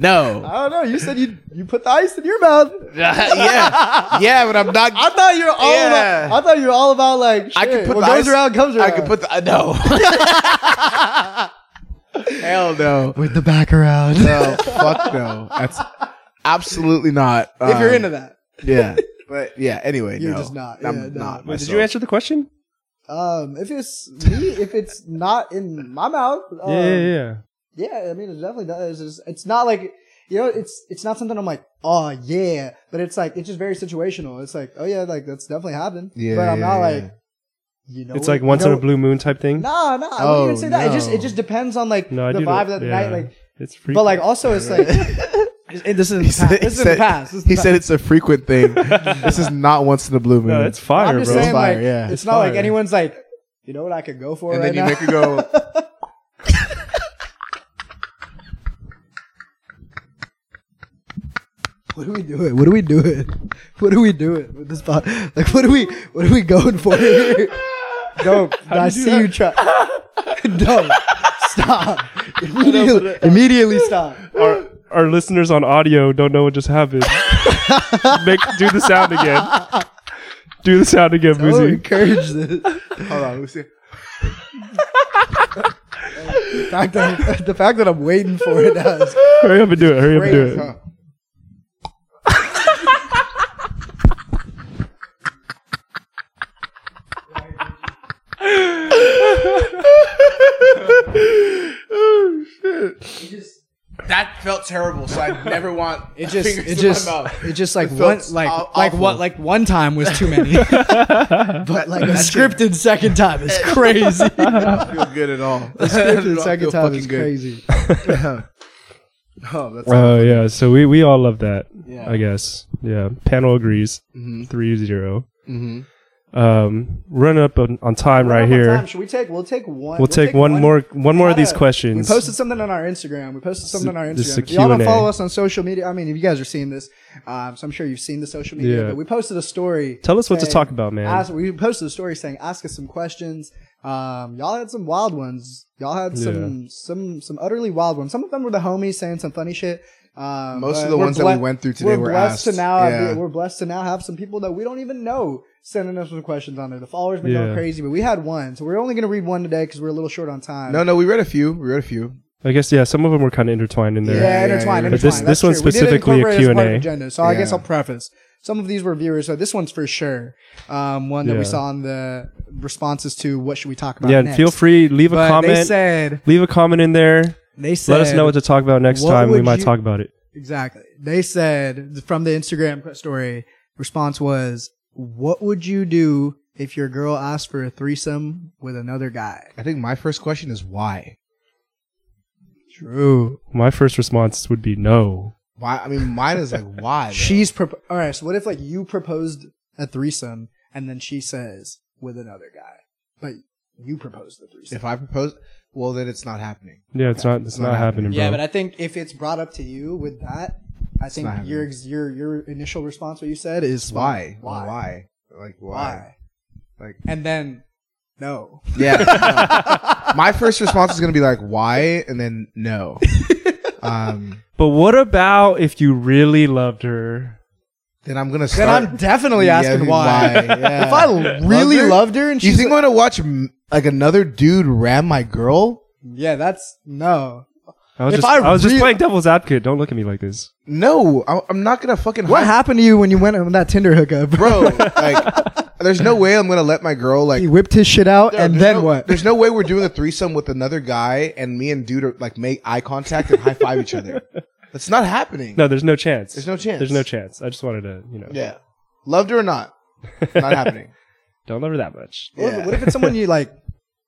Speaker 1: No.
Speaker 2: I don't know. You said you you put the ice in your mouth.
Speaker 1: yeah, yeah, but I'm not.
Speaker 2: I thought you were all.
Speaker 1: Yeah.
Speaker 2: About, I thought you were all about like. Shit,
Speaker 1: I could put
Speaker 2: what
Speaker 1: the
Speaker 2: goes
Speaker 1: ice-
Speaker 2: around comes around.
Speaker 1: I could put the no. Hell no.
Speaker 2: with the back around.
Speaker 1: No, fuck no. That's absolutely not.
Speaker 2: if you're
Speaker 1: Um,
Speaker 2: into that,
Speaker 1: yeah, but yeah. Anyway,
Speaker 2: You're
Speaker 1: no,
Speaker 2: just not.
Speaker 1: I'm
Speaker 2: Yeah, no.
Speaker 1: not.
Speaker 3: Wait, did
Speaker 1: myself.
Speaker 3: you answer the question?
Speaker 2: um, if it's me, if it's not in my mouth, um,
Speaker 3: yeah, yeah, yeah.
Speaker 2: Yeah, I mean, it definitely does. It's, it's not like you know, it's it's not something I'm like, oh yeah, but it's like it's just very situational. It's like, oh yeah, like that's definitely happened.
Speaker 1: Yeah,
Speaker 2: but I'm
Speaker 1: yeah,
Speaker 2: not
Speaker 1: yeah.
Speaker 2: like, you know,
Speaker 3: It's
Speaker 2: what-
Speaker 3: like once
Speaker 2: you
Speaker 3: in
Speaker 2: know,
Speaker 3: a blue moon type thing.
Speaker 2: Nah, nah, I
Speaker 1: Oh,
Speaker 2: wouldn't even say that. It just
Speaker 1: no.
Speaker 2: it just depends on like
Speaker 3: No, I
Speaker 2: the
Speaker 3: do
Speaker 2: vibe
Speaker 3: know-
Speaker 2: of the
Speaker 3: yeah.
Speaker 2: night. Like
Speaker 3: It's free.
Speaker 2: But like, also, it's like it- this is the past.
Speaker 1: he
Speaker 2: This is the past. This is
Speaker 1: he
Speaker 2: the
Speaker 1: said it's
Speaker 2: past.
Speaker 1: a frequent thing. this is not once in a blue moon.
Speaker 3: no, it's fire,
Speaker 2: I'm just
Speaker 3: bro.
Speaker 2: saying,
Speaker 1: Fire,
Speaker 2: like,
Speaker 1: yeah.
Speaker 2: it's,
Speaker 1: It's
Speaker 2: not like
Speaker 1: fire.
Speaker 2: anyone's like, you know what I could go for
Speaker 1: and then
Speaker 2: right
Speaker 1: you
Speaker 2: now.
Speaker 1: make her go.
Speaker 2: what do we doing? What do we doing? What do we doing with this pod? Like, what are we? What are we going for here? Go! I
Speaker 3: do you
Speaker 2: see
Speaker 3: do
Speaker 2: you try. no, stop! Immediately, immediately stop!
Speaker 3: Our, our listeners on audio don't know what just happened. Make do the sound again. Do the sound again,
Speaker 2: Don't
Speaker 3: Boozy.
Speaker 2: encourage this.
Speaker 1: Hold on, let me see.
Speaker 2: The fact that, the fact that I'm waiting for it now is
Speaker 3: Hurry up and do it. Hurry up and do
Speaker 2: crazy.
Speaker 3: it.
Speaker 1: oh shit! That felt terrible, so I never want
Speaker 2: It just, it just, it just like one,
Speaker 1: felt
Speaker 2: like,
Speaker 1: aw-
Speaker 2: like
Speaker 1: awful.
Speaker 2: what, like one time was too many, but like a scripted second time is crazy.
Speaker 1: not feel good at all.
Speaker 2: scripted second time is crazy.
Speaker 1: Oh, that's
Speaker 3: Oh yeah, so we we all love that.
Speaker 1: Yeah.
Speaker 3: I guess. Yeah, panel agrees.
Speaker 1: Mhm.
Speaker 3: Three zero.
Speaker 1: mm-hmm.
Speaker 3: Um, run up on, on time right here.
Speaker 2: Should we take? We'll take one.
Speaker 3: We'll, take, one, more one more of these
Speaker 2: We
Speaker 3: questions.
Speaker 2: posted something on our Instagram. We posted something on our
Speaker 3: This is
Speaker 2: Instagram.
Speaker 3: a
Speaker 2: If y'all don't
Speaker 3: Q&A.
Speaker 2: follow us on social media, I mean, if you guys are seeing this, um, so I'm sure you've seen the social media.
Speaker 3: Yeah.
Speaker 2: But we posted a story.
Speaker 3: Tell us what to
Speaker 2: saying-
Speaker 3: talk about, man.
Speaker 2: Ask, we posted a story saying, "Ask us some questions." Um, y'all had some wild ones. Y'all had some some some utterly wild ones. Some of them were the homies saying some funny shit. Um,
Speaker 1: Most of
Speaker 2: but
Speaker 1: the
Speaker 2: we're
Speaker 1: ones that we went through today
Speaker 2: we're
Speaker 1: were
Speaker 2: blessed to
Speaker 1: asked.
Speaker 2: now. have-
Speaker 1: Yeah.
Speaker 2: We're blessed to now have some people that we don't even know sending us some questions on there. The followers been
Speaker 3: Yeah.
Speaker 2: going crazy, but we had one, so we're only gonna read one today because we're a little short on time.
Speaker 1: No, no, we read a few. We read a few.
Speaker 3: I guess yeah, some of them were kind of intertwined in there.
Speaker 2: Yeah,
Speaker 1: Yeah,
Speaker 2: intertwined.
Speaker 1: yeah, yeah.
Speaker 3: But this-
Speaker 2: intertwined.
Speaker 3: this
Speaker 2: That's
Speaker 3: one's
Speaker 2: true. We did
Speaker 3: specifically a
Speaker 2: incorporate it as part of
Speaker 3: Q&A.
Speaker 2: agenda, so I guess
Speaker 1: Yeah.
Speaker 2: I'll preface. Some of these were viewers, so this one's for sure. Um, one that
Speaker 3: Yeah.
Speaker 2: we saw in the responses to what should we talk about?
Speaker 3: Yeah, and feel
Speaker 2: next.
Speaker 3: free leave
Speaker 2: But
Speaker 3: a
Speaker 2: They
Speaker 3: comment.
Speaker 2: said.
Speaker 3: leave a comment in there.
Speaker 2: They said.
Speaker 3: Let us know what to talk about next
Speaker 2: what
Speaker 3: time. We
Speaker 2: would
Speaker 3: might
Speaker 2: you-
Speaker 3: talk about it.
Speaker 2: exactly. They said from the Instagram story. Response was, "What would you do if your girl asked for a threesome with another guy?"
Speaker 1: I think my first question is why?
Speaker 2: True.
Speaker 3: My first response would be no.
Speaker 1: Why? I mean, mine is like why? though?
Speaker 2: She's propo- all right. So what if like you proposed a threesome and then she says with another guy, but you proposed the threesome?
Speaker 1: if I propose, well, then it's not happening.
Speaker 3: Yeah, it's not. It's, not,
Speaker 1: not
Speaker 3: happening,
Speaker 2: yeah,
Speaker 3: bro.
Speaker 2: but I think if it's brought up to you with that, I think
Speaker 1: not
Speaker 2: your ex- your your initial response, what you said, is
Speaker 1: Why?
Speaker 2: why, why,
Speaker 1: Why? Like why?
Speaker 2: why?
Speaker 1: Like
Speaker 2: and then no.
Speaker 1: yeah. no. My first response is gonna be like why, and then no. Um,
Speaker 3: but what about if you really loved her?
Speaker 1: then I'm gonna
Speaker 2: Then
Speaker 1: start.
Speaker 2: I'm definitely
Speaker 1: Yeah,
Speaker 2: asking why.
Speaker 1: yeah.
Speaker 2: If I really
Speaker 1: her?
Speaker 2: loved her and
Speaker 1: Do you
Speaker 2: she's
Speaker 1: think I'm gonna watch m- like another dude ram my girl?
Speaker 2: like- yeah, that's no.
Speaker 3: I was
Speaker 2: If
Speaker 3: just
Speaker 2: I
Speaker 3: I, was just
Speaker 2: rea-
Speaker 3: playing devil's advocate. Don't look at me like this.
Speaker 1: No, I- I'm not gonna fucking.
Speaker 2: What
Speaker 1: hide-
Speaker 2: happened to you when you went on that Tinder hookup,
Speaker 1: bro? Like, there's no way I'm gonna let my girl like.
Speaker 2: He whipped his shit out,
Speaker 1: No,
Speaker 2: and
Speaker 1: there's
Speaker 2: then
Speaker 1: no-
Speaker 2: what?
Speaker 1: There's no way we're doing a threesome with another guy and me and dude are like make eye contact and high five each other. That's not happening.
Speaker 3: No, there's no chance.
Speaker 1: There's no chance.
Speaker 3: There's no chance. I just wanted to, you know,
Speaker 1: Yeah, loved her or not, not happening.
Speaker 3: don't love her that much.
Speaker 2: What,
Speaker 1: Yeah.
Speaker 2: if, what if it's someone you like?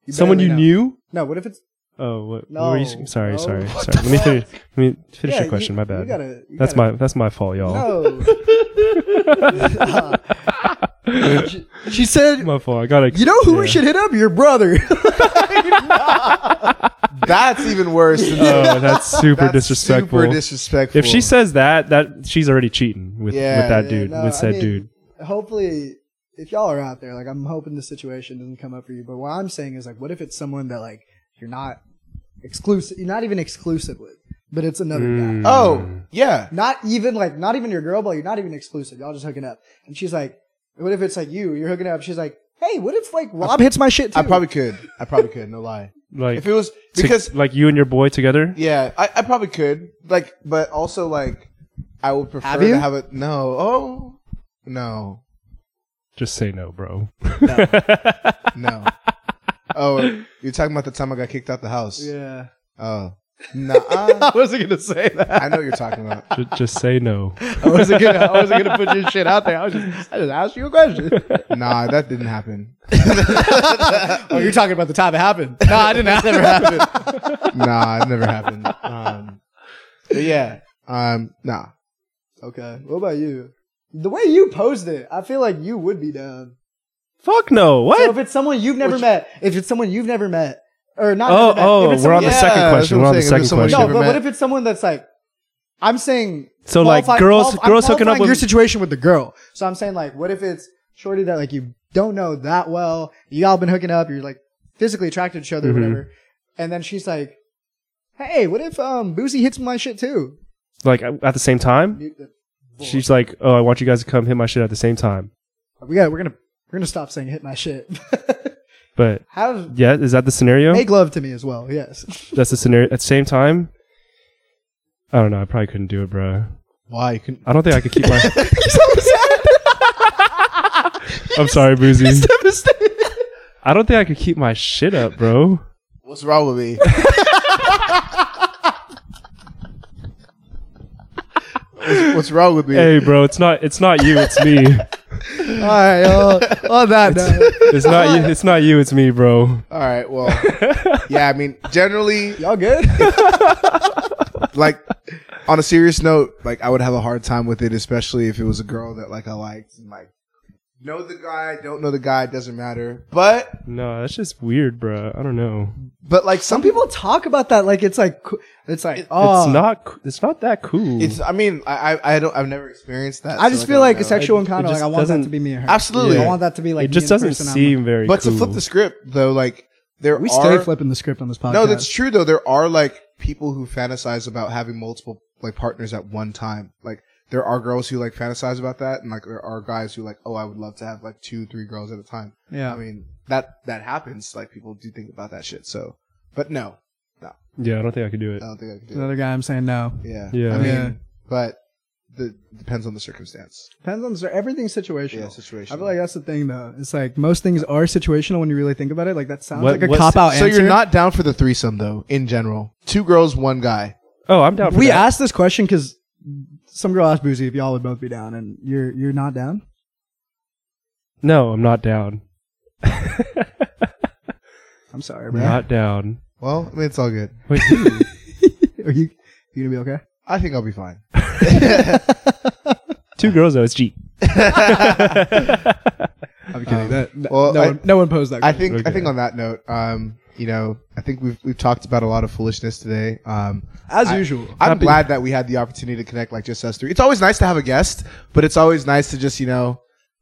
Speaker 2: you
Speaker 3: Someone
Speaker 2: barely
Speaker 3: you
Speaker 2: know?
Speaker 3: knew?
Speaker 2: No. What if it's
Speaker 3: Oh, what,
Speaker 2: No,
Speaker 3: what were you? s- Sorry,
Speaker 2: no.
Speaker 3: sorry,
Speaker 2: What
Speaker 3: sorry.
Speaker 2: the
Speaker 3: Let me
Speaker 2: fuck?
Speaker 3: finish. Let me finish
Speaker 2: Yeah,
Speaker 3: your question.
Speaker 2: you-
Speaker 3: my bad.
Speaker 2: You gotta, you
Speaker 3: that's
Speaker 2: gotta,
Speaker 3: my that's my fault, y'all.
Speaker 2: No. she, she said,
Speaker 3: My fault. I gotta.
Speaker 2: "You know who we
Speaker 3: yeah.
Speaker 2: should hit up? Your brother."
Speaker 1: That's even worse. Than
Speaker 3: Oh, that's super
Speaker 1: That's
Speaker 3: disrespectful.
Speaker 1: Super disrespectful.
Speaker 3: if she says that, that she's already cheating with
Speaker 1: Yeah,
Speaker 3: with that
Speaker 2: yeah,
Speaker 3: dude,
Speaker 2: no,
Speaker 3: with
Speaker 2: I
Speaker 3: said
Speaker 2: mean-
Speaker 3: dude.
Speaker 2: Hopefully, if y'all are out there, like I'm hoping the situation doesn't come up for you. But what I'm saying is, like, what if it's someone that like you're not exclusive, you're not even exclusive with, but it's another guy.
Speaker 3: Mm.
Speaker 1: "Oh, yeah,
Speaker 2: not even like not even your girl, but you're not even exclusive. Y'all just hooking up. And she's like, what if it's like you? You're hooking up. She's like, hey, what if like Rob hits my shit too?
Speaker 1: I probably could. I probably could. No lie.
Speaker 3: like
Speaker 1: If it was
Speaker 3: to-
Speaker 1: because
Speaker 3: like you and your boy together.
Speaker 1: yeah, I, I probably could. Like, but also like, I would prefer
Speaker 2: Have you?
Speaker 1: to have it. No. Oh, no,
Speaker 3: Just say no, bro.
Speaker 1: no. oh, you're talking about the time I got kicked out the house.
Speaker 2: yeah.
Speaker 1: Oh, Nah,
Speaker 2: I wasn't gonna say that.
Speaker 1: I know what you're talking about.
Speaker 3: Ju- just say no.
Speaker 2: I wasn't gonna. I wasn't gonna put your shit out there. I was just. I just asked you a question.
Speaker 1: Nah, that didn't happen.
Speaker 2: oh, you're talking about the time it happened. No, I didn't. That never happened.
Speaker 1: Nah, it never happened. Um, but yeah, um, nah.
Speaker 2: Okay. What about you? The way you posed it, I feel like you would be down.
Speaker 3: Fuck no. What?
Speaker 2: So if it's someone you've never met, if it's someone you've never met, or not,
Speaker 3: oh,
Speaker 2: never met, if
Speaker 3: oh,
Speaker 2: it's
Speaker 3: we're
Speaker 2: someone-
Speaker 3: on the
Speaker 1: Yeah,
Speaker 3: second
Speaker 1: that's
Speaker 3: question.
Speaker 1: what
Speaker 3: We're
Speaker 1: I'm
Speaker 3: on the
Speaker 1: saying.
Speaker 3: second
Speaker 1: If someone-
Speaker 3: question.
Speaker 2: No,
Speaker 1: Never
Speaker 2: but what
Speaker 1: met.
Speaker 2: if it's someone that's like, I'm saying.
Speaker 3: So, like,
Speaker 2: qualifying-
Speaker 3: girls-
Speaker 2: qualif- I'm
Speaker 3: girls hooking up
Speaker 2: qualifying your
Speaker 3: with-
Speaker 2: situation with the girl. So I'm saying like, what if it's shorty that like you don't know that well, you all been hooking up, you're like physically attracted to each other,
Speaker 3: Mhm.
Speaker 2: or whatever, and then she's like, hey, what if um Boozy hits my shit too?
Speaker 3: Like at the same time,
Speaker 2: You-
Speaker 3: she's like, "Oh, I want you guys to come hit my shit at the same time."
Speaker 2: we got we're gonna we're gonna stop saying hit my shit.
Speaker 3: But
Speaker 2: Have
Speaker 3: yeah, is that the seynario?
Speaker 2: make love to me as well. Yes.
Speaker 3: That's the scenario. At the same time, I don't know. I probably couldn't do it, bro.
Speaker 1: Why you can?
Speaker 3: I don't think I could keep my. I'm sorry, Boozy. I don't think I could keep my shit up, bro.
Speaker 1: What's wrong with me? what's, what's wrong with me?
Speaker 3: Hey, bro, it's not. It's not you. It's me.
Speaker 2: All right. Well, on that note,
Speaker 3: It's not you. It's not you. It's me, bro.
Speaker 1: All right. Well, yeah. I mean, generally,
Speaker 2: y'all good?
Speaker 1: like on a serious note, like I would have a hard time with it, especially if it was a girl that like I liked and like know the guy, don't know the guy, doesn't matter. But
Speaker 3: No, that's just weird, bro. I don't know.
Speaker 1: but like some
Speaker 2: Some
Speaker 1: people,
Speaker 2: people talk about that like it's like co- it's like oh
Speaker 3: it's not. c- It's not that cool.
Speaker 1: it's I mean I I, I don't I've never experienced that.
Speaker 2: I
Speaker 1: so,
Speaker 2: just
Speaker 1: like,
Speaker 2: feel
Speaker 1: don't
Speaker 2: like
Speaker 1: know.
Speaker 2: a sexual
Speaker 3: It- it
Speaker 2: encounter.
Speaker 3: just
Speaker 2: like I want that to
Speaker 3: doesn't-
Speaker 2: be me and her.
Speaker 1: Absolutely.
Speaker 2: I want that to be like
Speaker 3: it
Speaker 2: me
Speaker 3: just
Speaker 2: and the
Speaker 3: doesn't
Speaker 2: person I'm
Speaker 3: seem
Speaker 2: with.
Speaker 3: very.
Speaker 1: But
Speaker 3: cool.
Speaker 1: to flip the script though, like there
Speaker 2: We
Speaker 1: are
Speaker 2: stay flipping the script on this podcast.
Speaker 1: no, that's true though. There are like people who fantasize about having multiple like partners at one time. Like there are girls who like fantasize about that, and like there are guys who like oh I would love to have like two three girls at a time.
Speaker 2: yeah.
Speaker 1: I mean, that that happens. Like people do think about that shit. So, but no,
Speaker 3: Yeah, I don't think I could do
Speaker 1: I
Speaker 3: it.
Speaker 2: Uh,
Speaker 1: don't think I could do.
Speaker 2: the other guy I'm saying no.
Speaker 1: It. Yeah,
Speaker 3: Yeah.
Speaker 1: I mean,
Speaker 2: Yeah.
Speaker 1: but the depends on the circumstance.
Speaker 2: Depends on the, everything's situational.
Speaker 1: Yeah, situation.
Speaker 2: I feel like that's the thing though. It's like most things are situational when you really think about it. Like that sounds
Speaker 3: What-
Speaker 2: like a
Speaker 3: what's-
Speaker 2: cop out
Speaker 1: so
Speaker 2: answer.
Speaker 1: you're not down for the threesome though, in general. Two girls, one guy.
Speaker 3: Oh, I'm down. For
Speaker 2: We
Speaker 3: that.
Speaker 2: asked this question because some girl asked Boozy if y'all would both be down, and you're you're not down.
Speaker 3: No, I'm not down.
Speaker 2: I'm sorry, bro.
Speaker 3: Not down.
Speaker 1: Well, I mean, it's all good.
Speaker 3: Wait, who?
Speaker 2: Are you you gonna be okay?
Speaker 1: I think I'll be fine.
Speaker 3: two girls though. It's G.
Speaker 2: I'm kidding. that,
Speaker 1: Uh, well,
Speaker 2: no,
Speaker 1: I-
Speaker 2: one, no one posed that.
Speaker 1: I
Speaker 2: question.
Speaker 1: think I
Speaker 3: Okay.
Speaker 1: think on that note, um, you know, I think we've we've talked about a lot of foolishness today. Um,
Speaker 2: as
Speaker 1: I-
Speaker 2: usual.
Speaker 1: I'm
Speaker 3: Happy-
Speaker 1: glad that we had the opportunity to connect like just us three. It's always nice to have a guest, but it's always nice to just, you know,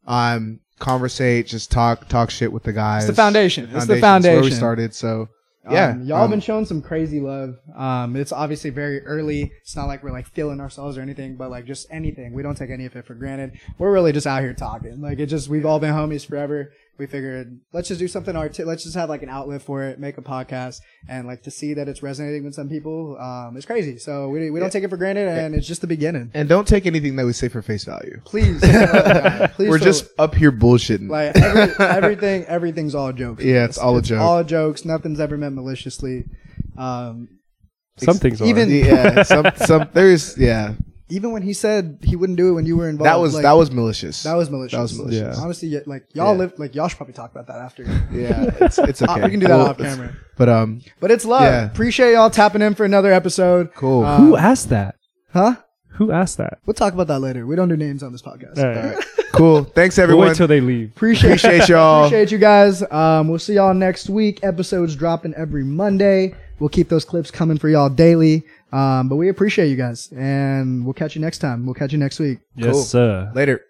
Speaker 1: um conversate, just talk talk shit with the guys.
Speaker 2: It's the foundation. It's the
Speaker 1: Foundation's Where we
Speaker 2: foundation.
Speaker 1: started, so
Speaker 2: Um,
Speaker 1: yeah.
Speaker 2: y'all
Speaker 1: um,
Speaker 2: been showing some crazy love. Um, it's obviously very early. It's not like we're like feeling ourselves or anything, but like just anything. We don't take any of it for granted. We're really just out here talking. Like it just, we've all been homies forever. We figured let's just do something art. Let's just have like an outlet for it, make a podcast, and like to see that it's resonating with some people. Um, it's crazy. So we we don't take it for granted, and it's just the beginning.
Speaker 1: and don't take anything that we say for face value.
Speaker 2: Please, for the love of God, please.
Speaker 1: We're
Speaker 2: for-
Speaker 1: just up here bullshitting.
Speaker 2: like every, everything. Everything's all jokes.
Speaker 1: yeah, it's all a joke.
Speaker 2: All jokes. Nothing's ever meant maliciously. Um,
Speaker 3: Some things are.
Speaker 2: even-
Speaker 1: yeah, some some there's yeah.
Speaker 2: even when he said he wouldn't do it when you were involved,
Speaker 1: That was
Speaker 2: like,
Speaker 1: that was malicious.
Speaker 2: that was malicious.
Speaker 1: that was malicious.
Speaker 3: Yeah.
Speaker 2: Honestly, yeah, like y'all
Speaker 1: Yeah.
Speaker 2: live, like y'all should probably talk about that after.
Speaker 1: Yeah, it's, it's
Speaker 2: Uh,
Speaker 1: okay.
Speaker 2: we can do that
Speaker 1: Well,
Speaker 2: off camera.
Speaker 1: But um
Speaker 2: But it's love.
Speaker 1: Yeah.
Speaker 2: Appreciate y'all tapping in for another episode.
Speaker 1: cool.
Speaker 2: Uh,
Speaker 3: Who asked that?
Speaker 2: Huh?
Speaker 3: Who asked that?
Speaker 2: We'll talk about that later. We don't do names on this podcast.
Speaker 3: All right.
Speaker 1: All right. Cool. Thanks
Speaker 3: We'll
Speaker 1: everyone.
Speaker 3: Wait till they leave.
Speaker 2: Appreciate
Speaker 1: Appreciate y'all.
Speaker 2: appreciate you guys. Um, we'll see y'all next week. Episodes dropping every Monday. We'll keep those clips coming for y'all daily. Um, but we appreciate you guys, and we'll catch you next time. We'll catch you next week.
Speaker 3: Yes, sir.
Speaker 1: Later.